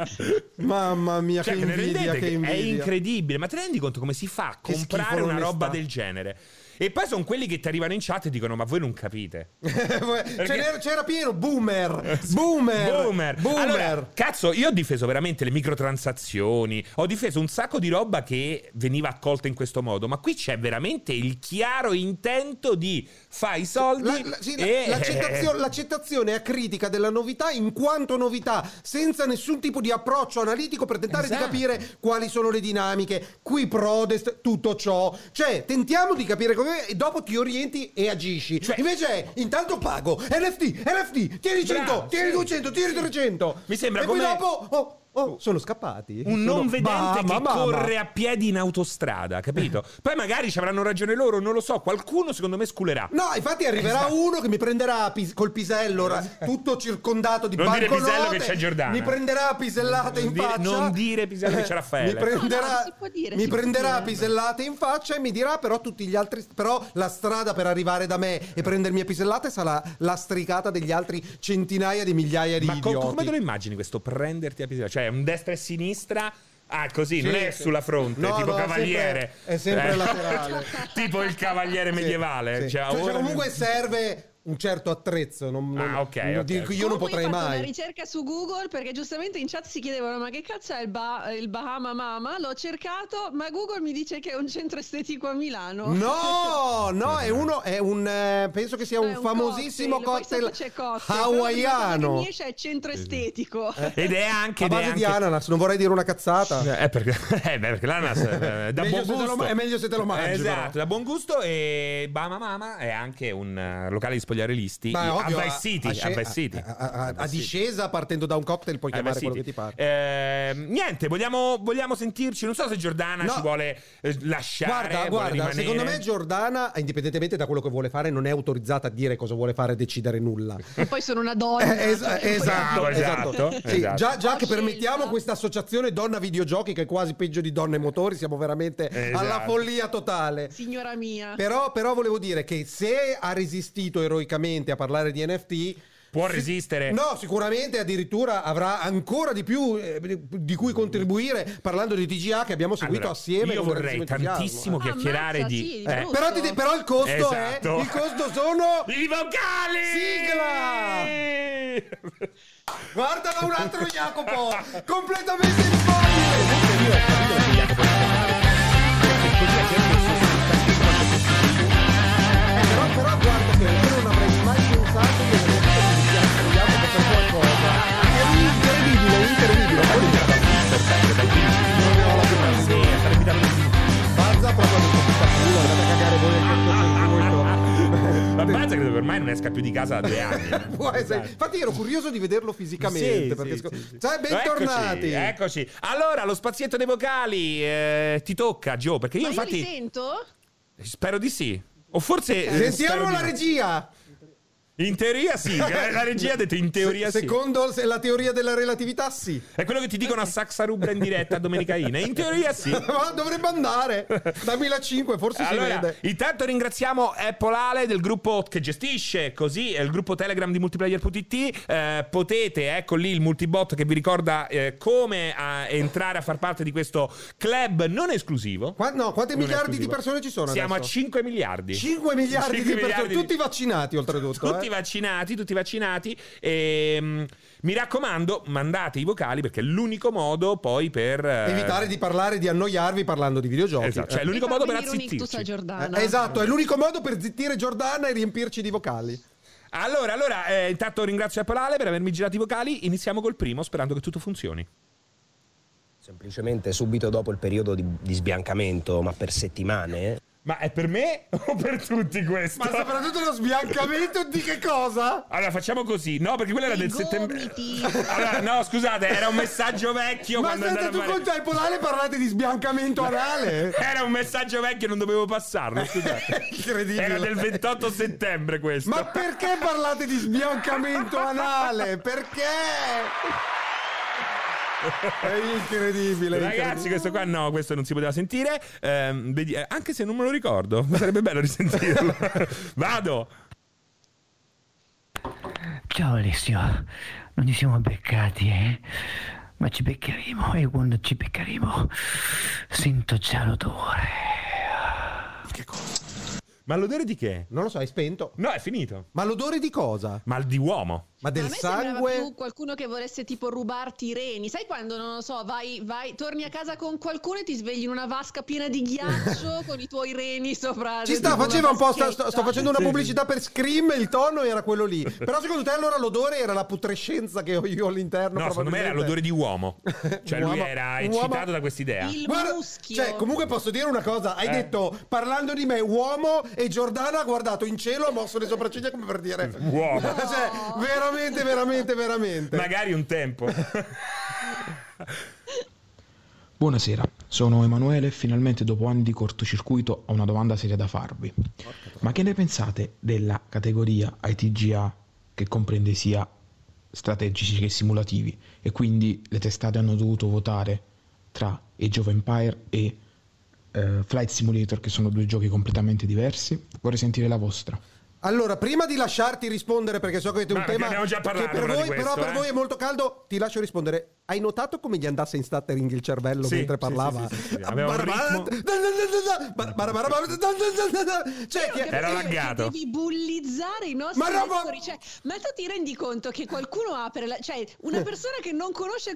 [SPEAKER 2] scimmia.
[SPEAKER 1] Mamma mia,
[SPEAKER 2] Cioè,
[SPEAKER 1] che
[SPEAKER 2] ve ne
[SPEAKER 1] invidia,
[SPEAKER 2] rendete
[SPEAKER 1] che
[SPEAKER 2] che
[SPEAKER 1] invidia.
[SPEAKER 2] è incredibile, ma te ne rendi conto come si fa a
[SPEAKER 1] Che
[SPEAKER 2] comprare
[SPEAKER 1] schifo
[SPEAKER 2] una
[SPEAKER 1] l'onestà.
[SPEAKER 2] roba del genere? E poi sono quelli che ti arrivano in chat e dicono: Ma voi non capite.
[SPEAKER 1] Ce n'era- Cioè, c'era pieno boomer boomer
[SPEAKER 2] Eh, Boomer.
[SPEAKER 1] boomer
[SPEAKER 2] Allora, cazzo, io ho difeso veramente le microtransazioni. Ho difeso un sacco di roba che veniva accolta in questo modo. Ma qui c'è veramente il chiaro intento di fai i soldi.
[SPEAKER 1] La- la- sì, la-
[SPEAKER 2] e-
[SPEAKER 1] l'accettazio- l'accettazione acritica della novità in quanto novità, senza nessun tipo di approccio analitico per tentare
[SPEAKER 2] Esatto.
[SPEAKER 1] di capire quali sono le dinamiche, qui prodest, tutto ciò. Cioè, tentiamo di capire come e dopo ti orienti e agisci.
[SPEAKER 2] Cioè-
[SPEAKER 1] Invece è, intanto pago, NFT, NFT, tieni 100,
[SPEAKER 2] Bravo,
[SPEAKER 1] tieni
[SPEAKER 2] sì.
[SPEAKER 1] 200, tieni 300.
[SPEAKER 2] Mi sembra
[SPEAKER 1] e poi
[SPEAKER 2] come-
[SPEAKER 1] dopo, oh, oh, sono scappati.
[SPEAKER 2] *laughs* un
[SPEAKER 1] Sono-
[SPEAKER 2] non vedente
[SPEAKER 1] Mamma,
[SPEAKER 2] che
[SPEAKER 1] mamma.
[SPEAKER 2] corre a piedi in autostrada, capito? Poi magari ci avranno ragione loro, non lo so, qualcuno secondo me sculerà.
[SPEAKER 1] No, infatti arriverà
[SPEAKER 2] Esatto.
[SPEAKER 1] uno che mi prenderà a pis- col pisello, ra- tutto circondato di
[SPEAKER 2] Non dire
[SPEAKER 1] banconote.
[SPEAKER 2] pisello che c'è Giordana.
[SPEAKER 1] Mi prenderà a pisellate
[SPEAKER 2] Non
[SPEAKER 1] in
[SPEAKER 2] dire-
[SPEAKER 1] faccia. Eh,
[SPEAKER 2] non dire pisello che c'è Raffaele.
[SPEAKER 1] Mi prenderà,
[SPEAKER 3] No, no, si può dire,
[SPEAKER 1] mi
[SPEAKER 3] si può
[SPEAKER 1] prenderà
[SPEAKER 3] dire.
[SPEAKER 1] a pisellate in faccia e mi dirà però tutti gli altri però la strada per arrivare da me e prendermi a pisellate sarà lastricata degli altri centinaia di migliaia di
[SPEAKER 2] Ma co-
[SPEAKER 1] idioti.
[SPEAKER 2] come te lo immagini questo prenderti a pisello? Cioè, un destra e sinistra. Ah, così,
[SPEAKER 1] Sì,
[SPEAKER 2] non è
[SPEAKER 1] sì.
[SPEAKER 2] sulla fronte,
[SPEAKER 1] No,
[SPEAKER 2] tipo
[SPEAKER 1] no, è
[SPEAKER 2] cavaliere.
[SPEAKER 1] sempre- è sempre
[SPEAKER 2] Eh.
[SPEAKER 1] laterale.
[SPEAKER 2] *laughs* tipo il cavaliere medievale.
[SPEAKER 1] Sì, sì.
[SPEAKER 2] Cioè,
[SPEAKER 1] Cioè,
[SPEAKER 2] ora-
[SPEAKER 1] comunque serve un certo attrezzo, non, non-
[SPEAKER 2] Ah, ok,
[SPEAKER 1] non-
[SPEAKER 2] ok.
[SPEAKER 1] di cui io non
[SPEAKER 3] Comunque
[SPEAKER 1] potrei
[SPEAKER 3] ho fatto
[SPEAKER 1] mai.
[SPEAKER 3] una ricerca su Google perché giustamente in chat si chiedevano ma che cazzo è il, Ba- il Bahama Mama? L'ho cercato, ma Google mi dice che è un centro estetico a Milano.
[SPEAKER 1] No, no, è uno, è un, eh, penso che sia
[SPEAKER 3] È
[SPEAKER 1] un, famosissimo cocktail,
[SPEAKER 3] Cioè, poi sotto c'è cocktail, però la prima cosa Che
[SPEAKER 1] hawaiano. Eh.
[SPEAKER 3] mi esce è centro estetico.
[SPEAKER 2] Ed è anche.
[SPEAKER 1] A
[SPEAKER 2] ed è
[SPEAKER 1] base di
[SPEAKER 2] anche-
[SPEAKER 1] ananas, non vorrei dire una cazzata.
[SPEAKER 2] Eh, perché, *laughs* eh, beh, perché l'ananas eh, è da
[SPEAKER 1] Meglio
[SPEAKER 2] buon
[SPEAKER 1] se te lo
[SPEAKER 2] gusto.
[SPEAKER 1] ma- è meglio se te lo mangi,
[SPEAKER 2] Esatto,
[SPEAKER 1] però.
[SPEAKER 2] da buon gusto. E Bama Mama è anche un eh, locale di spogliarelisti
[SPEAKER 1] Ma è
[SPEAKER 2] a
[SPEAKER 1] ovvio,
[SPEAKER 2] Vice City.
[SPEAKER 1] a, sce-
[SPEAKER 2] a Vice City.
[SPEAKER 1] a- a- a-
[SPEAKER 2] A Vice
[SPEAKER 1] a
[SPEAKER 2] City.
[SPEAKER 1] discesa partendo da un cocktail puoi
[SPEAKER 2] Eh,
[SPEAKER 1] chiamare
[SPEAKER 2] beh, sì.
[SPEAKER 1] quello che ti pare.
[SPEAKER 2] Eh, niente, vogliamo, vogliamo sentirci. Non so se Giordana
[SPEAKER 1] No.
[SPEAKER 2] ci vuole eh, lasciare.
[SPEAKER 1] Guarda,
[SPEAKER 2] vuole
[SPEAKER 1] guarda,
[SPEAKER 2] rimanere.
[SPEAKER 1] secondo me Giordana, indipendentemente da quello che vuole fare, non è autorizzata a dire cosa vuole fare e decidere nulla.
[SPEAKER 3] E poi sono una donna.
[SPEAKER 1] Eh, es-
[SPEAKER 3] cioè,
[SPEAKER 1] esatto,
[SPEAKER 2] Bravo,
[SPEAKER 1] esatto.
[SPEAKER 2] esatto,
[SPEAKER 1] Sì,
[SPEAKER 2] esatto.
[SPEAKER 1] Già, già
[SPEAKER 3] Ho
[SPEAKER 1] che permettiamo
[SPEAKER 3] scelta.
[SPEAKER 1] questa associazione donna videogiochi che è quasi peggio di donne motori, siamo veramente
[SPEAKER 2] Esatto.
[SPEAKER 1] alla follia totale.
[SPEAKER 3] Signora mia.
[SPEAKER 1] Però, però volevo dire che se ha resistito eroicamente a parlare di NFT...
[SPEAKER 2] Può
[SPEAKER 1] si-
[SPEAKER 2] resistere.
[SPEAKER 1] No, sicuramente addirittura avrà ancora di più eh, di cui contribuire parlando di TGA che abbiamo seguito
[SPEAKER 2] Allora,
[SPEAKER 1] assieme.
[SPEAKER 2] Io
[SPEAKER 1] con
[SPEAKER 2] vorrei
[SPEAKER 1] grandissimo entusiasmo,
[SPEAKER 2] tantissimo
[SPEAKER 1] eh.
[SPEAKER 3] Ah,
[SPEAKER 2] chiacchierare
[SPEAKER 3] ammazza,
[SPEAKER 2] di.
[SPEAKER 3] sì,
[SPEAKER 2] eh,
[SPEAKER 3] giusto.
[SPEAKER 1] Però, ti- però il costo
[SPEAKER 2] Esatto.
[SPEAKER 1] è... Il costo sono...
[SPEAKER 2] *laughs* I vocali!
[SPEAKER 1] Sigla! Guardala un altro Jacopo! completamente disponibile! Però, però guarda che io non avrei mai pensato di avere questo Jacopo per qualcosa. È incredibile, incredibile. Poi mi dà Non ne ho la più pallida idea. Bazza proprio mi fa culo, andate a cagare voi al
[SPEAKER 2] *laughs* Ma
[SPEAKER 1] cazzo
[SPEAKER 2] Bazza credo che ormai non esca più di casa da due anni. eh.
[SPEAKER 1] Può essere. Infatti ero curioso di vederlo fisicamente.
[SPEAKER 2] Sì,
[SPEAKER 1] perché
[SPEAKER 2] sì,
[SPEAKER 1] sc-
[SPEAKER 2] sì, sì.
[SPEAKER 1] Sai, bentornati!
[SPEAKER 2] Eccoci, ecco. eccoci. Allora, lo spazietto dei vocali eh, ti tocca, Gio, perché io
[SPEAKER 3] Ma io
[SPEAKER 2] infatti
[SPEAKER 3] li sento?
[SPEAKER 2] spero di sì. O forse eh, spero
[SPEAKER 1] Sentiamo
[SPEAKER 2] di
[SPEAKER 1] la
[SPEAKER 2] no.
[SPEAKER 1] regia!
[SPEAKER 2] In
[SPEAKER 1] *laughs*
[SPEAKER 2] teoria sì, eh, la la regia ha detto in teoria
[SPEAKER 1] Se-
[SPEAKER 2] sì.
[SPEAKER 1] Secondo se- la teoria della relatività sì.
[SPEAKER 2] È quello che ti dicono a Saxa Rubra in diretta a Domenica Ina. In teoria
[SPEAKER 1] *laughs*
[SPEAKER 2] sì.
[SPEAKER 1] Ma dovrebbe andare da 1005, forse si
[SPEAKER 2] Allora,
[SPEAKER 1] vede.
[SPEAKER 2] intanto ringraziamo Apple Ale del gruppo che gestisce così eh, il gruppo Telegram di multiplayer.it. Eh, potete, ecco lì il multibot che vi ricorda eh, come a- entrare a far parte di questo club non esclusivo.
[SPEAKER 1] Qua- no, quante
[SPEAKER 2] Non è
[SPEAKER 1] miliardi di
[SPEAKER 2] esclusivo.
[SPEAKER 1] persone ci sono
[SPEAKER 2] Siamo
[SPEAKER 1] adesso?
[SPEAKER 2] a 5 miliardi.
[SPEAKER 1] 5 miliardi
[SPEAKER 2] 5
[SPEAKER 1] di persone,
[SPEAKER 2] miliardi di-
[SPEAKER 1] tutti vaccinati oltretutto.
[SPEAKER 2] Tutti
[SPEAKER 1] eh.
[SPEAKER 2] vaccinati, tutti vaccinati. E, mm, mi raccomando, mandate i vocali perché è l'unico modo poi per... eh,
[SPEAKER 1] Evitare di parlare, di annoiarvi parlando di videogiochi.
[SPEAKER 2] Esatto, cioè è
[SPEAKER 1] Eh,
[SPEAKER 2] l'unico
[SPEAKER 3] Mi fa
[SPEAKER 2] modo per
[SPEAKER 3] venire un ictus a
[SPEAKER 2] azzittirci.
[SPEAKER 3] Giordana.
[SPEAKER 1] eh, esatto, è l'unico modo per zittire Giordana e riempirci di vocali.
[SPEAKER 2] Allora, allora, eh, intanto ringrazio Apple Ale per avermi girato i vocali. Iniziamo col primo, sperando che tutto funzioni.
[SPEAKER 5] Semplicemente subito dopo il periodo di, di sbiancamento, ma per settimane,
[SPEAKER 2] Ma è per me o per tutti questo?
[SPEAKER 1] Ma Cioè, soprattutto lo sbiancamento di che cosa?
[SPEAKER 2] Allora facciamo così, no perché quella era
[SPEAKER 3] I
[SPEAKER 2] del settembre. *laughs*
[SPEAKER 3] gomiti.
[SPEAKER 2] Allora, no scusate, era un messaggio vecchio.
[SPEAKER 1] Ma
[SPEAKER 2] quando
[SPEAKER 1] state
[SPEAKER 2] andate
[SPEAKER 1] tu
[SPEAKER 2] a
[SPEAKER 1] con
[SPEAKER 2] fare-
[SPEAKER 1] te polare parlate di sbiancamento
[SPEAKER 2] *laughs*
[SPEAKER 1] anale?
[SPEAKER 2] Era un messaggio vecchio, non dovevo passarlo. Scusate.
[SPEAKER 1] *laughs* Incredibile.
[SPEAKER 2] Era del 28 settembre questo.
[SPEAKER 1] Ma perché parlate di sbiancamento anale? Perché? È incredibile. è
[SPEAKER 2] Ragazzi,
[SPEAKER 1] incredibile.
[SPEAKER 2] questo qua no, questo non si poteva sentire. Ehm, vedi- eh, anche se non me lo ricordo, *laughs* sarebbe
[SPEAKER 1] *laughs*
[SPEAKER 2] bello risentirlo. Vado.
[SPEAKER 6] Ciao Alessio, non ci siamo beccati, eh? Ma ci beccheremo e quando ci beccheremo sento già l'odore.
[SPEAKER 2] Ma l'odore di che?
[SPEAKER 1] Non lo so, hai spento.
[SPEAKER 2] No, è finito.
[SPEAKER 1] Ma l'odore di cosa?
[SPEAKER 2] Mal di uomo.
[SPEAKER 1] Ma
[SPEAKER 3] Ma
[SPEAKER 1] del
[SPEAKER 3] a me sembrava
[SPEAKER 1] sangue?
[SPEAKER 3] più qualcuno che voresse tipo rubarti i reni. Sai quando, non lo so, vai, vai, torni a casa con qualcuno e ti svegli in una vasca piena di
[SPEAKER 1] *laughs*
[SPEAKER 3] ghiaccio con i tuoi reni sopra.
[SPEAKER 1] Ci
[SPEAKER 3] tipo
[SPEAKER 1] sta,
[SPEAKER 3] una
[SPEAKER 1] faceva un po'. Sta,
[SPEAKER 3] vaschetta.
[SPEAKER 1] sto facendo una pubblicità per Scream e il tono era quello lì. Però secondo te allora l'odore era la putrescenza che ho io all'interno?
[SPEAKER 2] No, secondo me era l'odore
[SPEAKER 1] probabilmente? *laughs*
[SPEAKER 2] di uomo. Cioè, lui
[SPEAKER 1] Uomo-
[SPEAKER 2] era
[SPEAKER 1] uomo-
[SPEAKER 2] eccitato da quest'idea.
[SPEAKER 3] Il
[SPEAKER 1] Guarda,
[SPEAKER 3] muschio.
[SPEAKER 1] cioè, comunque posso dire una cosa. Hai
[SPEAKER 2] Eh.
[SPEAKER 1] detto parlando di me, uomo, e Giordana ha guardato in cielo, ha mosso le sopracciglia come per dire
[SPEAKER 2] Uomo.
[SPEAKER 1] *laughs* cioè, veramente, veramente, veramente.
[SPEAKER 2] Magari un tempo.
[SPEAKER 1] *laughs*
[SPEAKER 7] Buonasera, sono Emanuele e finalmente dopo anni di cortocircuito ho una domanda seria da farvi. Ma che ne pensate della categoria ITGA che comprende sia strategici che simulativi e quindi le testate hanno dovuto votare tra Age of Empire e eh, Flight Simulator che sono due giochi completamente diversi? Vorrei sentire la vostra.
[SPEAKER 1] Allora, prima di lasciarti rispondere, perché so che avete un
[SPEAKER 2] Ma perché
[SPEAKER 1] tema
[SPEAKER 2] abbiamo già parlato
[SPEAKER 1] che per
[SPEAKER 2] però
[SPEAKER 1] voi,
[SPEAKER 2] di questo,
[SPEAKER 1] però per
[SPEAKER 2] eh.
[SPEAKER 1] voi è molto caldo, ti lascio rispondere. Hai notato come gli andasse in stuttering il cervello
[SPEAKER 2] Sì,
[SPEAKER 1] mentre
[SPEAKER 2] sì,
[SPEAKER 1] parlava?
[SPEAKER 2] sì, sì, sì, sì.
[SPEAKER 1] Ah,
[SPEAKER 2] Aveva un
[SPEAKER 1] barbara- *laughs*
[SPEAKER 2] ritmo.
[SPEAKER 1] da- da- da- da- da- bar- bar- bar- da- da- da- da- da- Cioè, chi-
[SPEAKER 2] Era laggato.
[SPEAKER 3] Devi bullizzare i nostri
[SPEAKER 1] Ma no, ma-
[SPEAKER 3] lettori. Cioè, ma tu ti rendi conto che qualcuno apre la... Cioè,
[SPEAKER 1] *laughs*
[SPEAKER 3] una persona che non conosce il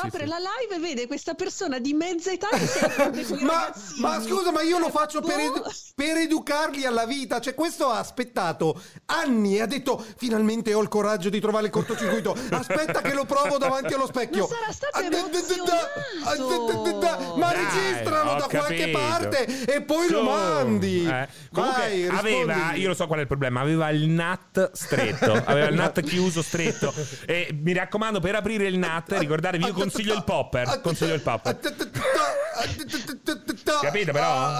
[SPEAKER 2] Sì, sì, sì.
[SPEAKER 3] apre la live e vede questa persona di mezza età che si apre con i
[SPEAKER 1] ma,
[SPEAKER 3] ragazzini.
[SPEAKER 1] ma scusa, ma io lo faccio per,
[SPEAKER 3] Boh.
[SPEAKER 1] edu- per educarli alla vita. Cioè, questo ha aspettato anni e ha detto: Finalmente ho il coraggio di trovare il cortocircuito. Aspetta, che lo provo davanti allo specchio.
[SPEAKER 3] Ma sarà stato
[SPEAKER 1] Ah, da- da- da- da- da- da- da- da- Ma
[SPEAKER 2] Dai,
[SPEAKER 1] registralo
[SPEAKER 2] ho
[SPEAKER 1] da qualche
[SPEAKER 2] capito.
[SPEAKER 1] parte e poi
[SPEAKER 2] Su.
[SPEAKER 1] lo mandi.
[SPEAKER 2] Eh, Comunque
[SPEAKER 1] Vai,
[SPEAKER 2] aveva,
[SPEAKER 1] rispondigli.
[SPEAKER 2] io lo so qual è il problema, aveva il NAT
[SPEAKER 1] *laughs*
[SPEAKER 2] stretto, aveva il NAT chiuso stretto. E mi raccomando, per aprire il NAT, ricordatevi,
[SPEAKER 1] Ah,
[SPEAKER 2] io consiglio il popper. Consiglio il popper. Capito, però?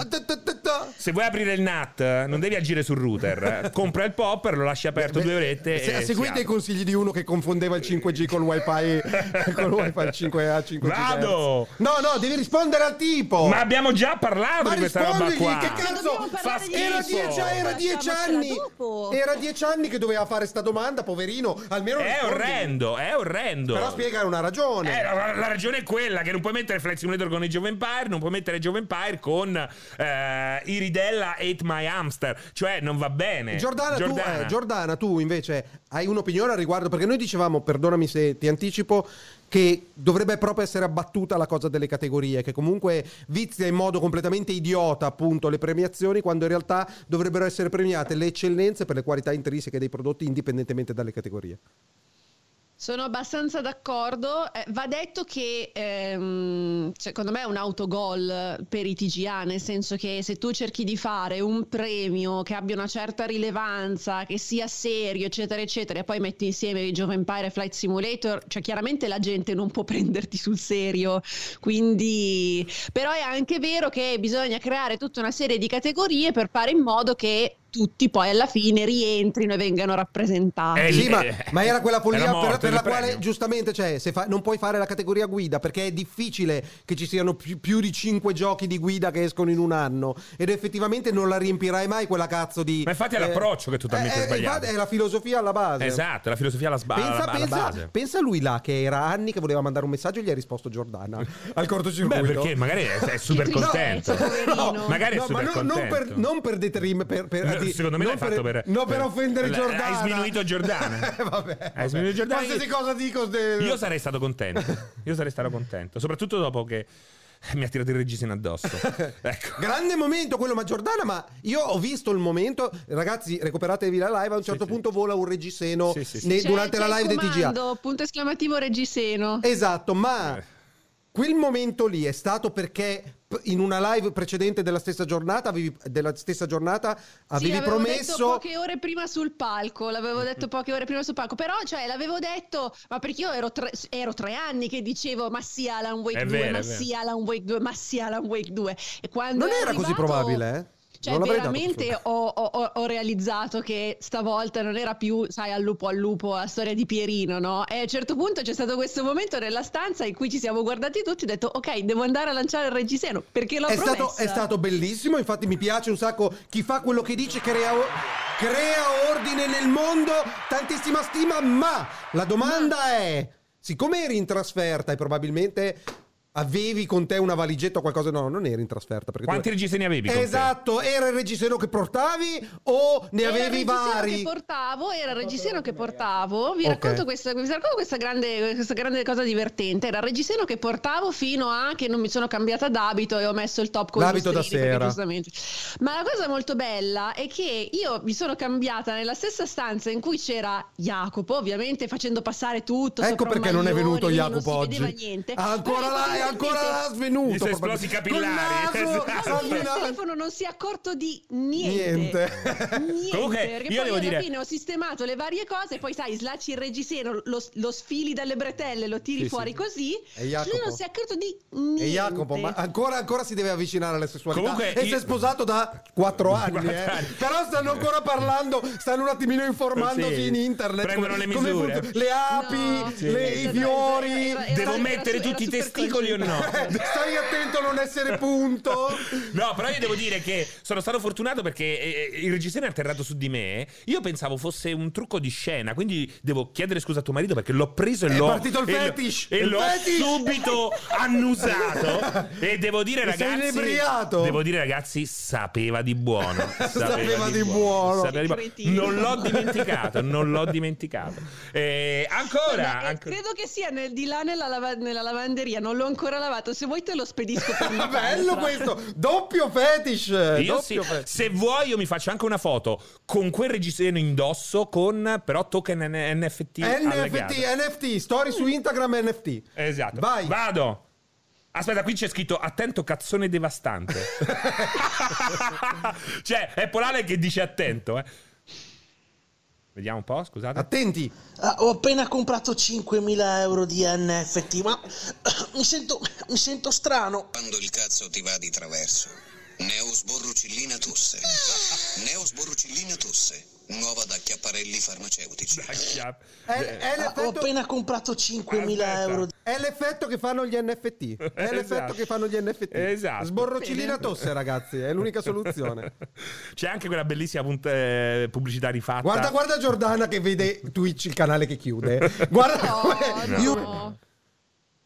[SPEAKER 2] Se vuoi aprire il NAT, non devi agire sul router. Compra il popper, lo lasci aperto due orette.
[SPEAKER 1] Se-
[SPEAKER 2] e
[SPEAKER 1] seguite
[SPEAKER 2] si
[SPEAKER 1] i consigli di uno che confondeva il 5G con il
[SPEAKER 2] *laughs*
[SPEAKER 1] wifi con il wifi 5A 5G
[SPEAKER 2] Vado!
[SPEAKER 1] no no devi rispondere al tipo
[SPEAKER 2] apre. Ma abbiamo già parlato
[SPEAKER 1] Ma
[SPEAKER 2] di questa roba
[SPEAKER 1] rispondigli,
[SPEAKER 2] qua.
[SPEAKER 1] che cazzo-
[SPEAKER 3] Ma dobbiamo
[SPEAKER 2] fa
[SPEAKER 3] parlare
[SPEAKER 1] era
[SPEAKER 2] schifo.
[SPEAKER 3] di-
[SPEAKER 1] dieci, era
[SPEAKER 3] Facciamocela
[SPEAKER 1] dieci anni
[SPEAKER 3] dopo.
[SPEAKER 1] era dieci anni che doveva fare sta domanda poverino almeno
[SPEAKER 2] È
[SPEAKER 1] rispondi.
[SPEAKER 2] orrendo, è orrendo.
[SPEAKER 1] però spiega una ragione
[SPEAKER 2] Eh, la, la ragione è quella che non puoi mettere Flight Simulator con i Jove Empire, non puoi mettere Jove Empire con eh, Iridella Ate My Hamster, cioè non va bene.
[SPEAKER 1] Giordana, Tu,
[SPEAKER 2] Giordana.
[SPEAKER 1] eh, Giordana, tu invece hai un'opinione al riguardo? Perché noi dicevamo, perdonami se ti anticipo, che dovrebbe proprio essere abbattuta la cosa delle categorie, che comunque vizia in modo completamente idiota appunto le premiazioni, quando in realtà dovrebbero essere premiate le eccellenze per le qualità intrinseche dei prodotti indipendentemente dalle categorie.
[SPEAKER 3] Sono abbastanza d'accordo. Eh, va detto che ehm, secondo me è un autogol per i TGA, nel senso che se tu cerchi di fare un premio che abbia una certa rilevanza, che sia serio, eccetera, eccetera, e poi metti insieme i Jove Empire e Flight Simulator, cioè chiaramente la gente non può *laughs* prenderti sul serio. Quindi, però è anche vero che bisogna creare tutta una serie di categorie per fare in modo che tutti poi alla fine rientrino e vengano rappresentati.
[SPEAKER 2] Eh,
[SPEAKER 1] sì,
[SPEAKER 2] eh,
[SPEAKER 1] ma,
[SPEAKER 2] eh,
[SPEAKER 1] ma era quella follia
[SPEAKER 2] era
[SPEAKER 1] per-
[SPEAKER 2] morto
[SPEAKER 1] per, la
[SPEAKER 2] il premio.
[SPEAKER 1] quale giustamente cioè, se fa- non puoi fare la categoria guida perché è difficile che ci siano più, più di 5 giochi di guida che escono in un anno ed effettivamente non la riempirai mai quella cazzo di...
[SPEAKER 2] Ma infatti è
[SPEAKER 1] eh,
[SPEAKER 2] l'approccio che è totalmente
[SPEAKER 1] eh, eh,
[SPEAKER 2] sbagliato.
[SPEAKER 1] infatti È la filosofia alla base.
[SPEAKER 2] Esatto, la filosofia alla, sba- alla-
[SPEAKER 1] Pensa,
[SPEAKER 2] alla
[SPEAKER 1] pensa-
[SPEAKER 2] base.
[SPEAKER 1] pensa lui là che era anni che voleva mandare un messaggio e gli ha risposto
[SPEAKER 2] *laughs*
[SPEAKER 1] Giordana al
[SPEAKER 2] Beh,
[SPEAKER 1] cortocircuito.
[SPEAKER 2] perché magari è, è
[SPEAKER 1] *laughs*
[SPEAKER 2] super
[SPEAKER 3] Che tristezza,
[SPEAKER 2] contento.
[SPEAKER 1] eh,
[SPEAKER 3] poverino.
[SPEAKER 2] Magari è
[SPEAKER 1] No, ma
[SPEAKER 2] super
[SPEAKER 1] no- non,
[SPEAKER 2] contento.
[SPEAKER 1] per, non per deterrim- per- per-
[SPEAKER 2] No,
[SPEAKER 1] di-
[SPEAKER 2] secondo me
[SPEAKER 1] non
[SPEAKER 2] l'hai fatto per,
[SPEAKER 1] No, per offendere
[SPEAKER 2] l-
[SPEAKER 1] Giordana.
[SPEAKER 2] Hai sminuito Giordana.
[SPEAKER 1] *laughs* Eh, vabbè, vabbè.
[SPEAKER 2] Hai sminuito Giordana.
[SPEAKER 1] Qualsiasi cosa dico. de-
[SPEAKER 2] Io sarei stato contento. Io sarei stato contento. Soprattutto dopo che mi ha tirato il
[SPEAKER 1] *laughs*
[SPEAKER 2] reggiseno addosso. Ecco.
[SPEAKER 1] Grande momento quello, ma Giordana, ma io ho visto il momento, ragazzi, recuperatevi la live, a un certo
[SPEAKER 2] sì.
[SPEAKER 1] punto vola un reggiseno
[SPEAKER 2] Sì, sì, sì.
[SPEAKER 1] ne-
[SPEAKER 3] C'è-
[SPEAKER 1] durante
[SPEAKER 3] c'è
[SPEAKER 1] la live
[SPEAKER 3] il
[SPEAKER 1] del TGA.
[SPEAKER 3] comando, Punto esclamativo reggiseno.
[SPEAKER 1] Esatto, ma
[SPEAKER 2] Eh.
[SPEAKER 1] quel momento lì è stato perché p- in una live precedente della stessa giornata avevi, della stessa giornata
[SPEAKER 3] Sì,
[SPEAKER 1] avevi
[SPEAKER 3] l'avevo detto
[SPEAKER 1] promesso...
[SPEAKER 3] poche ore prima sul palco, l'avevo detto poche ore prima sul palco, però cioè l'avevo detto, ma perché io ero tre, ero tre anni che dicevo ma sì Alan Wake
[SPEAKER 2] È
[SPEAKER 3] 2,
[SPEAKER 2] vero,
[SPEAKER 3] ma
[SPEAKER 2] è vero.
[SPEAKER 3] sì Alan Wake 2, ma sì Alan Wake 2. E quando
[SPEAKER 1] Non
[SPEAKER 3] è
[SPEAKER 1] era così
[SPEAKER 3] arrivato-
[SPEAKER 1] probabile, eh?
[SPEAKER 3] Cioè,
[SPEAKER 1] Non l'avrei dato
[SPEAKER 3] veramente
[SPEAKER 1] questo.
[SPEAKER 3] ho, ho- ho- ho realizzato che stavolta non era più, sai, al lupo al lupo, la storia di Pierino, no? E a un certo punto c'è stato questo momento nella stanza in cui ci siamo guardati tutti e ho detto, ok, devo andare a lanciare il reggiseno, perché l'ho
[SPEAKER 1] È
[SPEAKER 3] promessa.
[SPEAKER 1] stato, è stato bellissimo, infatti mi piace un sacco chi fa quello che dice, crea, o- crea ordine nel mondo, tantissima stima, ma la domanda è, siccome eri in trasferta e probabilmente avevi con te una valigetta o qualcosa, no, non eri in trasferta. Perché tu-
[SPEAKER 2] Quanti reggiseni avevi? con te?
[SPEAKER 1] Esatto, era il reggiseno che portavi o ne
[SPEAKER 3] Era il
[SPEAKER 1] avevi
[SPEAKER 3] reggiseno
[SPEAKER 1] vari?
[SPEAKER 3] che portavo, era il reggiseno che portavo. Vi
[SPEAKER 1] Ok.
[SPEAKER 3] racconto, questa, vi racconto questa, grande, questa grande cosa divertente. Era il reggiseno che portavo fino a che non mi sono cambiata d'abito e ho messo il top con
[SPEAKER 1] L'abito
[SPEAKER 3] i
[SPEAKER 1] da
[SPEAKER 3] lustrini, perché
[SPEAKER 1] sera.
[SPEAKER 3] giustamente. Ma la cosa molto bella è che io mi sono cambiata nella stessa stanza in cui c'era Jacopo, ovviamente facendo passare tutto.
[SPEAKER 1] Ecco
[SPEAKER 3] sopra un
[SPEAKER 1] perché non è
[SPEAKER 3] maglione,
[SPEAKER 1] venuto
[SPEAKER 3] quindi
[SPEAKER 1] Jacopo
[SPEAKER 3] non si vedeva
[SPEAKER 1] oggi.
[SPEAKER 3] Niente. ecco
[SPEAKER 1] Ancora
[SPEAKER 3] Però
[SPEAKER 1] là, è ancora là, svenuto.
[SPEAKER 2] Gli sono esplosi i capillari.
[SPEAKER 1] Col naso,
[SPEAKER 2] *laughs* Esatto.
[SPEAKER 3] Proprio il
[SPEAKER 1] sanguinava-
[SPEAKER 3] telefono non si è accorto di Niente,
[SPEAKER 2] Comunque,
[SPEAKER 3] perché
[SPEAKER 2] io
[SPEAKER 3] poi
[SPEAKER 2] devo
[SPEAKER 3] alla
[SPEAKER 2] dire-
[SPEAKER 3] fine ho sistemato le varie cose, poi sai, slacci il reggiseno, lo, lo sfili dalle bretelle, lo tiri
[SPEAKER 1] Sì,
[SPEAKER 3] fuori
[SPEAKER 1] sì.
[SPEAKER 3] così.
[SPEAKER 1] E Jacopo?
[SPEAKER 3] Lui non si è accorto di niente. Cioè,
[SPEAKER 1] E Jacopo, ma ancora, ancora si deve avvicinare alla sessualità.
[SPEAKER 2] Comunque,
[SPEAKER 1] e
[SPEAKER 2] io-
[SPEAKER 1] si è sposato da
[SPEAKER 2] *laughs*
[SPEAKER 1] 4 anni, eh.
[SPEAKER 2] Quattro anni.
[SPEAKER 1] Però stanno ancora parlando, stanno un attimino informandosi
[SPEAKER 2] Sì.
[SPEAKER 1] in internet.
[SPEAKER 2] Prendono le misure.
[SPEAKER 1] funziona- le api,
[SPEAKER 3] No.
[SPEAKER 2] Sì.
[SPEAKER 1] le- i
[SPEAKER 3] Esatto,
[SPEAKER 1] fiori.
[SPEAKER 3] era- era-
[SPEAKER 2] Devo
[SPEAKER 3] era-
[SPEAKER 2] mettere
[SPEAKER 3] era
[SPEAKER 2] tutti i
[SPEAKER 3] super
[SPEAKER 2] testicoli o
[SPEAKER 1] Eh,
[SPEAKER 2] no?
[SPEAKER 1] *laughs* Stai attento a non essere punto.
[SPEAKER 2] *laughs* No, però io devo dire che sono stato fortunato perché eh, eh, il reggiseno è atterrato su di me. Io pensavo fosse un trucco di scena, quindi devo chiedere scusa a tuo marito perché l'ho preso e
[SPEAKER 1] È
[SPEAKER 2] l'ho
[SPEAKER 1] partito il
[SPEAKER 2] e l'ho-
[SPEAKER 1] fetish,
[SPEAKER 2] e
[SPEAKER 1] il
[SPEAKER 2] l'ho
[SPEAKER 1] fetish.
[SPEAKER 2] subito annusato
[SPEAKER 1] *laughs*
[SPEAKER 2] e devo dire
[SPEAKER 1] Ti sei
[SPEAKER 2] ragazzi
[SPEAKER 1] inebriato.
[SPEAKER 2] Devo dire ragazzi, sapeva di buono,
[SPEAKER 1] *laughs* Sapeva di buono.
[SPEAKER 2] Sapeva di
[SPEAKER 3] Cretino.
[SPEAKER 2] Non *laughs* l'ho dimenticato, non l'ho dimenticato. Eh, ancora,
[SPEAKER 3] Guarda, eh,
[SPEAKER 2] ancora-
[SPEAKER 3] credo che sia nel- di là nella, lava- nella lavanderia, non l'ho ancora lavato. Se vuoi te lo spedisco
[SPEAKER 1] *laughs*
[SPEAKER 3] per Natale,
[SPEAKER 1] Bello
[SPEAKER 3] tra-
[SPEAKER 1] questo. Doppio fetish.
[SPEAKER 2] Io
[SPEAKER 1] Eh, doppio
[SPEAKER 2] sì.
[SPEAKER 1] fetish.
[SPEAKER 2] Se vuoi, io mi faccio anche una foto con quel reggiseno indosso, con però token N- NFT.
[SPEAKER 1] NFT,
[SPEAKER 2] allegato.
[SPEAKER 1] NFT, story su Instagram NFT.
[SPEAKER 2] Esatto.
[SPEAKER 1] Vai.
[SPEAKER 2] Vado. Aspetta, qui c'è scritto attento cazzone
[SPEAKER 1] *laughs*
[SPEAKER 2] devastante. cioè, è Polale che dice attento, eh. Vediamo un po', scusate.
[SPEAKER 1] Attenti.
[SPEAKER 8] Ah, ho appena comprato 5.000 euro di NFT, ma *coughs* mi sento, mi sento strano.
[SPEAKER 9] Quando il cazzo ti va di traverso. Neosborrucillina tosse. Neosborrucillina tosse. Nuova da Chiapparelli Farmaceutici.
[SPEAKER 2] Acchia-
[SPEAKER 1] È, è
[SPEAKER 10] Eh,
[SPEAKER 8] Ah, ho
[SPEAKER 1] l'effetto,
[SPEAKER 8] appena comprato 5.000
[SPEAKER 2] Aspetta.
[SPEAKER 8] euro di...
[SPEAKER 1] è l'effetto che fanno gli NFT. È
[SPEAKER 2] *laughs* Esatto.
[SPEAKER 1] l'effetto che fanno gli NFT.
[SPEAKER 2] Esatto.
[SPEAKER 1] Sborrocillina tosse, ragazzi. È l'unica soluzione.
[SPEAKER 2] *laughs* C'è anche quella bellissima punt- eh, pubblicità rifatta.
[SPEAKER 1] Guarda, guarda Giordana che vede Twitch il canale che chiude. Guarda *laughs* come-
[SPEAKER 3] No,
[SPEAKER 11] Io-
[SPEAKER 3] no.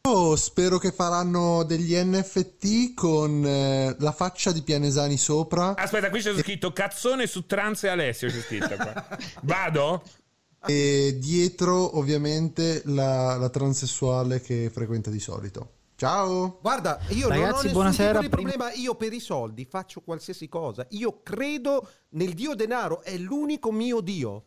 [SPEAKER 11] Io spero che faranno degli NFT con eh, la faccia di Pianesani sopra
[SPEAKER 2] Aspetta, qui c'è scritto cazzone su trans e Alessio. C'è scritto qua.
[SPEAKER 1] *laughs*
[SPEAKER 2] Vado?
[SPEAKER 11] e dietro ovviamente la, la transessuale che frequenta di solito. Ciao!
[SPEAKER 1] Guarda, io non ho
[SPEAKER 6] Ragazzi,
[SPEAKER 1] nessun
[SPEAKER 6] buonasera.
[SPEAKER 1] tipo di problema. Io per i soldi faccio qualsiasi cosa. Io credo nel dio denaro, è l'unico mio dio.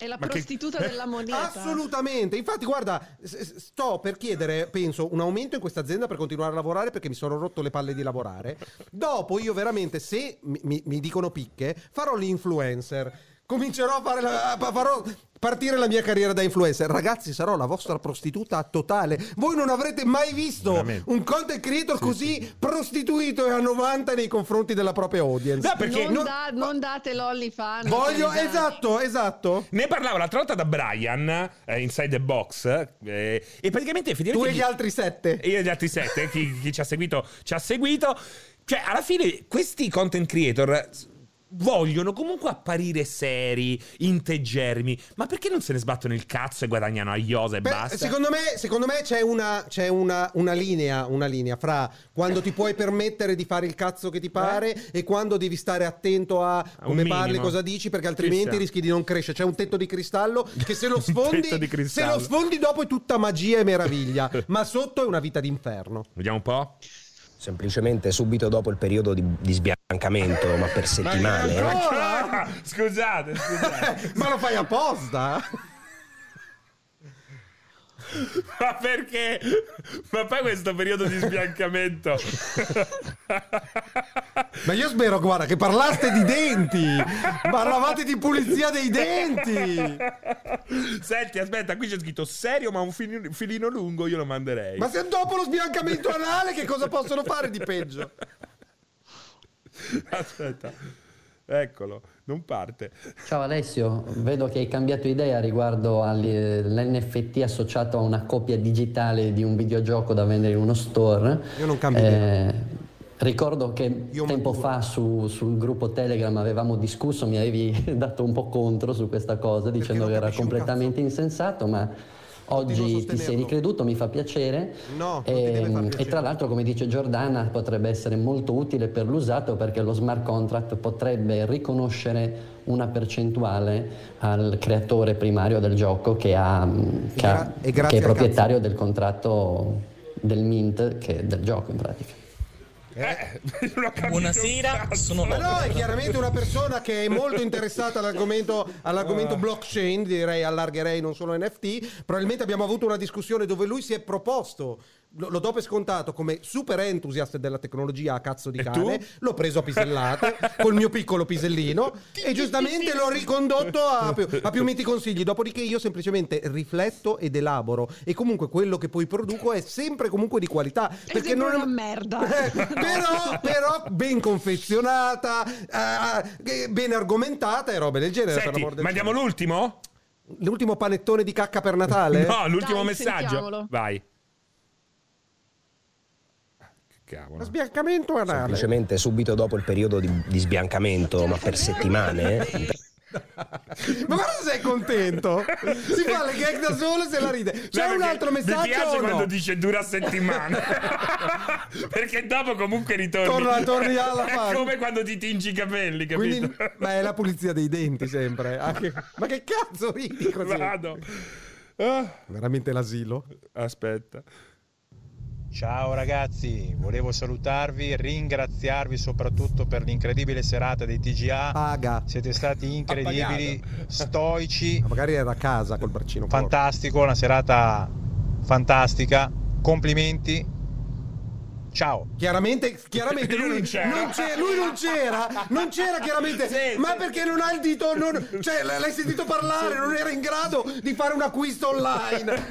[SPEAKER 3] È la
[SPEAKER 2] Ma che-
[SPEAKER 3] prostituta della moneta.
[SPEAKER 1] Assolutamente. Infatti, guarda, s- s- sto per chiedere, penso, un aumento in questa azienda per continuare a lavorare perché mi sono rotto le palle di lavorare. Dopo, io veramente, se mi, mi- mi dicono picche, farò l'influencer. Comincerò a fare la, a- farò partire la mia carriera da influencer. Ragazzi, sarò la vostra prostituta totale. Voi non avrete mai visto
[SPEAKER 2] Veramente.
[SPEAKER 1] un content creator così prostituito e a 90 nei confronti della propria audience.
[SPEAKER 2] No, perché
[SPEAKER 3] Non,
[SPEAKER 1] non-
[SPEAKER 3] da- non date l'OnlyFans.
[SPEAKER 1] Voglio,
[SPEAKER 3] cioè,
[SPEAKER 1] esatto, esatto.
[SPEAKER 2] Ne parlavo l'altra volta da Brian, eh, Inside the Box, eh, e praticamente
[SPEAKER 1] Tu
[SPEAKER 2] effettivamente...
[SPEAKER 1] e gli altri sette.
[SPEAKER 2] e io e gli altri sette, chi, chi ci ha seguito, ci ha seguito. Cioè, alla fine, questi content creator... vogliono comunque apparire seri, integermi. Ma perché non se ne sbattono il cazzo e guadagnano a iosa e
[SPEAKER 1] Beh,
[SPEAKER 2] basta?
[SPEAKER 1] Secondo me, secondo me c'è, una, c'è una, una linea, una linea fra quando ti puoi permettere di fare il cazzo che ti pare e quando devi stare attento a
[SPEAKER 2] Eh? un
[SPEAKER 1] come parli,
[SPEAKER 2] minimo.
[SPEAKER 1] cosa dici, perché
[SPEAKER 2] Ci
[SPEAKER 1] altrimenti
[SPEAKER 2] sta.
[SPEAKER 1] rischi di non crescere. C'è un tetto di cristallo che se lo
[SPEAKER 2] *laughs* Un
[SPEAKER 1] sfondi,
[SPEAKER 2] tetto di
[SPEAKER 1] se
[SPEAKER 2] cristallo.
[SPEAKER 1] lo sfondi dopo è tutta magia e
[SPEAKER 2] *laughs*
[SPEAKER 1] meraviglia, ma sotto è una vita d'inferno. *laughs*
[SPEAKER 2] Vediamo un po'.
[SPEAKER 5] Semplicemente subito dopo il periodo di, di sbiancamento, ma per settimane.
[SPEAKER 1] ancora?
[SPEAKER 2] Ah, *laughs*
[SPEAKER 1] *laughs*
[SPEAKER 2] scusate, scusate.
[SPEAKER 1] ma lo fai apposta?
[SPEAKER 2] Ma perché? Ma poi questo periodo di sbiancamento.
[SPEAKER 1] Ma io spero, guarda, che parlaste di denti, parlavate di pulizia dei denti.
[SPEAKER 2] Senti, aspetta, qui c'è scritto serio, ma un fili- filino lungo io lo manderei.
[SPEAKER 1] Ma se dopo lo sbiancamento anale, che cosa possono fare di peggio?
[SPEAKER 2] Aspetta. Eccolo, non parte. *laughs*
[SPEAKER 12] Ciao Alessio, vedo che hai cambiato idea riguardo eh, all'NFT associato a una copia digitale di un videogioco da vendere in uno store.
[SPEAKER 1] Io non cambio
[SPEAKER 12] Eh,
[SPEAKER 1] idea.
[SPEAKER 12] Ricordo che
[SPEAKER 1] Io
[SPEAKER 12] tempo
[SPEAKER 1] maturo.
[SPEAKER 12] fa su- sul gruppo Telegram avevamo discusso, mi avevi *laughs* dato un po' contro su questa cosa dicendo
[SPEAKER 1] non
[SPEAKER 12] che era
[SPEAKER 1] capisci un
[SPEAKER 12] completamente insensato, ma oggi ti sei
[SPEAKER 1] sostenerlo.
[SPEAKER 12] ricreduto, mi fa piacere.
[SPEAKER 1] No, non ti deve far
[SPEAKER 12] Ehm, E,
[SPEAKER 1] piacere.
[SPEAKER 12] tra l'altro, come dice Giordana, potrebbe essere molto utile per l'usato perché lo smart contract potrebbe riconoscere una percentuale al creatore primario del gioco che, ha,
[SPEAKER 1] E
[SPEAKER 12] che, ha-
[SPEAKER 1] gra- e
[SPEAKER 12] che
[SPEAKER 1] grazie
[SPEAKER 12] è
[SPEAKER 1] al
[SPEAKER 12] proprietario del contratto del mint, che è del gioco in pratica.
[SPEAKER 2] Eh, non ho capito
[SPEAKER 13] Buonasera,
[SPEAKER 2] un cazzo.
[SPEAKER 13] sono
[SPEAKER 1] Ma no,
[SPEAKER 13] Lorenzo.
[SPEAKER 1] è chiaramente una persona che è molto interessata all'argomento,
[SPEAKER 3] Ah.
[SPEAKER 1] all'argomento blockchain, direi allargherei non solo NFT. Probabilmente abbiamo avuto una discussione dove lui si è proposto. Lo, lo do per scontato come super entusiasta della tecnologia a cazzo di
[SPEAKER 2] E
[SPEAKER 1] cane.
[SPEAKER 2] tu?
[SPEAKER 1] L'ho preso a
[SPEAKER 3] *laughs*
[SPEAKER 1] pisellate col mio piccolo pisellino e giustamente l'ho ricondotto a più, a più miti consigli. Dopodiché io semplicemente rifletto ed elaboro. E comunque quello che poi produco è sempre comunque di qualità. Perché
[SPEAKER 3] sempre
[SPEAKER 1] non
[SPEAKER 3] una merda.
[SPEAKER 1] *laughs* Eh, però, però ben confezionata, eh, eh, ben argomentata e robe del genere. per
[SPEAKER 2] Senti,
[SPEAKER 1] l'amor del
[SPEAKER 2] mandiamo
[SPEAKER 1] cielo.
[SPEAKER 2] l'ultimo?
[SPEAKER 1] l'ultimo panettone di cacca per Natale.
[SPEAKER 2] No, l'ultimo
[SPEAKER 3] Dai,
[SPEAKER 2] messaggio.
[SPEAKER 3] sentiamolo.
[SPEAKER 2] Vai. Che
[SPEAKER 1] Lo
[SPEAKER 2] cavolo.
[SPEAKER 1] Sbiancamento anale.
[SPEAKER 5] Semplicemente subito dopo il periodo di, di
[SPEAKER 3] cioè,
[SPEAKER 5] sbiancamento, ma per settimane. eh,
[SPEAKER 1] Ma guarda se è contento. Si fa le gag da solo e se la ride.
[SPEAKER 2] No,
[SPEAKER 1] C'è un
[SPEAKER 2] perché
[SPEAKER 1] altro
[SPEAKER 2] Mi
[SPEAKER 1] messaggio
[SPEAKER 2] piace
[SPEAKER 1] o
[SPEAKER 2] quando
[SPEAKER 1] no?
[SPEAKER 2] dice dura settimana.
[SPEAKER 1] *laughs*
[SPEAKER 2] perché dopo comunque ritorni.
[SPEAKER 1] Torna- torni alla
[SPEAKER 2] È
[SPEAKER 1] fase.
[SPEAKER 2] come quando ti tingi i capelli, capito?
[SPEAKER 1] Quindi, ma è la pulizia dei denti sempre. Anche- ma che cazzo ridi così?
[SPEAKER 2] Vado. Ah,
[SPEAKER 1] Veramente l'asilo.
[SPEAKER 2] aspetta.
[SPEAKER 10] Ciao ragazzi, volevo salutarvi, ringraziarvi soprattutto per l'incredibile serata dei TGA.
[SPEAKER 1] Paga.
[SPEAKER 10] Siete stati incredibili, stoici,
[SPEAKER 1] Ma magari era a casa col braccino. corto.
[SPEAKER 10] fantastico, una serata fantastica. Complimenti. Ciao.
[SPEAKER 1] Chiaramente,
[SPEAKER 2] *laughs*
[SPEAKER 1] chiaramente
[SPEAKER 2] Lui
[SPEAKER 1] lui,
[SPEAKER 2] non
[SPEAKER 1] non
[SPEAKER 2] c'era.
[SPEAKER 1] c'era, lui non c'era, non c'era chiaramente,
[SPEAKER 2] Sì,
[SPEAKER 1] ma
[SPEAKER 2] sì.
[SPEAKER 1] perché non ha il dito,
[SPEAKER 2] *laughs*
[SPEAKER 1] non- cioè l- l'hai sentito parlare, non era in grado di fare un acquisto online.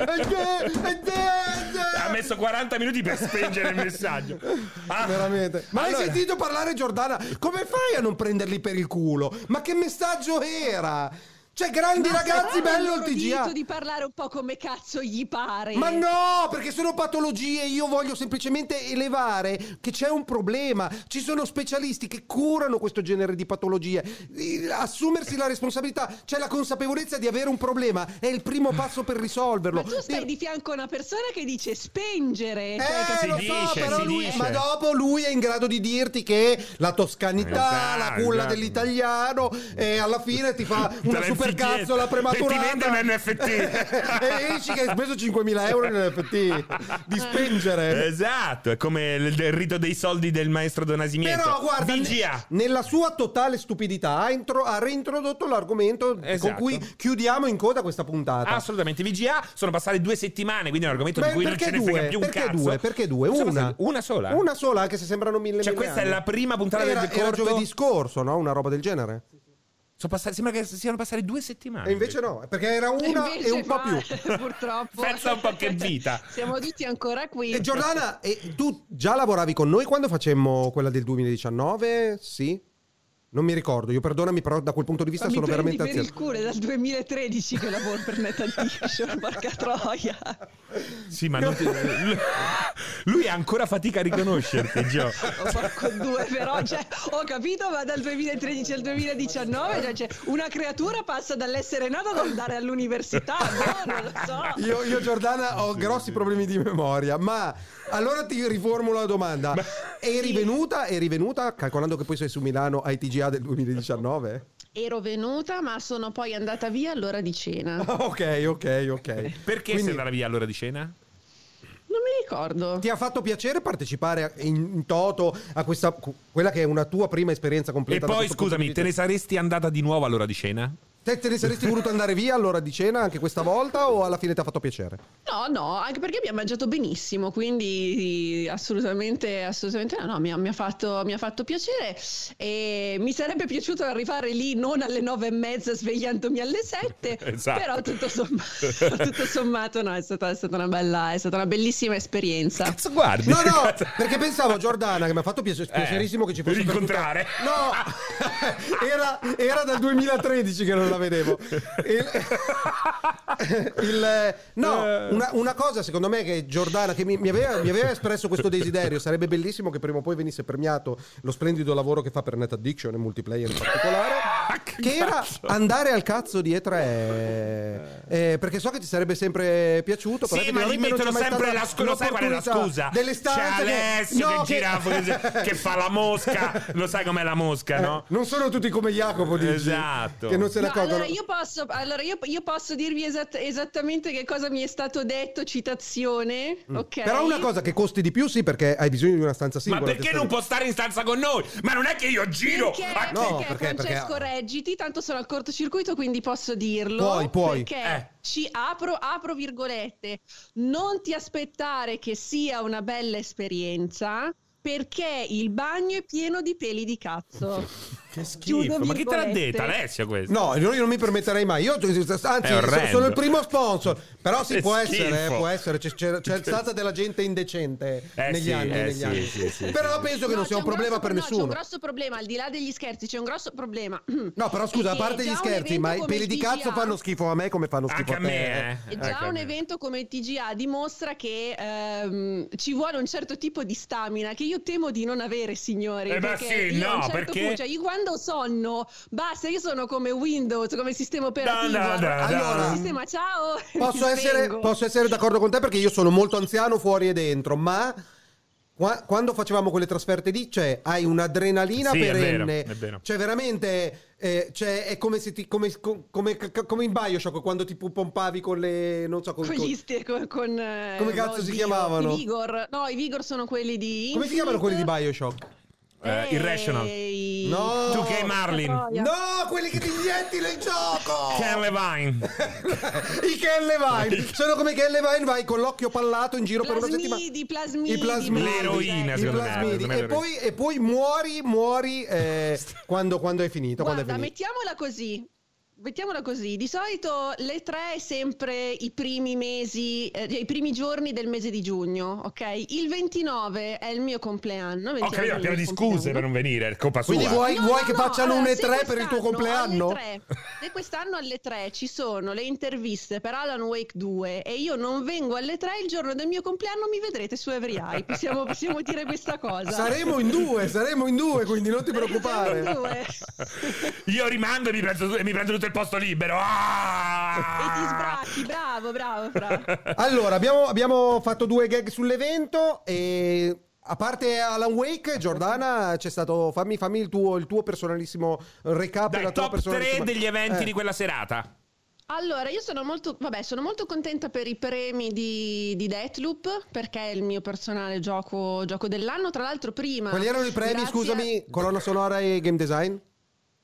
[SPEAKER 2] *laughs*
[SPEAKER 1] Eh, eh, eh, eh.
[SPEAKER 2] Ha messo 40 minuti per spengere il messaggio. Ah,
[SPEAKER 1] Veramente. Ma l'hai
[SPEAKER 2] allora-
[SPEAKER 1] sentito parlare Giordana? Come fai a non prenderli per il culo? Ma che messaggio era? Cioè, grandi
[SPEAKER 3] Ma
[SPEAKER 1] ragazzi,
[SPEAKER 3] se
[SPEAKER 1] bello il
[SPEAKER 3] hanno
[SPEAKER 1] TGA.
[SPEAKER 3] diritto di parlare un po' come cazzo gli pare.
[SPEAKER 1] Ma no, perché sono patologie, io voglio semplicemente elevare che c'è un problema, ci sono specialisti che curano questo genere di patologie, Il- assumersi la responsabilità, c'è la consapevolezza di avere un problema, è il primo passo per risolverlo.
[SPEAKER 3] Ma tu stai
[SPEAKER 1] Io-
[SPEAKER 3] di fianco a una persona che dice spengere.
[SPEAKER 1] Eh,
[SPEAKER 3] cioè,
[SPEAKER 2] Si
[SPEAKER 1] lo so,
[SPEAKER 2] dice,
[SPEAKER 1] però
[SPEAKER 2] si
[SPEAKER 1] lui-
[SPEAKER 2] dice.
[SPEAKER 1] ma dopo lui è in grado di dirti che la toscanità,
[SPEAKER 2] Esatto,
[SPEAKER 1] la culla
[SPEAKER 2] esatto.
[SPEAKER 1] dell'italiano, e alla fine ti fa
[SPEAKER 2] Te
[SPEAKER 1] una supercazzola
[SPEAKER 2] la infiglietta. E ti vende
[SPEAKER 1] prematurata.
[SPEAKER 2] un
[SPEAKER 1] *laughs*
[SPEAKER 2] NFT.
[SPEAKER 1] e dici che hai speso 5.000 euro in NFT di spengere.
[SPEAKER 2] Esatto, è come il, il rito dei soldi del maestro Donasimiento.
[SPEAKER 1] Però guarda,
[SPEAKER 2] VGA.
[SPEAKER 1] ne- nella sua totale stupidità ha, intro- ha reintrodotto l'argomento
[SPEAKER 2] Esatto.
[SPEAKER 1] con cui chiudiamo in coda questa puntata.
[SPEAKER 2] Assolutamente, VGA sono passate due settimane, quindi è un argomento
[SPEAKER 1] Beh,
[SPEAKER 2] di cui non ce
[SPEAKER 1] perché
[SPEAKER 2] ne frega
[SPEAKER 1] due?
[SPEAKER 2] più un
[SPEAKER 1] Perché
[SPEAKER 2] cazzo.
[SPEAKER 1] due? Perché due?
[SPEAKER 2] Sono
[SPEAKER 1] Una.
[SPEAKER 2] passate- Una sola?
[SPEAKER 1] Una sola, anche se sembrano mille
[SPEAKER 2] Cioè,
[SPEAKER 1] mille
[SPEAKER 2] questa
[SPEAKER 1] anni.
[SPEAKER 2] è la prima puntata
[SPEAKER 1] era,
[SPEAKER 2] del
[SPEAKER 1] era
[SPEAKER 2] corto.
[SPEAKER 1] giovedì scorso, no? Una roba del genere.
[SPEAKER 2] Sono passate- sembra che siano passate due settimane.
[SPEAKER 1] E invece no, perché era una
[SPEAKER 3] invece
[SPEAKER 1] e un po'
[SPEAKER 3] qua,
[SPEAKER 1] più.
[SPEAKER 4] *laughs*
[SPEAKER 3] Purtroppo.
[SPEAKER 2] Pensa un po' che
[SPEAKER 4] Cioè,
[SPEAKER 2] vita.
[SPEAKER 3] Siamo tutti ancora qui.
[SPEAKER 1] E Giordana, e tu già lavoravi con noi quando facemmo quella del 2019? Sì. Non mi ricordo, io perdonami, però da quel punto di vista
[SPEAKER 4] Ma
[SPEAKER 1] sono
[SPEAKER 4] mi prendi per
[SPEAKER 1] veramente
[SPEAKER 4] il
[SPEAKER 1] anziano.
[SPEAKER 4] culo, è dal 2013 che lavoro per NetAddiction, *laughs* porca troia.
[SPEAKER 2] Sì,
[SPEAKER 1] *laughs*
[SPEAKER 2] ma non ti- lui ha ancora fatica a riconoscerti, Gio.
[SPEAKER 4] Oh, porco due, però, cioè, ho capito, ma dal 2013 al 2019, cioè, cioè, una creatura passa dall'essere nata ad andare all'università, no? Non lo so.
[SPEAKER 1] Io, io, Giordana
[SPEAKER 2] *laughs*
[SPEAKER 1] ho grossi problemi di memoria, ma allora ti riformulo la domanda. Eri venuta, eri venuta, calcolando che poi sei su Milano ai TGA del 2019?
[SPEAKER 3] Ero venuta, ma sono poi andata via all'ora di cena. Non
[SPEAKER 1] *laughs* ok, ok, ok.
[SPEAKER 2] Perché sei andata via all'ora di cena?
[SPEAKER 3] mi ricordo.
[SPEAKER 1] Ti ha fatto piacere partecipare a- in, in toto a questa, cu- quella che è una tua prima esperienza
[SPEAKER 2] E
[SPEAKER 1] completa? da
[SPEAKER 2] poi,
[SPEAKER 1] questo punto
[SPEAKER 2] scusami,
[SPEAKER 1] di
[SPEAKER 2] te ne
[SPEAKER 1] vista?
[SPEAKER 2] saresti andata di nuovo all'ora di cena?
[SPEAKER 1] Te, te ne saresti voluto andare via all'ora di cena anche questa volta o alla fine ti ha fatto piacere?
[SPEAKER 3] No, no, anche perché abbiamo mangiato benissimo, quindi assolutamente, assolutamente no, no, mi ha, mi ha fatto, mi ha fatto piacere e mi sarebbe piaciuto arrivare lì non alle nove e mezza svegliandomi alle sette,
[SPEAKER 1] *laughs*
[SPEAKER 2] Esatto.
[SPEAKER 3] però tutto sommato, tutto sommato no, è stata, è stata una bella, è stata una bellissima esperienza.
[SPEAKER 2] Cazzo, guardi.
[SPEAKER 1] No, no,
[SPEAKER 2] *laughs*
[SPEAKER 1] perché pensavo a Giordana che mi ha fatto piace- piacerissimo che ci fosse per
[SPEAKER 2] Rincontrare.
[SPEAKER 1] tutta- No, era, era dal 2013 che non la vedevo. Il- *laughs* il- no, una, una cosa secondo me che Giordana, che mi, mi aveva, mi aveva espresso questo desiderio, sarebbe bellissimo che prima o poi venisse premiato lo splendido lavoro che fa per Net Addiction e multiplayer in particolare.
[SPEAKER 2] Ah,
[SPEAKER 1] Che era andare al cazzo di E3 eh, perché so che ti sarebbe sempre piaciuto però
[SPEAKER 2] Sì, ma gli
[SPEAKER 1] effettivamente non
[SPEAKER 2] mettono
[SPEAKER 1] c'è mai
[SPEAKER 2] sempre
[SPEAKER 1] stata
[SPEAKER 2] la scusa. Lo sai qual è la
[SPEAKER 1] l'opportunità
[SPEAKER 2] scusa?
[SPEAKER 1] Delle stanze
[SPEAKER 2] C'è
[SPEAKER 1] che-
[SPEAKER 2] Alessio che,
[SPEAKER 1] no,
[SPEAKER 2] gira,
[SPEAKER 1] *laughs*
[SPEAKER 2] che fa la mosca. Lo sai com'è la mosca,
[SPEAKER 1] Eh,
[SPEAKER 2] no?
[SPEAKER 1] Non sono tutti come Jacopo, dici,
[SPEAKER 2] Esatto.
[SPEAKER 1] Che non se ne
[SPEAKER 3] No,
[SPEAKER 1] accorgono.
[SPEAKER 3] allora io posso, allora io, io posso dirvi esatt- esattamente che cosa mi è stato detto, citazione, ok?
[SPEAKER 1] Mm. Però una cosa che costi di più, sì, perché hai bisogno di una stanza
[SPEAKER 2] Ma
[SPEAKER 1] singola.
[SPEAKER 2] perché
[SPEAKER 1] testate.
[SPEAKER 2] non può stare in stanza con noi? Ma non è che io giro
[SPEAKER 3] Perché,
[SPEAKER 2] a
[SPEAKER 1] No,
[SPEAKER 3] perché,
[SPEAKER 1] perché-
[SPEAKER 3] Francesco
[SPEAKER 1] perché-
[SPEAKER 3] reggiti, tanto sono al cortocircuito quindi posso dirlo.
[SPEAKER 1] Puoi, puoi.
[SPEAKER 3] Perché
[SPEAKER 2] Eh.
[SPEAKER 3] ci apro, apro virgolette, non ti aspettare che sia una bella esperienza perché il bagno è pieno di peli di cazzo.
[SPEAKER 2] Che
[SPEAKER 3] Chiudo
[SPEAKER 2] schifo. Ma chi te l'ha
[SPEAKER 3] virgolette.
[SPEAKER 2] detta, Alessia, questo?
[SPEAKER 1] No, io io non mi permetterei mai. Io, eh, anzi,
[SPEAKER 2] È orrendo.
[SPEAKER 1] so- sono il primo sponsor. Però sì,
[SPEAKER 2] Che
[SPEAKER 1] può
[SPEAKER 2] schifo.
[SPEAKER 1] essere, eh, può essere. C'è, c'è-
[SPEAKER 2] *laughs*
[SPEAKER 1] c'è stata della gente indecente
[SPEAKER 2] Eh
[SPEAKER 1] negli
[SPEAKER 2] sì,
[SPEAKER 1] anni.
[SPEAKER 2] eh
[SPEAKER 1] negli
[SPEAKER 2] sì,
[SPEAKER 1] anni.
[SPEAKER 2] sì, sì, sì.
[SPEAKER 1] però penso che
[SPEAKER 3] No,
[SPEAKER 1] non sia
[SPEAKER 3] c'è
[SPEAKER 1] un problema per
[SPEAKER 3] grosso pro- no,
[SPEAKER 1] nessuno.
[SPEAKER 3] C'è un grosso problema, al di là degli scherzi, c'è un grosso problema.
[SPEAKER 1] No, però scusa, a
[SPEAKER 3] Perché
[SPEAKER 1] parte
[SPEAKER 3] già
[SPEAKER 1] gli
[SPEAKER 3] un
[SPEAKER 1] scherzi,
[SPEAKER 3] evento
[SPEAKER 1] ma i
[SPEAKER 3] come
[SPEAKER 1] peli di
[SPEAKER 3] il TGA
[SPEAKER 1] cazzo fanno schifo a me come fanno schifo
[SPEAKER 2] Anche
[SPEAKER 1] a,
[SPEAKER 2] a me,
[SPEAKER 1] te.
[SPEAKER 2] eh.
[SPEAKER 3] E
[SPEAKER 1] Anche a
[SPEAKER 3] già un
[SPEAKER 1] me.
[SPEAKER 3] evento come il TGA dimostra che ehm, ci vuole un certo tipo di stamina che io temo di non avere, signori.
[SPEAKER 2] Eh, ma
[SPEAKER 3] perché
[SPEAKER 2] sì,
[SPEAKER 3] io a un
[SPEAKER 2] no,
[SPEAKER 3] certo
[SPEAKER 2] perché-
[SPEAKER 3] punto- cioè, io quando ho sonno, basta, io sono come Windows, come sistema operativo.
[SPEAKER 2] Da, da, da,
[SPEAKER 1] Allora,
[SPEAKER 2] da.
[SPEAKER 3] sistema ciao. *laughs*
[SPEAKER 1] Posso
[SPEAKER 3] mi
[SPEAKER 1] essere,
[SPEAKER 3] spengo.
[SPEAKER 1] posso essere d'accordo con te perché io sono molto anziano fuori e dentro, ma qua- quando facevamo quelle trasferte lì, cioè, hai un'adrenalina
[SPEAKER 2] Sì, è vero,
[SPEAKER 1] perenne.
[SPEAKER 2] è vero.
[SPEAKER 1] Cioè, veramente eh, cioè, è come se ti. come, co- come- co- come in Bioshock quando ti pu- pompavi con le. non so, con,
[SPEAKER 3] Con
[SPEAKER 1] con-
[SPEAKER 3] gli ste- con, con, eh,
[SPEAKER 1] Come cazzo si
[SPEAKER 3] oddio,
[SPEAKER 1] chiamavano?
[SPEAKER 3] I Vigor. No, i Vigor sono quelli di.
[SPEAKER 1] come si chiamano quelli di Bioshock?
[SPEAKER 2] Eh, irrational.
[SPEAKER 3] Ehi.
[SPEAKER 1] No!
[SPEAKER 2] Tu che Marlin.
[SPEAKER 3] troia.
[SPEAKER 1] No, quelli che ti inietti nel gioco!
[SPEAKER 2] Ken Levine.
[SPEAKER 1] I Ken
[SPEAKER 2] *laughs*
[SPEAKER 1] Levine! Sono come i Ken Levine, vai con l'occhio pallato in giro per una settimana.
[SPEAKER 3] Plasmidi, plasmidi.
[SPEAKER 1] I plasmidi.
[SPEAKER 2] L'eroina,
[SPEAKER 1] I
[SPEAKER 2] secondo me,
[SPEAKER 1] plasmidi.
[SPEAKER 2] secondo me
[SPEAKER 1] E, poi, e poi muori, muori eh,
[SPEAKER 2] *laughs*
[SPEAKER 1] quando, quando è finito. quando è
[SPEAKER 3] Guarda,
[SPEAKER 1] finito.
[SPEAKER 3] mettiamola così. Mettiamola così, di solito le tre è sempre i primi mesi, eh, i primi giorni del mese di giugno, ok? Il 29 è il mio compleanno.
[SPEAKER 2] Ho
[SPEAKER 3] 29 è
[SPEAKER 2] capito,
[SPEAKER 3] il
[SPEAKER 2] pieno
[SPEAKER 3] mio
[SPEAKER 2] di scuse
[SPEAKER 3] compleanno.
[SPEAKER 2] per non venire, è colpa sua.
[SPEAKER 1] Quindi vuoi,
[SPEAKER 3] No,
[SPEAKER 1] vuoi
[SPEAKER 3] no,
[SPEAKER 1] che
[SPEAKER 3] no,
[SPEAKER 1] facciano
[SPEAKER 3] allora,
[SPEAKER 1] un
[SPEAKER 3] se
[SPEAKER 1] E3 per il tuo
[SPEAKER 3] quest'anno alle
[SPEAKER 1] compleanno?
[SPEAKER 3] tre- se quest'anno alle 3 ci sono le interviste per Alan Wake 2 e io non vengo alle 3 il giorno del mio compleanno, mi vedrete su Every Eye. Possiamo, possiamo dire questa cosa.
[SPEAKER 1] Saremo in due,
[SPEAKER 3] *laughs*
[SPEAKER 1] saremo in due, quindi non ti
[SPEAKER 2] *laughs*
[SPEAKER 1] preoccupare.
[SPEAKER 3] Due.
[SPEAKER 2] Io rimando e mi prendo, e mi prendo tutto il posto libero.
[SPEAKER 3] E ti
[SPEAKER 2] Ah!
[SPEAKER 3] sbracchi, bravo, bravo, bravo.
[SPEAKER 1] *laughs* Allora, abbiamo, abbiamo fatto due gag sull'evento e... A parte Alan Wake, Giordana, c'è stato. Fammi, fammi il, tuo, il tuo personalissimo recap. la
[SPEAKER 2] Dai,
[SPEAKER 1] tua
[SPEAKER 2] top 3
[SPEAKER 1] personalissima-
[SPEAKER 2] degli eventi
[SPEAKER 1] Eh.
[SPEAKER 2] di quella serata.
[SPEAKER 3] Allora, io sono molto, vabbè, sono molto contenta per i premi di, di Deathloop perché è il mio personale gioco, gioco dell'anno. Tra l'altro, prima.
[SPEAKER 1] Quali erano i premi?
[SPEAKER 3] grazie-
[SPEAKER 1] Scusami, colonna sonora e game design?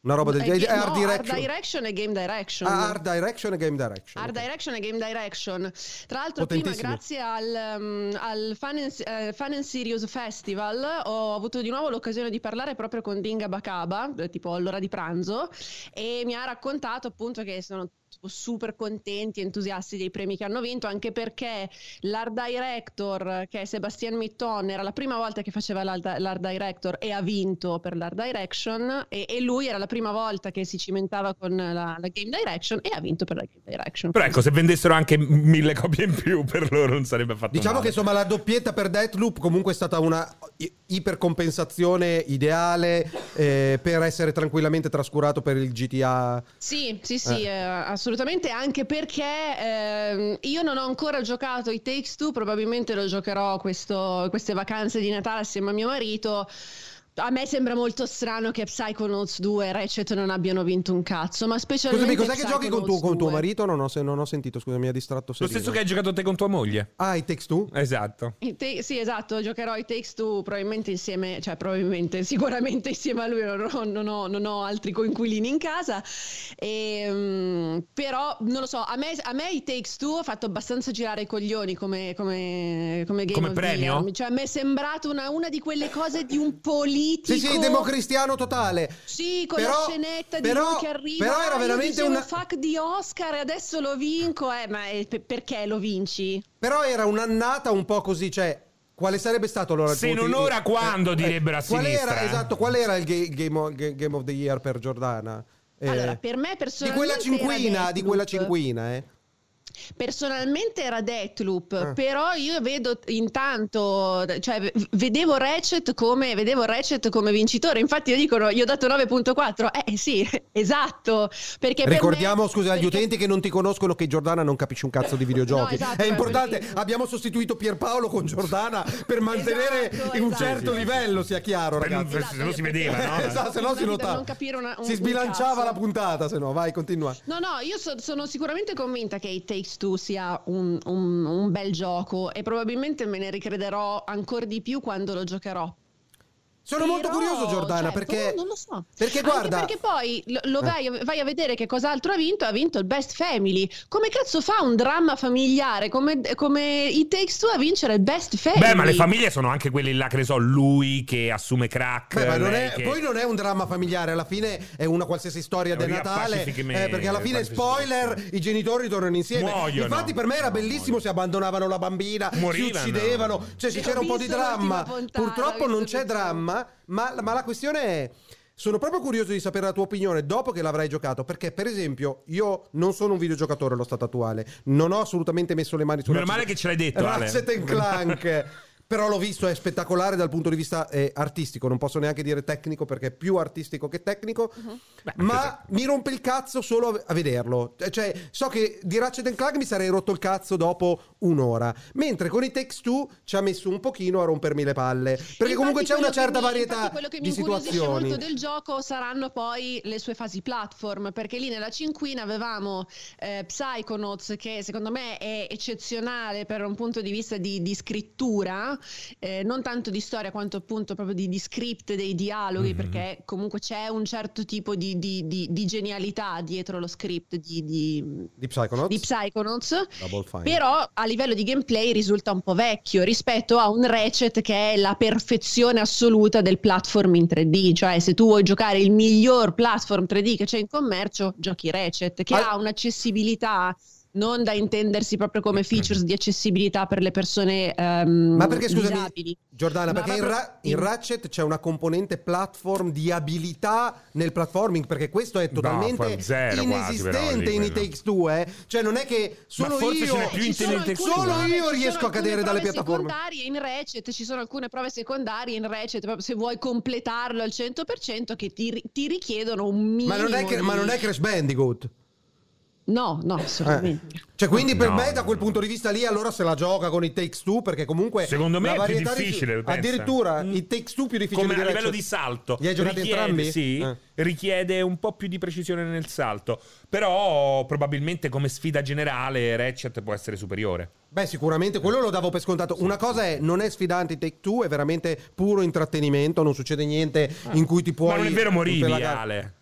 [SPEAKER 1] Una roba del
[SPEAKER 3] Eh,
[SPEAKER 1] genere.
[SPEAKER 3] ga-
[SPEAKER 1] Eh, Art
[SPEAKER 3] no,
[SPEAKER 1] direction.
[SPEAKER 3] e Game Direction.
[SPEAKER 1] Ah, art direction e game direction.
[SPEAKER 3] Art
[SPEAKER 1] ok.
[SPEAKER 3] Direction e Game Direction. Tra l'altro, prima,
[SPEAKER 1] Potentissimi.
[SPEAKER 3] grazie al, um, al Fun, and, eh, Fun and Serious Festival, ho avuto di nuovo l'occasione di parlare proprio con Dinga Bacaba, eh, tipo all'ora di pranzo, e mi ha raccontato appunto che sono tipo, super contenti, entusiasti dei premi che hanno vinto, anche perché l'art director, che è Sebastian Mitton, era la prima volta che faceva l'art, l'art director e ha vinto per l'art direction, e, e, lui era la prima volta che si cimentava con la, la game direction e ha vinto per la game direction.
[SPEAKER 2] Però ecco, se vendessero anche mille copie in più per loro non sarebbe fatto
[SPEAKER 1] Diciamo
[SPEAKER 2] male.
[SPEAKER 1] che insomma la doppietta per Deathloop comunque è stata una i- ipercompensazione ideale eh, per essere tranquillamente trascurato per il GTA.
[SPEAKER 3] Sì, sì, sì, eh. Eh, assolutamente, anche perché ehm, io non ho ancora giocato i Takes Two, probabilmente lo giocherò questo, queste vacanze di Natale assieme a mio marito. A me sembra molto strano che Psychonauts 2 e Ratchet non abbiano vinto un cazzo, ma specialmente...
[SPEAKER 1] Scusami, cos'è che giochi con, tu, con tuo
[SPEAKER 3] 2.
[SPEAKER 1] marito? Non ho, se- non ho sentito, scusa, mi ha distratto.
[SPEAKER 2] Lo stesso che hai giocato te con tua moglie.
[SPEAKER 1] Ah, i Takes Two?
[SPEAKER 2] Esatto.
[SPEAKER 3] I te- sì, esatto, giocherò i Takes Two probabilmente insieme, cioè probabilmente, *laughs* sicuramente insieme a lui, non ho, non ho- non ho altri coinquilini in casa, e, mm, però non lo so, a me, a me i Takes Two ha fatto abbastanza girare i coglioni come, come, come game
[SPEAKER 2] Come
[SPEAKER 3] of
[SPEAKER 2] premio?
[SPEAKER 3] the year. cioè mi è sembrato una, una di quelle cose di un politico...
[SPEAKER 1] Sì, sì, democristiano totale.
[SPEAKER 3] Sì, con
[SPEAKER 1] Però-
[SPEAKER 3] la scenetta di
[SPEAKER 1] però-
[SPEAKER 3] lui che arriva.
[SPEAKER 1] però era
[SPEAKER 3] "Ah, io
[SPEAKER 1] veramente
[SPEAKER 3] dicevo
[SPEAKER 1] una-
[SPEAKER 3] fuck di Oscar e adesso lo vinco. Eh, ma eh, pe- perché lo vinci?
[SPEAKER 1] Però era un'annata un po' così, cioè. Quale sarebbe stato allora il
[SPEAKER 2] Se
[SPEAKER 1] punto- eh,
[SPEAKER 2] non ora, quando, direbbero a
[SPEAKER 1] qual
[SPEAKER 2] sinistra,
[SPEAKER 1] Era,
[SPEAKER 2] eh.
[SPEAKER 1] Esatto, qual era il ga- game, o- ga- game of the Year per Giordana? Eh,
[SPEAKER 3] Allora, per me
[SPEAKER 1] di quella
[SPEAKER 3] personalmente
[SPEAKER 1] cinquina,
[SPEAKER 3] era
[SPEAKER 1] di quella
[SPEAKER 3] Deathloop.
[SPEAKER 1] cinquina, eh.
[SPEAKER 3] Personalmente era Deathloop,
[SPEAKER 1] Ah.
[SPEAKER 3] però io vedo intanto, cioè v- vedevo Ratchet come, vedevo Ratchet come vincitore, infatti io dicono, gli ho dato 9.4, eh sì, *laughs* esatto, perché per
[SPEAKER 1] Ricordiamo,
[SPEAKER 3] me-
[SPEAKER 1] scusa, agli
[SPEAKER 3] perché-
[SPEAKER 1] utenti che non ti conoscono che Giordana non capisce un cazzo di videogiochi.
[SPEAKER 3] No, esatto,
[SPEAKER 1] è importante,
[SPEAKER 3] perché-
[SPEAKER 1] abbiamo sostituito Pierpaolo con Giordana per mantenere
[SPEAKER 3] Esatto,
[SPEAKER 1] un
[SPEAKER 3] esatto.
[SPEAKER 1] certo livello, sia chiaro,
[SPEAKER 2] Per-
[SPEAKER 1] ragazzi.
[SPEAKER 2] se no si vedeva, no?
[SPEAKER 1] *laughs* Esatto, se no si
[SPEAKER 3] Per non
[SPEAKER 1] notava.
[SPEAKER 3] capire una- un-
[SPEAKER 1] si
[SPEAKER 3] un
[SPEAKER 1] sbilanciava
[SPEAKER 3] cazzo.
[SPEAKER 1] la puntata, se no, vai, continua.
[SPEAKER 3] No, no, io so- sono sicuramente convinta che It Takes Two sia un, un- un bel gioco e probabilmente me ne ricrederò ancora di più quando lo giocherò.
[SPEAKER 1] Sono molto
[SPEAKER 3] Però,
[SPEAKER 1] curioso, Giordana,
[SPEAKER 3] cioè,
[SPEAKER 1] perché.
[SPEAKER 3] boh, non lo so.
[SPEAKER 1] Perché guarda.
[SPEAKER 3] Anche perché poi lo, lo
[SPEAKER 1] Eh.
[SPEAKER 3] vai, vai a vedere che cos'altro ha vinto, ha vinto il Best Family. Come cazzo fa un dramma familiare come, come i Takes Two a vincere il Best Family?
[SPEAKER 2] Beh, ma le famiglie sono anche quelle là, che ne so, lui che assume crack.
[SPEAKER 1] Beh, ma non
[SPEAKER 2] lei
[SPEAKER 1] è-
[SPEAKER 2] che-
[SPEAKER 1] poi non è un dramma familiare, alla fine è una qualsiasi storia
[SPEAKER 2] È
[SPEAKER 1] del
[SPEAKER 2] una
[SPEAKER 1] Natale.
[SPEAKER 2] Pacific
[SPEAKER 1] eh,
[SPEAKER 2] Man,
[SPEAKER 1] perché alla fine,
[SPEAKER 2] Pacific
[SPEAKER 1] spoiler, i genitori tornano insieme.
[SPEAKER 2] Muoiono.
[SPEAKER 1] Infatti, per me era bellissimo se abbandonavano la bambina,
[SPEAKER 2] Morivano.
[SPEAKER 1] si uccidevano, cioè ci
[SPEAKER 3] Ho
[SPEAKER 1] c'era un po' di
[SPEAKER 3] visto
[SPEAKER 1] dramma.
[SPEAKER 3] l'ultima puntata,
[SPEAKER 1] Purtroppo
[SPEAKER 3] ho
[SPEAKER 1] non
[SPEAKER 3] visto
[SPEAKER 1] c'è
[SPEAKER 3] l'ultima.
[SPEAKER 1] dramma, ma, ma la questione è. Sono proprio curioso di sapere la tua opinione dopo che l'avrai giocato, perché per esempio io non sono un videogiocatore allo stato attuale, non ho assolutamente messo le mani sulla
[SPEAKER 2] Meno male che ce l'hai detto, Ale.
[SPEAKER 1] Ratchet and
[SPEAKER 2] *laughs*
[SPEAKER 1] Clank. Però l'ho visto, è spettacolare dal punto di vista eh, artistico, non posso neanche dire tecnico perché è più artistico che tecnico, ma mi rompe il cazzo solo a- a vederlo. Eh, Cioè, so che di Ratchet and Clank mi sarei rotto il cazzo dopo un'ora, mentre con i Takes Two ci ha messo un pochino a rompermi le palle, perché
[SPEAKER 3] Infatti
[SPEAKER 1] comunque c'è
[SPEAKER 3] quello
[SPEAKER 1] una
[SPEAKER 3] che
[SPEAKER 1] certa
[SPEAKER 3] mi-
[SPEAKER 1] varietà
[SPEAKER 3] infatti quello che mi
[SPEAKER 1] di
[SPEAKER 3] incuriosisce
[SPEAKER 1] situazioni.
[SPEAKER 3] molto del gioco saranno poi le sue fasi platform, perché lì nella cinquina avevamo eh, Psychonauts, che secondo me è eccezionale per un punto di vista di, di scrittura, eh, non tanto di storia quanto appunto proprio di, di script dei dialoghi,
[SPEAKER 2] Mhm.
[SPEAKER 3] perché comunque c'è un certo tipo di, di- di- di genialità dietro lo script di, di-
[SPEAKER 1] Di Psychonauts?
[SPEAKER 3] di Psychonauts.
[SPEAKER 1] Double Fine.
[SPEAKER 3] Però a livello di gameplay risulta un po' vecchio rispetto a un Ratchet che è la perfezione assoluta del platform in 3D, cioè se tu vuoi giocare il miglior platform 3D che c'è in commercio, giochi Ratchet, che
[SPEAKER 1] Ah.
[SPEAKER 3] ha un'accessibilità non da intendersi proprio come features di accessibilità per le persone ehm,
[SPEAKER 1] Ma perché scusami,
[SPEAKER 3] disabili.
[SPEAKER 1] Giordana,
[SPEAKER 3] Ma
[SPEAKER 1] perché in,
[SPEAKER 3] proprio-
[SPEAKER 1] Ra- in Ratchet c'è una componente platform di abilità nel platforming, perché questo è totalmente
[SPEAKER 2] fa zero quasi, però,
[SPEAKER 1] inesistente
[SPEAKER 2] lì,
[SPEAKER 1] in i
[SPEAKER 2] quello.
[SPEAKER 1] Takes 2, eh. cioè non è che solo
[SPEAKER 2] forse
[SPEAKER 1] io
[SPEAKER 2] ce n'è più in
[SPEAKER 3] Eh, Ci sono
[SPEAKER 2] Tenet
[SPEAKER 3] alcune
[SPEAKER 1] Solo
[SPEAKER 3] prove-
[SPEAKER 1] io
[SPEAKER 3] ci sono
[SPEAKER 1] riesco a
[SPEAKER 3] alcune
[SPEAKER 1] cadere dalle
[SPEAKER 3] prove
[SPEAKER 1] piattaforme.
[SPEAKER 3] secondarie in Ratchet ci sono alcune prove secondarie in Ratchet proprio se vuoi completarlo al 100% che ti, ti richiedono un minimo
[SPEAKER 1] Ma non, è che-
[SPEAKER 3] di-
[SPEAKER 1] ma non è Crash Bandicoot.
[SPEAKER 3] No, no, assolutamente.
[SPEAKER 1] Cioè, quindi per
[SPEAKER 2] No.
[SPEAKER 1] me, da quel punto di vista lì, allora se la gioca con i Takes 2, perché comunque.
[SPEAKER 2] Secondo me
[SPEAKER 1] la
[SPEAKER 2] è più
[SPEAKER 1] varietà di-
[SPEAKER 2] difficile, pensa.
[SPEAKER 1] Addirittura
[SPEAKER 3] Mm.
[SPEAKER 1] i Takes 2 più difficili
[SPEAKER 2] Come
[SPEAKER 1] di
[SPEAKER 2] a livello
[SPEAKER 1] Ratchet.
[SPEAKER 2] di salto.
[SPEAKER 1] Li hai giocati
[SPEAKER 2] richiede,
[SPEAKER 1] entrambi?
[SPEAKER 2] Sì,
[SPEAKER 1] Eh.
[SPEAKER 2] richiede un po' più di precisione nel salto. Però probabilmente come sfida generale Ratchet può essere superiore.
[SPEAKER 1] Beh, sicuramente quello lo davo per scontato. Una cosa è, non è sfidante i Take Two, è veramente puro intrattenimento, non succede niente in cui ti puoi.
[SPEAKER 2] Ma Ah. non è vero morivi,
[SPEAKER 1] impelagare.
[SPEAKER 2] Ale.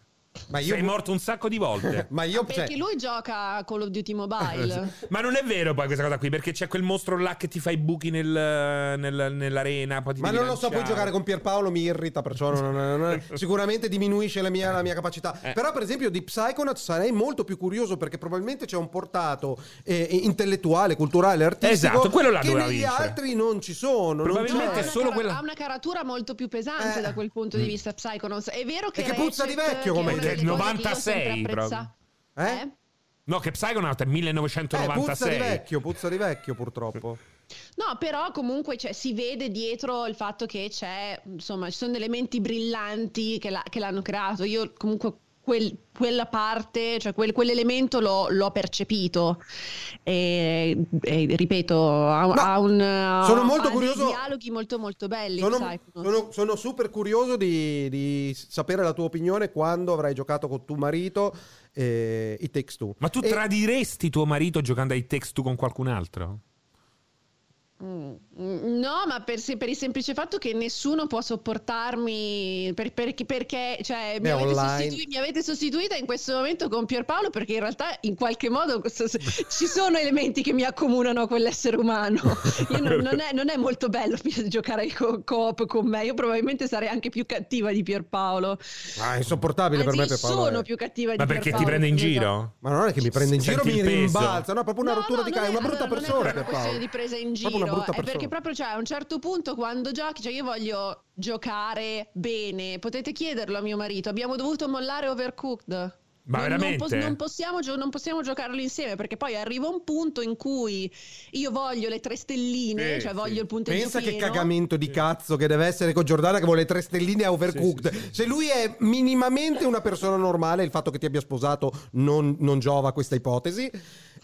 [SPEAKER 2] Ma
[SPEAKER 1] Eh,
[SPEAKER 2] io... Sei morto un sacco di
[SPEAKER 1] *laughs*
[SPEAKER 2] volte.
[SPEAKER 3] ma io... Perché cioè... lui gioca a Call of Duty Mobile.
[SPEAKER 2] Eh, ma non è vero poi questa cosa qui, perché c'è quel mostro là che ti fa i buchi nel, nel, nell'arena.
[SPEAKER 1] ma non lanciare. lo so, poi giocare con Pierpaolo mi irrita, perciò non, non, non,
[SPEAKER 2] *laughs*
[SPEAKER 1] sicuramente diminuisce la mia, la mia capacità. Eh. Però per esempio di Psychonaut sarei molto più curioso perché probabilmente c'è un portato eh, intellettuale, culturale, artistico.
[SPEAKER 2] Esatto, quello là
[SPEAKER 1] che
[SPEAKER 2] doveva
[SPEAKER 1] negli
[SPEAKER 2] vincere.
[SPEAKER 1] altri non ci sono.
[SPEAKER 2] Probabilmente è solo
[SPEAKER 3] cara-
[SPEAKER 2] quella...
[SPEAKER 3] Cioè, Ha una caratura molto più pesante eh. da quel punto di vista Psychonauts. È vero che...
[SPEAKER 1] E che puzza di vecchio come
[SPEAKER 2] del 96 proprio.
[SPEAKER 1] Eh? eh?
[SPEAKER 2] No, che Psychonaut è 1996.
[SPEAKER 1] Eh, puzza di vecchio, puzza di vecchio
[SPEAKER 2] *laughs*
[SPEAKER 1] purtroppo.
[SPEAKER 3] No, però comunque cioè, si vede dietro il fatto che c'è, insomma, ci sono elementi brillanti che, la, che l'hanno creato. Io comunque Quel, quella parte, cioè quel, quell'elemento l'ho, l'ho percepito. E, e, ripeto, ha, no, ha un.
[SPEAKER 1] Sono molto
[SPEAKER 3] ha
[SPEAKER 1] curioso.
[SPEAKER 3] dialoghi molto, molto belli.
[SPEAKER 1] Sono, sono, sono super curioso di, di, sapere la tua opinione quando avrai giocato con tuo marito. Eh, It Takes Two.
[SPEAKER 2] Ma tu
[SPEAKER 1] e...
[SPEAKER 2] tradiresti tuo marito giocando a It Takes Two con qualcun altro?
[SPEAKER 3] Mm. No, ma per, per, il semplice fatto che nessuno può sopportarmi per, per, perché cioè, mi, avete mi, avete sostituita in questo momento con Pierpaolo perché in realtà in qualche modo questo, ci sono elementi che mi accomunano a quell'essere umano. Non, non, è, non, è, molto bello giocare co- coop con me, io probabilmente sarei anche più cattiva di Pierpaolo.
[SPEAKER 1] Ah, è insopportabile Anzi, per me Pierpaolo. eh.
[SPEAKER 3] sono più cattiva di
[SPEAKER 2] ma
[SPEAKER 3] Pierpaolo.
[SPEAKER 2] Ma perché ti prende in giro?
[SPEAKER 1] Ma non è che mi prende in
[SPEAKER 2] Senti
[SPEAKER 1] giro, mi
[SPEAKER 2] peso.
[SPEAKER 1] rimbalza, no, è proprio una
[SPEAKER 3] No,
[SPEAKER 1] rottura
[SPEAKER 3] no,
[SPEAKER 1] di
[SPEAKER 3] non
[SPEAKER 1] cane,
[SPEAKER 3] è-
[SPEAKER 1] una brutta
[SPEAKER 3] allora, non è
[SPEAKER 1] persona
[SPEAKER 3] proprio una
[SPEAKER 1] Pierpaolo.
[SPEAKER 3] questione di presa in
[SPEAKER 1] Proprio una
[SPEAKER 3] giro,
[SPEAKER 1] brutta
[SPEAKER 3] è perché
[SPEAKER 1] persona.
[SPEAKER 3] proprio cioè, a un certo punto quando giochi, cioè io voglio giocare bene, potete chiederlo a mio marito, abbiamo dovuto mollare Overcooked.
[SPEAKER 2] Ma
[SPEAKER 3] non,
[SPEAKER 2] veramente?
[SPEAKER 3] Non, non possiamo gio- non possiamo giocarlo insieme perché poi arriva un punto in cui io voglio le tre stelline,
[SPEAKER 2] Sì,
[SPEAKER 3] cioè
[SPEAKER 2] sì.
[SPEAKER 3] voglio il punteggio
[SPEAKER 1] Pensa che
[SPEAKER 3] pieno.
[SPEAKER 1] cagamento di cazzo che deve essere con Giordana che vuole tre stelline a overcooked. Se lui è minimamente una persona normale, il fatto che ti abbia sposato non, non giova a questa ipotesi.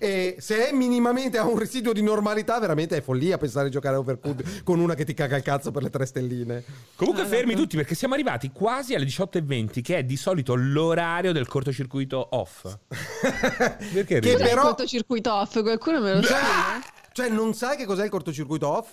[SPEAKER 1] E se è minimamente ha un residuo di normalità, veramente è follia pensare di giocare a overcooked con una che ti caga il cazzo per le tre stelline. *laughs*
[SPEAKER 2] Comunque fermi tutti perché siamo arrivati quasi alle 18.20 che è di solito l'orario del cortocircuito off. perché
[SPEAKER 1] Che
[SPEAKER 2] ridi?
[SPEAKER 3] Cos'è il
[SPEAKER 1] però-
[SPEAKER 3] cortocircuito off? Qualcuno me lo eh? sa?
[SPEAKER 1] *laughs* Cioè, non sai che cos'è il cortocircuito off?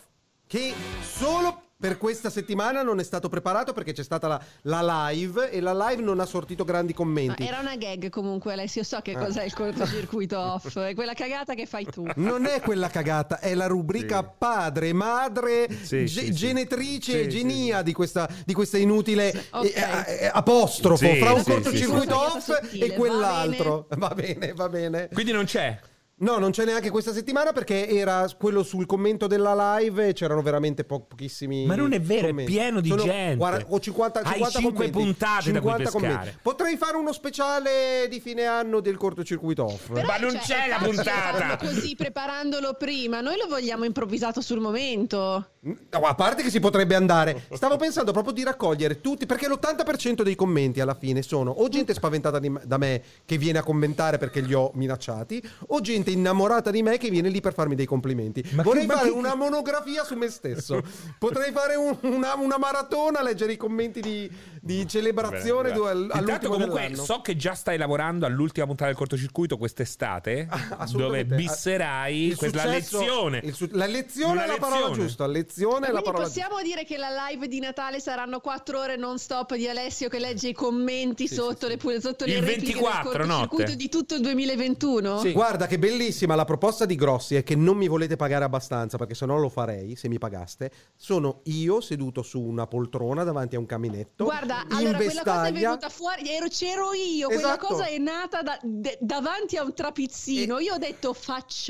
[SPEAKER 1] Che solo per questa settimana non è stato preparato perché c'è stata la, la live e la live non ha sortito grandi
[SPEAKER 3] Ma
[SPEAKER 1] commenti.
[SPEAKER 3] era una gag comunque, Alessio, so
[SPEAKER 1] Ah.
[SPEAKER 3] che cos'è il
[SPEAKER 1] *laughs*
[SPEAKER 3] cortocircuito off, è quella cagata che fai tu.
[SPEAKER 1] Non è quella cagata, è la rubrica
[SPEAKER 2] Sì.
[SPEAKER 1] padre, madre, ge-
[SPEAKER 2] Sì, sì, sì.
[SPEAKER 1] genetrice
[SPEAKER 2] Sì,
[SPEAKER 1] e genia Di, questa, di questa inutile
[SPEAKER 3] ok.
[SPEAKER 1] eh, eh, eh, apostrofo
[SPEAKER 2] Sì,
[SPEAKER 1] fra un
[SPEAKER 2] sì,
[SPEAKER 1] cortocircuito
[SPEAKER 3] sì, sì.
[SPEAKER 1] off
[SPEAKER 3] Sottile,
[SPEAKER 1] e quell'altro. Va bene, va bene.
[SPEAKER 2] Quindi non c'è.
[SPEAKER 1] No, non c'è neanche questa settimana perché era quello sul commento della live e c'erano veramente po- pochissimi.
[SPEAKER 2] Ma non è vero, è
[SPEAKER 1] commenti.
[SPEAKER 2] pieno di
[SPEAKER 1] Sono
[SPEAKER 2] gente.
[SPEAKER 1] guarda- ho 50,
[SPEAKER 2] Hai
[SPEAKER 1] 50
[SPEAKER 2] cinque
[SPEAKER 1] commenti,
[SPEAKER 2] puntate da cui
[SPEAKER 1] 50
[SPEAKER 2] pescare.
[SPEAKER 1] commenti. Potrei fare uno speciale di fine anno del cortocircuito off.
[SPEAKER 3] Però, cioè,
[SPEAKER 2] Ma non c'è
[SPEAKER 3] è
[SPEAKER 2] la
[SPEAKER 3] facile
[SPEAKER 2] puntata!
[SPEAKER 3] farlo Così preparandolo prima, noi lo vogliamo improvvisato sul momento.
[SPEAKER 1] No, a parte che si potrebbe andare,
[SPEAKER 2] *laughs*
[SPEAKER 1] stavo pensando proprio di raccogliere tutti, perché l'80% dei commenti alla fine sono o gente spaventata di- da me che viene a commentare perché li ho minacciati, o gente innamorata di me che viene lì per farmi dei complimenti.
[SPEAKER 2] Ma che-
[SPEAKER 1] Vorrei
[SPEAKER 2] ma
[SPEAKER 1] fare
[SPEAKER 2] che-
[SPEAKER 1] una monografia su me
[SPEAKER 2] *laughs*
[SPEAKER 1] stesso, potrei fare un- una, una maratona, leggere i commenti di, di celebrazione
[SPEAKER 2] Vabbè, vabbè.
[SPEAKER 1] du- all-
[SPEAKER 2] Intanto
[SPEAKER 1] all'ultimo
[SPEAKER 2] comunque
[SPEAKER 1] dell'anno.
[SPEAKER 2] so che già stai lavorando all'ultima puntata del cortocircuito quest'estate
[SPEAKER 1] Ah,
[SPEAKER 2] dove
[SPEAKER 1] *laughs* *laughs* assolutamente.
[SPEAKER 2] bisserai
[SPEAKER 1] Il
[SPEAKER 2] questa-
[SPEAKER 1] successo-
[SPEAKER 2] la lezione.
[SPEAKER 1] il su- la lezione
[SPEAKER 2] Una
[SPEAKER 1] è la parola
[SPEAKER 2] lezione.
[SPEAKER 1] giusta, lezione è la
[SPEAKER 3] Quindi
[SPEAKER 1] parola giusta.
[SPEAKER 3] possiamo dire che la live di Natale saranno 4 ore non stop di Alessio che legge i commenti sotto, Le, pu- sotto le
[SPEAKER 2] Il
[SPEAKER 3] repliche
[SPEAKER 2] 24
[SPEAKER 3] del cortocircuito
[SPEAKER 2] notte.
[SPEAKER 3] di tutto il 2021.
[SPEAKER 2] Sì.
[SPEAKER 1] Guarda che bellissima la proposta di Grossi è che non mi volete pagare abbastanza perché sennò lo farei se mi pagaste. Sono io seduto su una poltrona davanti a un caminetto.
[SPEAKER 3] Guarda,
[SPEAKER 1] in
[SPEAKER 3] allora quella cosa è
[SPEAKER 1] vestaglia.
[SPEAKER 3] venuta fuori, ero- c'ero io, quella
[SPEAKER 1] Esatto.
[SPEAKER 3] cosa è nata da- de- davanti a un trapizzino. Io ho detto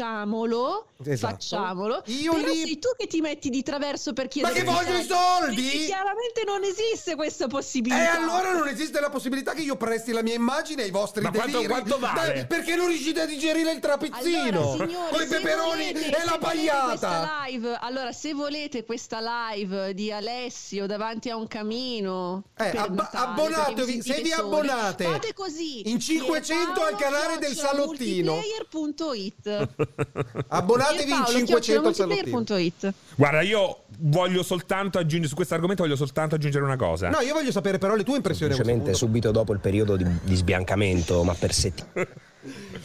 [SPEAKER 3] facciamolo,
[SPEAKER 1] Esatto.
[SPEAKER 3] facciamolo.
[SPEAKER 1] Io
[SPEAKER 3] però
[SPEAKER 1] lì-
[SPEAKER 3] sei tu che ti metti di traverso per chiedere
[SPEAKER 1] che
[SPEAKER 3] dei
[SPEAKER 1] voglio i soldi?
[SPEAKER 3] Quindi Chiaramente non esiste questa
[SPEAKER 1] E
[SPEAKER 3] possibilità.
[SPEAKER 1] allora non esiste la possibilità che io presti la mia immagine ai vostri
[SPEAKER 2] Ma quanto-
[SPEAKER 1] deliri.
[SPEAKER 2] quanto vale?
[SPEAKER 1] perché non riuscite a digerire il trapizzino?
[SPEAKER 3] Allora, signori,
[SPEAKER 1] con i
[SPEAKER 3] se
[SPEAKER 1] peperoni
[SPEAKER 3] volete-
[SPEAKER 1] e
[SPEAKER 3] se
[SPEAKER 1] la
[SPEAKER 3] volete
[SPEAKER 1] pagliata.
[SPEAKER 3] questa live- allora, se volete questa live di Alessio davanti a un camino,
[SPEAKER 1] Eh,
[SPEAKER 3] per
[SPEAKER 1] abba-
[SPEAKER 3] Natale, perché
[SPEAKER 1] abbonatevi,
[SPEAKER 3] vi sentite
[SPEAKER 1] se vi
[SPEAKER 3] soli,
[SPEAKER 1] abbonate
[SPEAKER 3] fate così
[SPEAKER 1] in 500 al canale del salottino.
[SPEAKER 3] Player.it
[SPEAKER 1] Abbonatevi in 500 al salottino.
[SPEAKER 2] Guarda, io voglio soltanto aggiungere su questo argomento voglio soltanto aggiungere una cosa.
[SPEAKER 1] No, io voglio sapere però le tue impressioni. a questo
[SPEAKER 5] Semplicemente
[SPEAKER 1] punto.
[SPEAKER 5] subito dopo il periodo di, di sbiancamento, ma per settimane.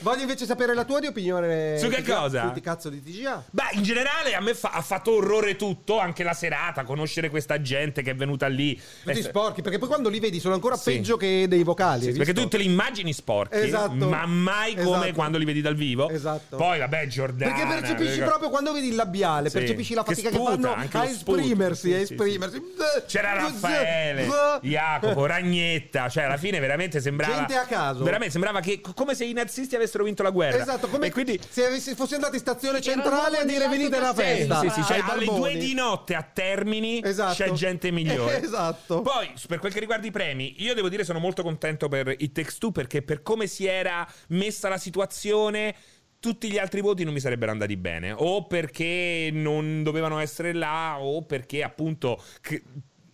[SPEAKER 1] Voglio invece sapere la tua di opinione
[SPEAKER 2] Su che
[SPEAKER 1] TGA,
[SPEAKER 2] cosa?
[SPEAKER 1] sul cazzo di TGA.
[SPEAKER 2] Beh, in generale a me fa- ha fatto orrore tutto, anche la serata, conoscere questa gente che è venuta lì.
[SPEAKER 1] Tutti
[SPEAKER 2] Eh,
[SPEAKER 1] sporchi, perché poi quando li vedi sono ancora
[SPEAKER 2] Sì.
[SPEAKER 1] peggio che dei vocali. hai
[SPEAKER 2] Sì, perché
[SPEAKER 1] visto?
[SPEAKER 2] tu te li immagini sporchi,
[SPEAKER 1] Esatto.
[SPEAKER 2] ma mai come
[SPEAKER 1] Esatto.
[SPEAKER 2] quando li vedi dal vivo. Esatto. Poi, vabbè, eh, Giordano.
[SPEAKER 1] Perché percepisci proprio quando vedi il labiale,
[SPEAKER 2] Ah, Sì.
[SPEAKER 1] percepisci la
[SPEAKER 2] Che
[SPEAKER 1] fatica che,
[SPEAKER 2] sputa, anche
[SPEAKER 1] fanno a
[SPEAKER 2] lo sputo.
[SPEAKER 1] esprimersi,
[SPEAKER 2] Sì,
[SPEAKER 1] a
[SPEAKER 2] sì, sì.
[SPEAKER 1] esprimersi.
[SPEAKER 2] C'era Raffaele,
[SPEAKER 1] Eh,
[SPEAKER 2] Jacopo, Ragnetta, cioè alla fine veramente sembrava
[SPEAKER 1] Gente a caso.
[SPEAKER 2] Veramente sembrava che co- come se i nazisti avessero vinto la guerra.
[SPEAKER 1] Esatto, come
[SPEAKER 2] e quindi
[SPEAKER 1] se avessi- fossi andati in stazione
[SPEAKER 4] Era un
[SPEAKER 1] centrale a
[SPEAKER 4] uomo
[SPEAKER 1] dire
[SPEAKER 4] di
[SPEAKER 1] venite alla
[SPEAKER 4] alto
[SPEAKER 1] festa.
[SPEAKER 2] Sì, sì,
[SPEAKER 1] ai
[SPEAKER 2] cioè, alle
[SPEAKER 1] barboni.
[SPEAKER 2] due di notte a Termini
[SPEAKER 1] Esatto.
[SPEAKER 2] c'è gente
[SPEAKER 1] *laughs*
[SPEAKER 2] migliore.
[SPEAKER 1] Esatto.
[SPEAKER 2] Poi, per quel che riguarda i premi, io devo dire sono molto contento per i Takes Two perché per come si era messa la situazione. Tutti gli altri voti non mi sarebbero andati bene, o perché non dovevano essere là, o perché appunto cr-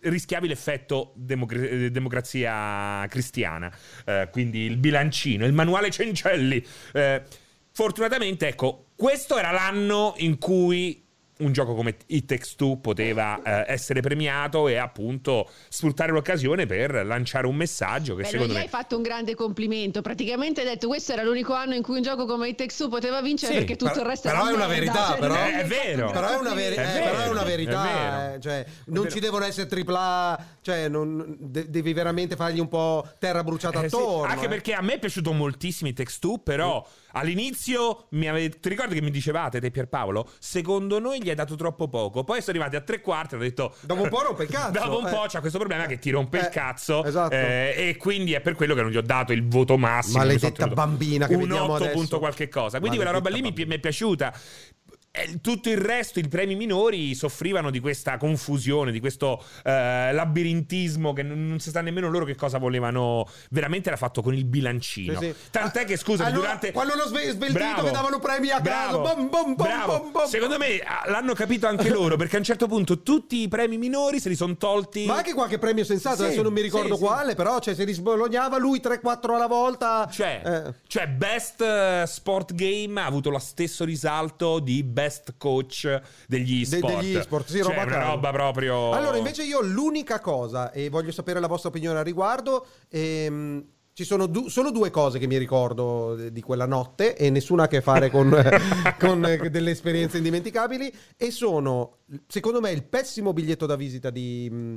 [SPEAKER 2] rischiavi l'effetto democra- eh, democrazia cristiana. Eh, quindi il bilancino, il manuale Cencelli. Eh, fortunatamente, ecco, questo era l'anno in cui un gioco come It Takes Two poteva eh, essere premiato e appunto sfruttare l'occasione per lanciare un messaggio
[SPEAKER 4] Beh,
[SPEAKER 2] che
[SPEAKER 4] non
[SPEAKER 2] secondo
[SPEAKER 4] gli
[SPEAKER 2] me
[SPEAKER 4] hai fatto un grande complimento. Praticamente hai detto questo era l'unico anno in cui un gioco come It Takes Two poteva vincere
[SPEAKER 2] Sì,
[SPEAKER 4] perché tutto
[SPEAKER 1] però-
[SPEAKER 4] il resto
[SPEAKER 1] però
[SPEAKER 4] era
[SPEAKER 1] è una
[SPEAKER 4] merda.
[SPEAKER 1] verità,
[SPEAKER 4] Cioè,
[SPEAKER 1] però.
[SPEAKER 4] non mi
[SPEAKER 2] Eh, è
[SPEAKER 4] hai fatto
[SPEAKER 2] vero.
[SPEAKER 4] un
[SPEAKER 1] Però è una, veri-
[SPEAKER 2] È
[SPEAKER 1] eh,
[SPEAKER 2] vero,
[SPEAKER 1] però è una verità,
[SPEAKER 2] è vero.
[SPEAKER 1] eh, cioè, non
[SPEAKER 2] vero.
[SPEAKER 1] ci devono essere tripla, cioè, non- de- devi veramente fargli un po' terra bruciata
[SPEAKER 2] Eh sì,
[SPEAKER 1] attorno.
[SPEAKER 2] Anche
[SPEAKER 1] eh.
[SPEAKER 2] perché a me è piaciuto moltissimo i Text 2, però all'inizio mi avete- ti ricordi che mi dicevate, te Pierpaolo, secondo noi gli hai dato troppo poco. Poi sono arrivati a tre quarti e ho detto
[SPEAKER 1] Dopo un po' rompe il cazzo.
[SPEAKER 2] *laughs* Dopo un
[SPEAKER 1] eh.
[SPEAKER 2] po' c'ha questo problema che ti rompe il
[SPEAKER 1] Eh,
[SPEAKER 2] cazzo
[SPEAKER 1] esatto.
[SPEAKER 2] eh, e quindi è per quello che non gli ho dato il voto massimo.
[SPEAKER 1] Maledetta
[SPEAKER 2] Mi sono tenuto
[SPEAKER 1] bambina che
[SPEAKER 2] un
[SPEAKER 1] vediamo
[SPEAKER 2] 8
[SPEAKER 1] adesso.
[SPEAKER 2] punto qualche cosa. Quindi quella roba lì mi,
[SPEAKER 1] Maledetta
[SPEAKER 2] pi- mi è piaciuta. Eh, Tutto il resto, i premi minori soffrivano di questa confusione, di questo eh, labirintismo che non, non si sa nemmeno loro che cosa volevano. Veramente era fatto con il bilancino.
[SPEAKER 1] Sì, sì.
[SPEAKER 2] Tant'è che, scusami,
[SPEAKER 1] Allora,
[SPEAKER 2] durante.
[SPEAKER 1] Quando lo sve- sveltito
[SPEAKER 2] Bravo.
[SPEAKER 1] che davano premi a caso.
[SPEAKER 2] Bravo.
[SPEAKER 1] Bom, bom, bom,
[SPEAKER 2] Bravo.
[SPEAKER 1] bom, bom.
[SPEAKER 2] Secondo me ah, l'hanno capito anche loro perché a un certo punto tutti i premi minori se li sono tolti.
[SPEAKER 1] Ma anche qualche premio sensato,
[SPEAKER 2] Sì,
[SPEAKER 1] adesso non mi ricordo
[SPEAKER 2] sì, sì.
[SPEAKER 1] quale, però cioè, se risbolognava lui 3-4 alla volta.
[SPEAKER 2] Cioè,
[SPEAKER 1] Eh.
[SPEAKER 2] cioè, Best eh, Sport Game ha avuto lo stesso risalto di Best Coach degli
[SPEAKER 1] De-
[SPEAKER 2] sport.
[SPEAKER 1] degli sport, sì,
[SPEAKER 2] cioè,
[SPEAKER 1] roba
[SPEAKER 2] una
[SPEAKER 1] cara.
[SPEAKER 2] roba proprio.
[SPEAKER 1] Allora, invece io l'unica cosa, e voglio sapere la vostra opinione al riguardo, ehm, ci sono du- solo due cose che mi ricordo de- di quella notte e nessuna a che fare con, con, eh, delle esperienze indimenticabili e sono, secondo me, il pessimo biglietto da visita di mh,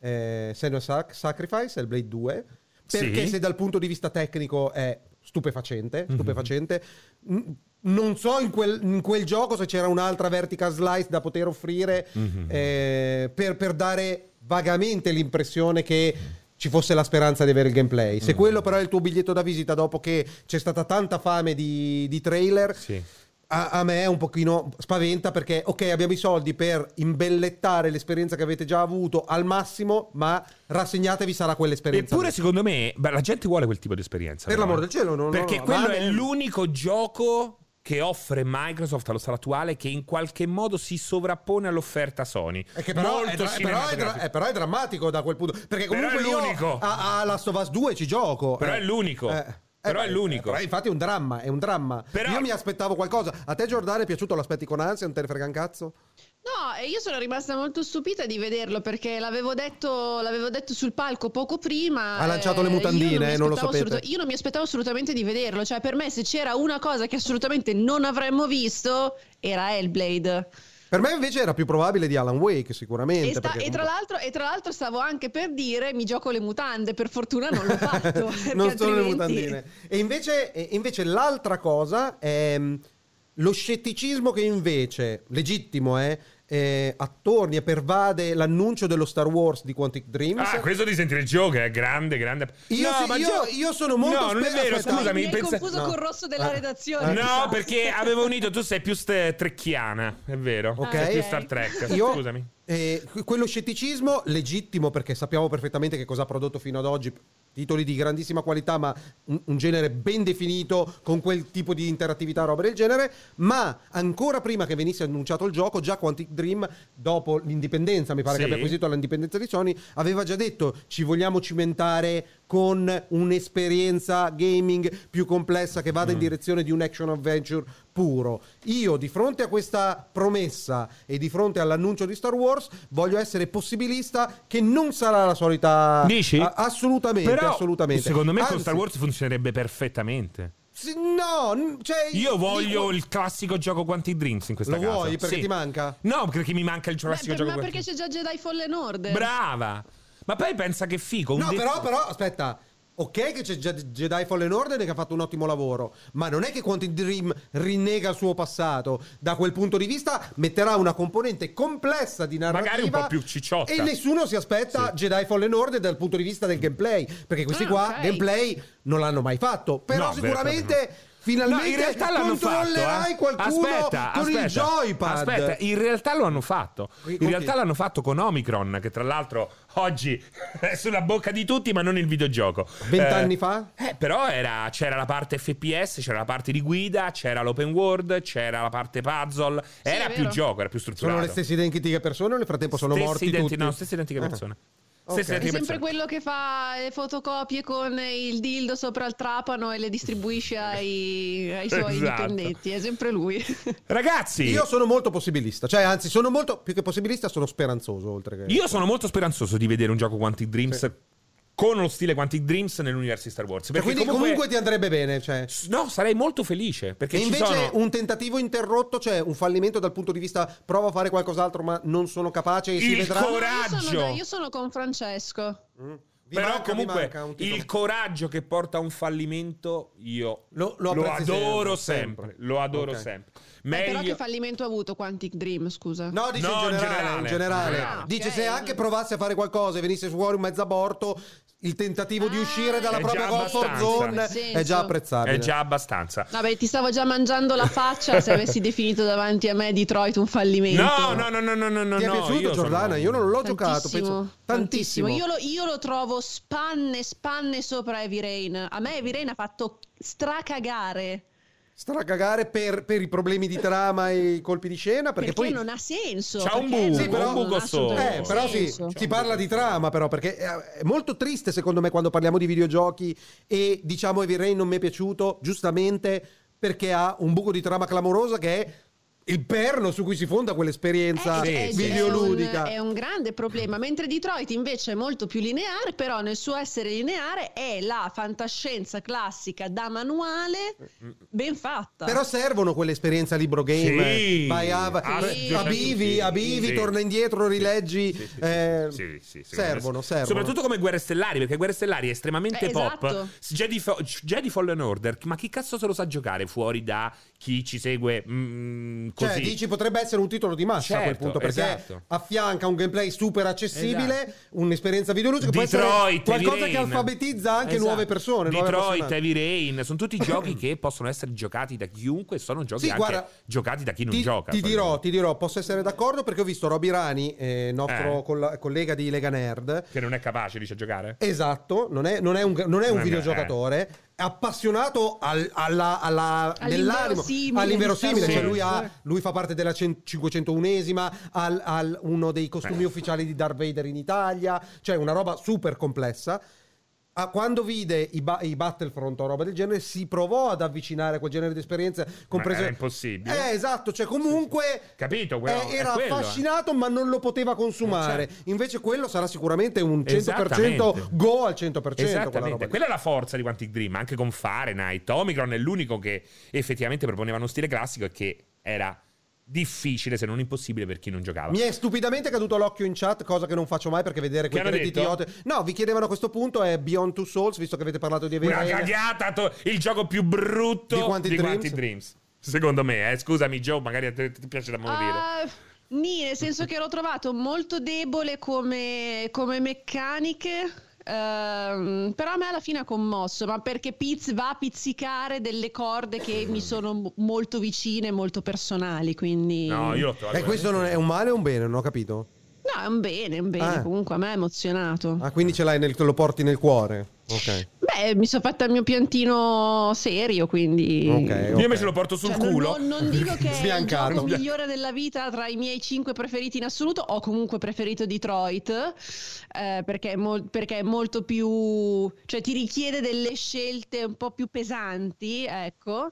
[SPEAKER 1] eh, Senua's Sac- Sacrifice, il Blade 2, perché
[SPEAKER 2] Sì.
[SPEAKER 1] se dal punto di vista tecnico è stupefacente,
[SPEAKER 2] Mhm.
[SPEAKER 1] stupefacente, n- non so in quel, in quel gioco se c'era un'altra vertical slice da poter offrire
[SPEAKER 2] Mhm.
[SPEAKER 1] eh, per, per dare vagamente l'impressione che ci fosse la speranza di avere il gameplay.
[SPEAKER 2] Mhm.
[SPEAKER 1] Se quello però è il tuo biglietto da visita dopo che c'è stata tanta fame di, di trailer,
[SPEAKER 2] Sì.
[SPEAKER 1] a, a me un pochino spaventa perché ok abbiamo i soldi per imbellettare l'esperienza che avete già avuto al massimo, ma rassegnatevi sarà quell'esperienza.
[SPEAKER 2] Eppure,
[SPEAKER 1] lì.
[SPEAKER 2] secondo me, beh, la gente vuole quel tipo di esperienza.
[SPEAKER 1] per
[SPEAKER 2] però,
[SPEAKER 1] l'amor
[SPEAKER 2] eh.
[SPEAKER 1] del cielo, non
[SPEAKER 2] Perché quello è
[SPEAKER 1] l'unico
[SPEAKER 2] l'unico gioco che offre Microsoft allo stato attuale che in qualche modo si sovrappone all'offerta Sony.
[SPEAKER 1] Eh, che però, è,
[SPEAKER 2] Molto
[SPEAKER 1] dra- eh, però è dra-
[SPEAKER 2] cinematografico.
[SPEAKER 1] eh, però è drammatico da quel punto. Perché
[SPEAKER 2] Però
[SPEAKER 1] comunque
[SPEAKER 2] è
[SPEAKER 1] io
[SPEAKER 2] l'unico.
[SPEAKER 1] A, a Last of Us 2 ci gioco.
[SPEAKER 2] Però
[SPEAKER 1] eh.
[SPEAKER 2] è l'unico.
[SPEAKER 1] Eh,
[SPEAKER 2] Però
[SPEAKER 1] eh,
[SPEAKER 2] è l'unico.
[SPEAKER 1] eh, però infatti è un dramma, è un dramma.
[SPEAKER 2] Però-
[SPEAKER 1] Io mi aspettavo qualcosa. A te Giordano è piaciuto, l'aspetti con ansia, non te ne frega un cazzo?
[SPEAKER 3] No, e io sono rimasta molto stupita di vederlo perché l'avevo detto, l'avevo detto sul palco poco prima.
[SPEAKER 1] Ha lanciato le
[SPEAKER 3] io
[SPEAKER 1] mutandine,
[SPEAKER 3] mi
[SPEAKER 1] eh, non lo
[SPEAKER 3] aspettavo
[SPEAKER 1] sapete.
[SPEAKER 3] assoluta- io non mi aspettavo assolutamente di vederlo. Cioè, per me, se c'era una cosa che assolutamente non avremmo visto, era Hellblade.
[SPEAKER 1] Per me invece era più probabile di Alan Wake, sicuramente.
[SPEAKER 3] E, sta-
[SPEAKER 1] perché
[SPEAKER 3] e tra
[SPEAKER 1] comunque-
[SPEAKER 3] l'altro, e tra l'altro stavo anche per dire mi gioco le mutande, per fortuna non
[SPEAKER 1] *laughs*
[SPEAKER 3] l'ho *laughs* fatto. perché
[SPEAKER 1] non sono le
[SPEAKER 3] altrimenti-
[SPEAKER 1] mutandine. E invece, e invece l'altra cosa è mh, lo scetticismo che invece, legittimo è, eh, attorni e pervade l'annuncio dello Star Wars di Quantic Dreams.
[SPEAKER 2] Ah, questo di sentire il gioco è grande, grande.
[SPEAKER 1] Io sì-
[SPEAKER 2] ma
[SPEAKER 1] io-
[SPEAKER 2] gio-
[SPEAKER 1] io sono molto
[SPEAKER 2] No, non è
[SPEAKER 1] spe-
[SPEAKER 2] vero,
[SPEAKER 1] aspetta.
[SPEAKER 2] scusami.
[SPEAKER 3] Mi hai
[SPEAKER 2] pensa-
[SPEAKER 3] confuso
[SPEAKER 1] No.
[SPEAKER 3] col rosso della
[SPEAKER 1] Eh.
[SPEAKER 3] redazione. mi
[SPEAKER 2] No,
[SPEAKER 3] sa.
[SPEAKER 2] perché avevo unito, tu sei più st- trecchiana, è vero?
[SPEAKER 1] Ok.
[SPEAKER 2] Sei più Star Trek,
[SPEAKER 1] Io-
[SPEAKER 2] Ecco, scusami.
[SPEAKER 1] Eh, que- quello scetticismo legittimo perché sappiamo perfettamente che cosa ha prodotto fino ad oggi. Titoli di grandissima qualità, ma un, un genere ben definito con quel tipo di interattività, roba del genere. Ma ancora prima che venisse annunciato il gioco, già Quantic Dream, dopo l'indipendenza, mi pare
[SPEAKER 2] Sì.
[SPEAKER 1] che abbia acquisito l'indipendenza di Sony, aveva già detto ci vogliamo cimentare con un'esperienza gaming più complessa che
[SPEAKER 2] Mm.
[SPEAKER 1] vada in direzione di un action adventure puro. Io di fronte a questa promessa e di fronte all'annuncio di Star Wars voglio essere possibilista che non sarà la solita
[SPEAKER 2] Dici?
[SPEAKER 1] Ah. A- assolutamente,
[SPEAKER 2] Però,
[SPEAKER 1] assolutamente.
[SPEAKER 2] Secondo me con
[SPEAKER 1] Anzi,
[SPEAKER 2] Star Wars funzionerebbe perfettamente.
[SPEAKER 1] Sì, No, cioè,
[SPEAKER 2] Io voglio il classico gioco quanti drinks in questa
[SPEAKER 1] Lo
[SPEAKER 2] casa.
[SPEAKER 1] vuoi? Perché
[SPEAKER 2] Sì.
[SPEAKER 1] ti manca?
[SPEAKER 2] No, perché mi manca il
[SPEAKER 3] Beh,
[SPEAKER 2] classico
[SPEAKER 3] per-
[SPEAKER 2] gioco
[SPEAKER 3] ma
[SPEAKER 2] quanti
[SPEAKER 3] perché c'è già Jedi Fallen Order?
[SPEAKER 2] Brava. Ma poi pensa che figo. un
[SPEAKER 1] No,
[SPEAKER 2] de-
[SPEAKER 1] però, però, aspetta. Ok che c'è Jedi Jedi Fallen Order e che ha fatto un ottimo lavoro, ma non è che Quantum Dream rinnega il suo passato. Da quel punto di vista metterà una componente complessa di narrativa.
[SPEAKER 2] Magari un po' più cicciotta.
[SPEAKER 1] E nessuno si aspetta Jedi Fallen Order dal punto di vista del gameplay, perché questi
[SPEAKER 2] Ah,
[SPEAKER 1] qua
[SPEAKER 2] ok.
[SPEAKER 1] gameplay non l'hanno mai fatto. Però
[SPEAKER 2] No, vero,
[SPEAKER 1] sicuramente...
[SPEAKER 2] proprio
[SPEAKER 1] Finalmente
[SPEAKER 2] No, in realtà l'hanno
[SPEAKER 1] controllerai
[SPEAKER 2] fatto, eh.
[SPEAKER 1] qualcuno
[SPEAKER 2] aspetta,
[SPEAKER 1] con il
[SPEAKER 2] aspetta,
[SPEAKER 1] joypad.
[SPEAKER 2] Aspetta, in realtà lo hanno fatto.
[SPEAKER 1] Con
[SPEAKER 2] In
[SPEAKER 1] chi?
[SPEAKER 2] realtà l'hanno fatto con Omicron, che tra l'altro oggi *laughs* è sulla bocca di tutti, ma non il videogioco.
[SPEAKER 1] Vent'anni
[SPEAKER 2] Eh,
[SPEAKER 1] fa?
[SPEAKER 2] Eh, però era- c'era la parte FPS, c'era la parte di guida, c'era l'open world, c'era la parte puzzle. era
[SPEAKER 1] è
[SPEAKER 2] più
[SPEAKER 1] vero.
[SPEAKER 2] gioco, era più strutturato.
[SPEAKER 1] Sono le stesse identiche persone o nel frattempo sono
[SPEAKER 2] Stessi
[SPEAKER 1] morti
[SPEAKER 2] identi-
[SPEAKER 1] tutti?
[SPEAKER 2] no, stesse identiche
[SPEAKER 1] Ah.
[SPEAKER 2] persone. Stesse
[SPEAKER 1] Ok.
[SPEAKER 2] identiche
[SPEAKER 1] È
[SPEAKER 2] persone.
[SPEAKER 3] Sempre quello che fa le fotocopie con il dildo sopra il trapano e le distribuisce ai, ai suoi
[SPEAKER 1] Esatto.
[SPEAKER 3] dipendenti, è sempre lui.
[SPEAKER 2] Ragazzi,
[SPEAKER 1] Io sono molto possibilista, cioè anzi sono molto più che possibilista, sono speranzoso oltre che Cioè,
[SPEAKER 2] Io sono molto speranzoso di vedere un gioco Quantic Dreams con lo stile Quantic Dreams nell'universo di Star Wars.
[SPEAKER 1] Cioè,
[SPEAKER 2] Perché
[SPEAKER 1] quindi comunque... ti andrebbe bene, cioè.
[SPEAKER 2] No, sarei molto felice perché
[SPEAKER 1] E
[SPEAKER 2] ci
[SPEAKER 1] invece
[SPEAKER 2] sono...
[SPEAKER 1] un tentativo interrotto, cioè un fallimento dal punto di vista prova a fare qualcos'altro ma non sono capace e si
[SPEAKER 2] Il
[SPEAKER 1] vedrà.
[SPEAKER 2] cor-
[SPEAKER 3] Io sono,
[SPEAKER 2] Coraggio.
[SPEAKER 3] io sono con Francesco.
[SPEAKER 1] Vi
[SPEAKER 2] Però
[SPEAKER 1] manca, vi
[SPEAKER 2] comunque
[SPEAKER 1] manca un titolo.
[SPEAKER 2] il coraggio che porta a un fallimento io
[SPEAKER 1] lo,
[SPEAKER 2] lo
[SPEAKER 1] apprezzi
[SPEAKER 2] adoro
[SPEAKER 1] sempre,
[SPEAKER 2] sempre,
[SPEAKER 1] sempre.
[SPEAKER 2] lo adoro
[SPEAKER 1] Ok.
[SPEAKER 2] sempre.
[SPEAKER 3] Eh, però che
[SPEAKER 2] Meglio
[SPEAKER 3] fallimento ha avuto Quantic Dream, scusa?
[SPEAKER 1] No, dice
[SPEAKER 2] No,
[SPEAKER 1] in generale,
[SPEAKER 2] in
[SPEAKER 1] in
[SPEAKER 2] generale.
[SPEAKER 1] generale.
[SPEAKER 2] Ah,
[SPEAKER 1] dice
[SPEAKER 3] ok.
[SPEAKER 1] se anche provasse a fare qualcosa e venisse fuori un mezzo aborto, il tentativo di uscire dalla
[SPEAKER 2] Ah, È
[SPEAKER 1] propria
[SPEAKER 2] già
[SPEAKER 1] comfort
[SPEAKER 2] abbastanza.
[SPEAKER 1] zone è
[SPEAKER 3] Nel
[SPEAKER 1] già
[SPEAKER 3] senso.
[SPEAKER 1] apprezzabile.
[SPEAKER 2] è già abbastanza.
[SPEAKER 3] Vabbè, ti stavo già mangiando la faccia se avessi definito davanti a me Detroit un fallimento.
[SPEAKER 2] No, no, no, no, no, no, no.
[SPEAKER 1] Ti è
[SPEAKER 2] no,
[SPEAKER 1] piaciuto
[SPEAKER 2] io sono-
[SPEAKER 1] Giordana? Io non l'ho giocato,
[SPEAKER 3] Tantissimo,
[SPEAKER 1] penso tantissimo.
[SPEAKER 3] Io lo, io lo trovo spanne, spanne sopra Heavy Rain. A me Heavy Rain ha fatto stracagare.
[SPEAKER 1] Stracagare per, per i problemi di trama e i colpi di scena, perché, poi
[SPEAKER 3] Perché, non ha senso.
[SPEAKER 2] C'ha un
[SPEAKER 3] perché
[SPEAKER 2] buco,
[SPEAKER 3] non-
[SPEAKER 1] Sì, però-
[SPEAKER 3] non
[SPEAKER 2] un buco
[SPEAKER 3] ha
[SPEAKER 2] solo.
[SPEAKER 1] Eh,
[SPEAKER 3] assolutamente
[SPEAKER 1] però sì,
[SPEAKER 3] senso.
[SPEAKER 1] si parla di trama, però, perché è è molto triste, secondo me, quando parliamo di videogiochi e diciamo Heavy Rain non mi è piaciuto, giustamente perché ha un buco di trama clamorosa che è il perno su cui si fonda quell'esperienza
[SPEAKER 2] Eh, sì, sì.
[SPEAKER 1] videoludica.
[SPEAKER 3] È un, è un grande problema, mentre Detroit invece è molto più lineare, però nel suo essere lineare è la fantascienza classica da manuale ben fatta.
[SPEAKER 1] Però servono quell'esperienza libro game.
[SPEAKER 2] Sì.
[SPEAKER 1] Vai a,
[SPEAKER 2] Ah, sì,
[SPEAKER 1] abivi,
[SPEAKER 2] sì,
[SPEAKER 1] abivi,
[SPEAKER 2] sì.
[SPEAKER 1] torna indietro, rileggi.
[SPEAKER 2] Sì, sì, sì,
[SPEAKER 1] eh,
[SPEAKER 2] sì, sì, sì,
[SPEAKER 1] servono,
[SPEAKER 2] secondo me sì.
[SPEAKER 1] servono.
[SPEAKER 2] Soprattutto come Guerre Stellari, perché Guerre Stellari è estremamente
[SPEAKER 3] Eh,
[SPEAKER 2] pop.
[SPEAKER 3] esatto.
[SPEAKER 2] Jedi, Fo- Jedi Fallen Order, ma chi cazzo se lo sa giocare fuori da chi ci segue mm,
[SPEAKER 1] Cioè,
[SPEAKER 2] così?
[SPEAKER 1] dici potrebbe essere un titolo di massa a quel
[SPEAKER 2] Certo,
[SPEAKER 1] punto, perché
[SPEAKER 2] esatto.
[SPEAKER 1] affianca un gameplay super accessibile,
[SPEAKER 2] Esatto.
[SPEAKER 1] un'esperienza videoludica, può essere
[SPEAKER 2] Detroit,
[SPEAKER 1] qualcosa
[SPEAKER 2] Heavy
[SPEAKER 1] che
[SPEAKER 2] Rain.
[SPEAKER 1] alfabetizza anche
[SPEAKER 2] Esatto.
[SPEAKER 1] nuove persone. nuove
[SPEAKER 2] Detroit,
[SPEAKER 1] appassionate.
[SPEAKER 2] Heavy Rain,
[SPEAKER 1] *coughs*
[SPEAKER 2] sono tutti giochi che possono essere giocati da chiunque, sono giochi
[SPEAKER 1] Sì,
[SPEAKER 2] anche
[SPEAKER 1] guarda,
[SPEAKER 2] giocati da chi non
[SPEAKER 1] Ti,
[SPEAKER 2] gioca.
[SPEAKER 1] ti dirò, ti dirò, posso essere d'accordo perché ho visto Roby Rani, eh, nostro
[SPEAKER 2] Eh.
[SPEAKER 1] colla- collega di Lega Nerd,
[SPEAKER 2] Che non è capace, dice, a giocare?
[SPEAKER 1] Esatto, non è, non è un, non è un
[SPEAKER 2] Non è-
[SPEAKER 1] videogiocatore, è appassionato al, alla, alla, nell'animo,
[SPEAKER 3] All'inverosimile
[SPEAKER 1] all'inverosimile, cioè
[SPEAKER 2] di Star
[SPEAKER 1] lui,
[SPEAKER 3] Wars.
[SPEAKER 1] ha- lui fa parte della cen- 501esima, al, al- uno dei costumi
[SPEAKER 2] Eh.
[SPEAKER 1] ufficiali di Darth Vader in Italia, cioè una roba super complessa. Ah, quando vide i, ba- i Battlefront o roba del genere, si provò ad avvicinare a quel genere di esperienze, compreso...
[SPEAKER 2] era impossibile.
[SPEAKER 1] Eh, esatto, cioè comunque...
[SPEAKER 2] Capito, quello-
[SPEAKER 1] eh,
[SPEAKER 2] è
[SPEAKER 1] era
[SPEAKER 2] quello, eh. certo.
[SPEAKER 1] affascinato ma non lo poteva consumare. Invece quello sarà sicuramente un 100%
[SPEAKER 2] Esattamente.
[SPEAKER 1] go al 100%. quella roba
[SPEAKER 2] Esattamente,
[SPEAKER 1] lì.
[SPEAKER 2] quella è la forza di Quantic Dream, anche con Fahrenheit. Omicron è l'unico che effettivamente proponeva uno stile classico e che era difficile, se non impossibile, per chi non giocava.
[SPEAKER 1] Mi è stupidamente caduto l'occhio in chat, cosa che non faccio mai perché vedere quei
[SPEAKER 2] hanno
[SPEAKER 1] crediti
[SPEAKER 2] detto?
[SPEAKER 1] idioti. No, vi chiedevano a questo punto è Beyond Two Souls, visto che avete parlato di
[SPEAKER 2] Una
[SPEAKER 1] avere
[SPEAKER 2] cagata, to- il gioco più brutto
[SPEAKER 1] Di
[SPEAKER 2] di
[SPEAKER 1] Quantic
[SPEAKER 2] Quantic,
[SPEAKER 1] Dreams?
[SPEAKER 2] Dreams. Secondo me, eh. scusami Joe, magari a te ti piace da morire.
[SPEAKER 3] Ah, nì, nel senso che l'ho trovato molto debole come, come meccaniche. ehm, però a me alla fine ha commosso, ma perché Piz va a pizzicare delle corde che mi sono mo- molto vicine, molto personali, quindi
[SPEAKER 2] No, io l'ho trovato.
[SPEAKER 1] E Eh, questo non è un male o un bene, non ho capito.
[SPEAKER 3] No, è un bene, è un bene,
[SPEAKER 1] Ah.
[SPEAKER 3] comunque a me ha emozionato.
[SPEAKER 1] Ah, quindi ce l'hai nel, te lo porti nel cuore. Ok.
[SPEAKER 3] Beh, mi sono fatta il mio piantino serio, quindi
[SPEAKER 1] Ok.
[SPEAKER 2] Io invece lo porto sul
[SPEAKER 3] Cioè, non-
[SPEAKER 2] culo.
[SPEAKER 3] Non, non dico che è il
[SPEAKER 1] Sbiancato.
[SPEAKER 3] gioco migliore della vita tra i miei cinque preferiti in assoluto. Ho comunque preferito Detroit eh, perché, è mol- perché è molto più. cioè ti richiede delle scelte un po' più pesanti, ecco.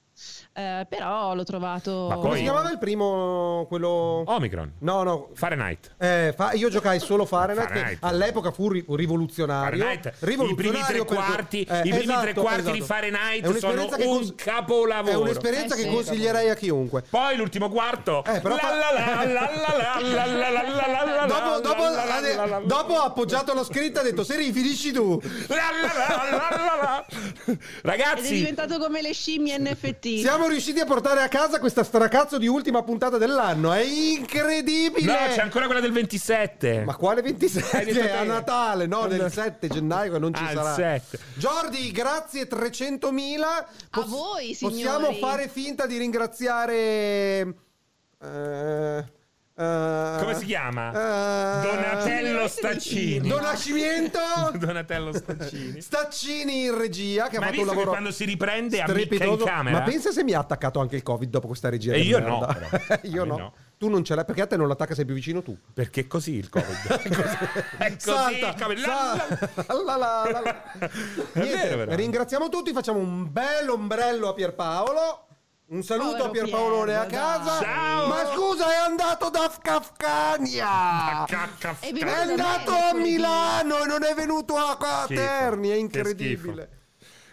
[SPEAKER 3] Eh, però l'ho trovato.
[SPEAKER 2] Ma
[SPEAKER 1] Come
[SPEAKER 2] Poi- Oh.
[SPEAKER 1] si chiamava il primo quello
[SPEAKER 2] Omicron.
[SPEAKER 1] No, no.
[SPEAKER 2] Fahrenheit.
[SPEAKER 1] Eh, fa- io giocai solo Fahrenheit,
[SPEAKER 2] Fahrenheit.
[SPEAKER 1] che all'epoca fu ri- rivoluzionario.
[SPEAKER 2] Fahrenheit. I primi tre
[SPEAKER 1] perché-
[SPEAKER 2] quarti i primi tre
[SPEAKER 1] esatto,
[SPEAKER 2] quarti di Fahrenheit sono un capolavoro.
[SPEAKER 1] È un'esperienza che consiglierei a chiunque.
[SPEAKER 2] Poi l'ultimo quarto.
[SPEAKER 1] però
[SPEAKER 2] La
[SPEAKER 1] fa-
[SPEAKER 2] la la la la la la la la la la
[SPEAKER 1] Dopo, dopo-
[SPEAKER 2] la la la la la.
[SPEAKER 1] dopo ha appoggiato la scritta e ha detto Seri finisci tu
[SPEAKER 2] Ragazzi
[SPEAKER 3] Ed è diventato come le scimmie NFT.
[SPEAKER 1] siamo riusciti a portare a casa questa stracazzo di ultima puntata dell'anno è incredibile
[SPEAKER 2] No, c'è ancora quella del 27. *laughs*
[SPEAKER 1] ma quale 27?
[SPEAKER 2] Hai detto te.
[SPEAKER 1] a Natale, no,
[SPEAKER 2] Allora-
[SPEAKER 1] del 7 gennaio che non ci
[SPEAKER 2] Ah, il
[SPEAKER 1] sarà.
[SPEAKER 2] 7.
[SPEAKER 1] Jordi, grazie 300.000.
[SPEAKER 3] A voi, signori.
[SPEAKER 1] Possiamo fare finta di ringraziare... eh, eh,
[SPEAKER 2] Come si chiama?
[SPEAKER 1] eh,
[SPEAKER 3] *laughs*
[SPEAKER 2] Donatello Staccini. *laughs*
[SPEAKER 1] Donascimento
[SPEAKER 2] Donatello
[SPEAKER 1] *laughs*
[SPEAKER 2] Staccini.
[SPEAKER 1] Staccini in regia che
[SPEAKER 2] Ma
[SPEAKER 1] ha
[SPEAKER 2] hai
[SPEAKER 1] fatto un
[SPEAKER 2] visto che
[SPEAKER 1] lavoro
[SPEAKER 2] quando si riprende ammicca in
[SPEAKER 1] strepitoso.
[SPEAKER 2] camera?
[SPEAKER 1] Ma pensa se mi ha attaccato anche il Covid dopo questa regia.
[SPEAKER 2] E
[SPEAKER 1] di
[SPEAKER 2] io
[SPEAKER 1] merda.
[SPEAKER 2] no, però.
[SPEAKER 1] *laughs* io
[SPEAKER 2] A me
[SPEAKER 1] no.
[SPEAKER 2] no.
[SPEAKER 1] Tu non ce l'hai perché a te non l'attacca, sei più vicino tu.
[SPEAKER 2] Perché così il
[SPEAKER 1] Ecco,
[SPEAKER 2] Covid. *laughs* È così
[SPEAKER 1] Salta,
[SPEAKER 2] il Covid. La-
[SPEAKER 1] sa- la- la- la- la.
[SPEAKER 2] È
[SPEAKER 1] Niente,
[SPEAKER 2] vero, però.
[SPEAKER 1] ringraziamo tutti, facciamo un bel ombrello a Pierpaolo. Un saluto
[SPEAKER 3] Povero
[SPEAKER 1] a Pierpaolone a
[SPEAKER 3] Pier,
[SPEAKER 1] casa.
[SPEAKER 3] dai.
[SPEAKER 2] Ciao.
[SPEAKER 1] Ma scusa, è andato da
[SPEAKER 2] Ah,
[SPEAKER 1] Scafcania.
[SPEAKER 2] cacca.
[SPEAKER 3] E
[SPEAKER 1] È
[SPEAKER 3] vi vado da me,
[SPEAKER 1] andato a
[SPEAKER 3] mercoledì.
[SPEAKER 1] Milano e non è venuto a, a
[SPEAKER 2] Schifo.
[SPEAKER 1] Terni. È
[SPEAKER 2] Che
[SPEAKER 1] incredibile.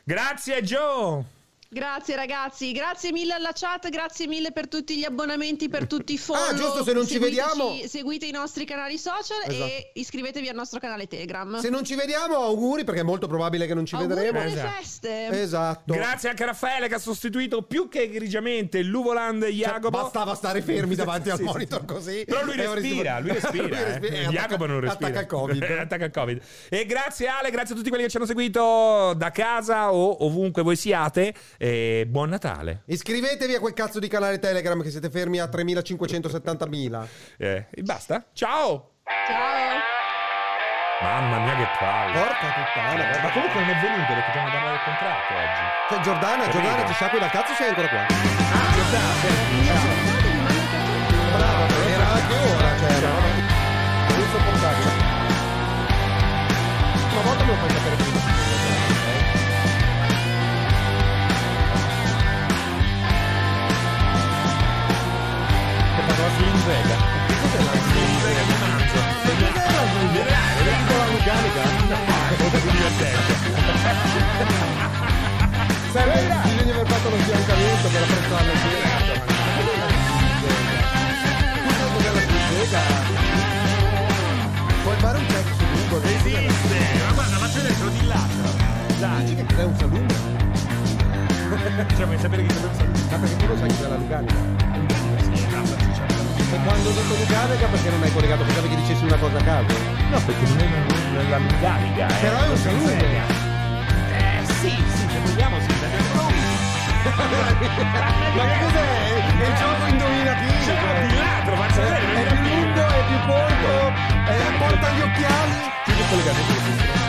[SPEAKER 2] Grazie Joe.
[SPEAKER 3] Grazie ragazzi, grazie mille alla chat, grazie mille per tutti gli abbonamenti, per tutti i follow.
[SPEAKER 1] *laughs* Ah, giusto, se non ci
[SPEAKER 3] Seguiteci-
[SPEAKER 1] vediamo-
[SPEAKER 3] Seguite i nostri canali social
[SPEAKER 1] Esatto.
[SPEAKER 3] e iscrivetevi al nostro canale Telegram.
[SPEAKER 1] Se non ci vediamo, auguri, perché è molto probabile che non ci
[SPEAKER 3] Auguri
[SPEAKER 1] vedremo.
[SPEAKER 3] buone
[SPEAKER 2] Esatto.
[SPEAKER 3] feste.
[SPEAKER 1] Esatto.
[SPEAKER 2] Grazie anche a Raffaele che ha sostituito più che grigiamente Luvoland e
[SPEAKER 1] Cioè,
[SPEAKER 2] Jacopo.
[SPEAKER 1] bastava stare
[SPEAKER 2] *laughs*
[SPEAKER 1] fermi davanti al
[SPEAKER 2] Sì, sì,
[SPEAKER 1] monitor
[SPEAKER 2] sì.
[SPEAKER 1] così.
[SPEAKER 2] Però lui
[SPEAKER 1] e avresti-
[SPEAKER 2] respira, lui respira.
[SPEAKER 1] *laughs* Lui respira
[SPEAKER 2] eh.
[SPEAKER 1] e attacca-
[SPEAKER 2] Jacopo non respira.
[SPEAKER 1] Attacca il Covid.
[SPEAKER 2] *laughs* Attacca il Covid. E grazie Ale, grazie a tutti quelli che ci hanno seguito da casa o ovunque voi siate. E buon Natale.
[SPEAKER 1] Iscrivetevi a quel cazzo di canale Telegram che siete fermi a 3570.000.
[SPEAKER 2] Eh, e basta. Ciao.
[SPEAKER 3] Ciao.
[SPEAKER 2] Mamma mia che palle. Eh,
[SPEAKER 1] Porca puttana.
[SPEAKER 2] Ma comunque non è venuto perché dobbiamo parlare del contratto oggi.
[SPEAKER 1] Cioè, Giordana,
[SPEAKER 2] Capito?
[SPEAKER 1] Giordana, ti sciacqui dal cazzo sei ancora qua? Esatto. Brava, era anche ora, cioè, era proprio- non sopportabile. Una volta me lo fai sapere prima. Che parla Sinzega. Che cos'è la Sinzega di Manzo? Che cos'è la Sinzega? Piccola vulcanica? Serve bisogna aver fatto lo sbiancamento per apprezzarla Cos'è la Sinzega? Puoi fare un cazzo su Google?
[SPEAKER 2] Esiste. Ma guarda, ma c'è dentro di là. Dai,
[SPEAKER 1] Dici che cos'è un saluto?
[SPEAKER 2] cioè vuoi sapere che cosa
[SPEAKER 1] Ma perché tu lo sai che c'è la Lucanica? E quando dico Lucanica perché non hai collegato? Pensavi che dicessi una cosa a caso.
[SPEAKER 2] No, perché non è la migarica.
[SPEAKER 1] Però è un saluto.
[SPEAKER 2] Eh sì, sì, se vogliamo sì, da
[SPEAKER 1] Ma che cos'è? È il gioco indovinativo.
[SPEAKER 2] C'è di ladro, faccio
[SPEAKER 1] È
[SPEAKER 2] vedere.
[SPEAKER 1] più lungo, è più corto, eh, porta gli occhiali. Ti devi collegare.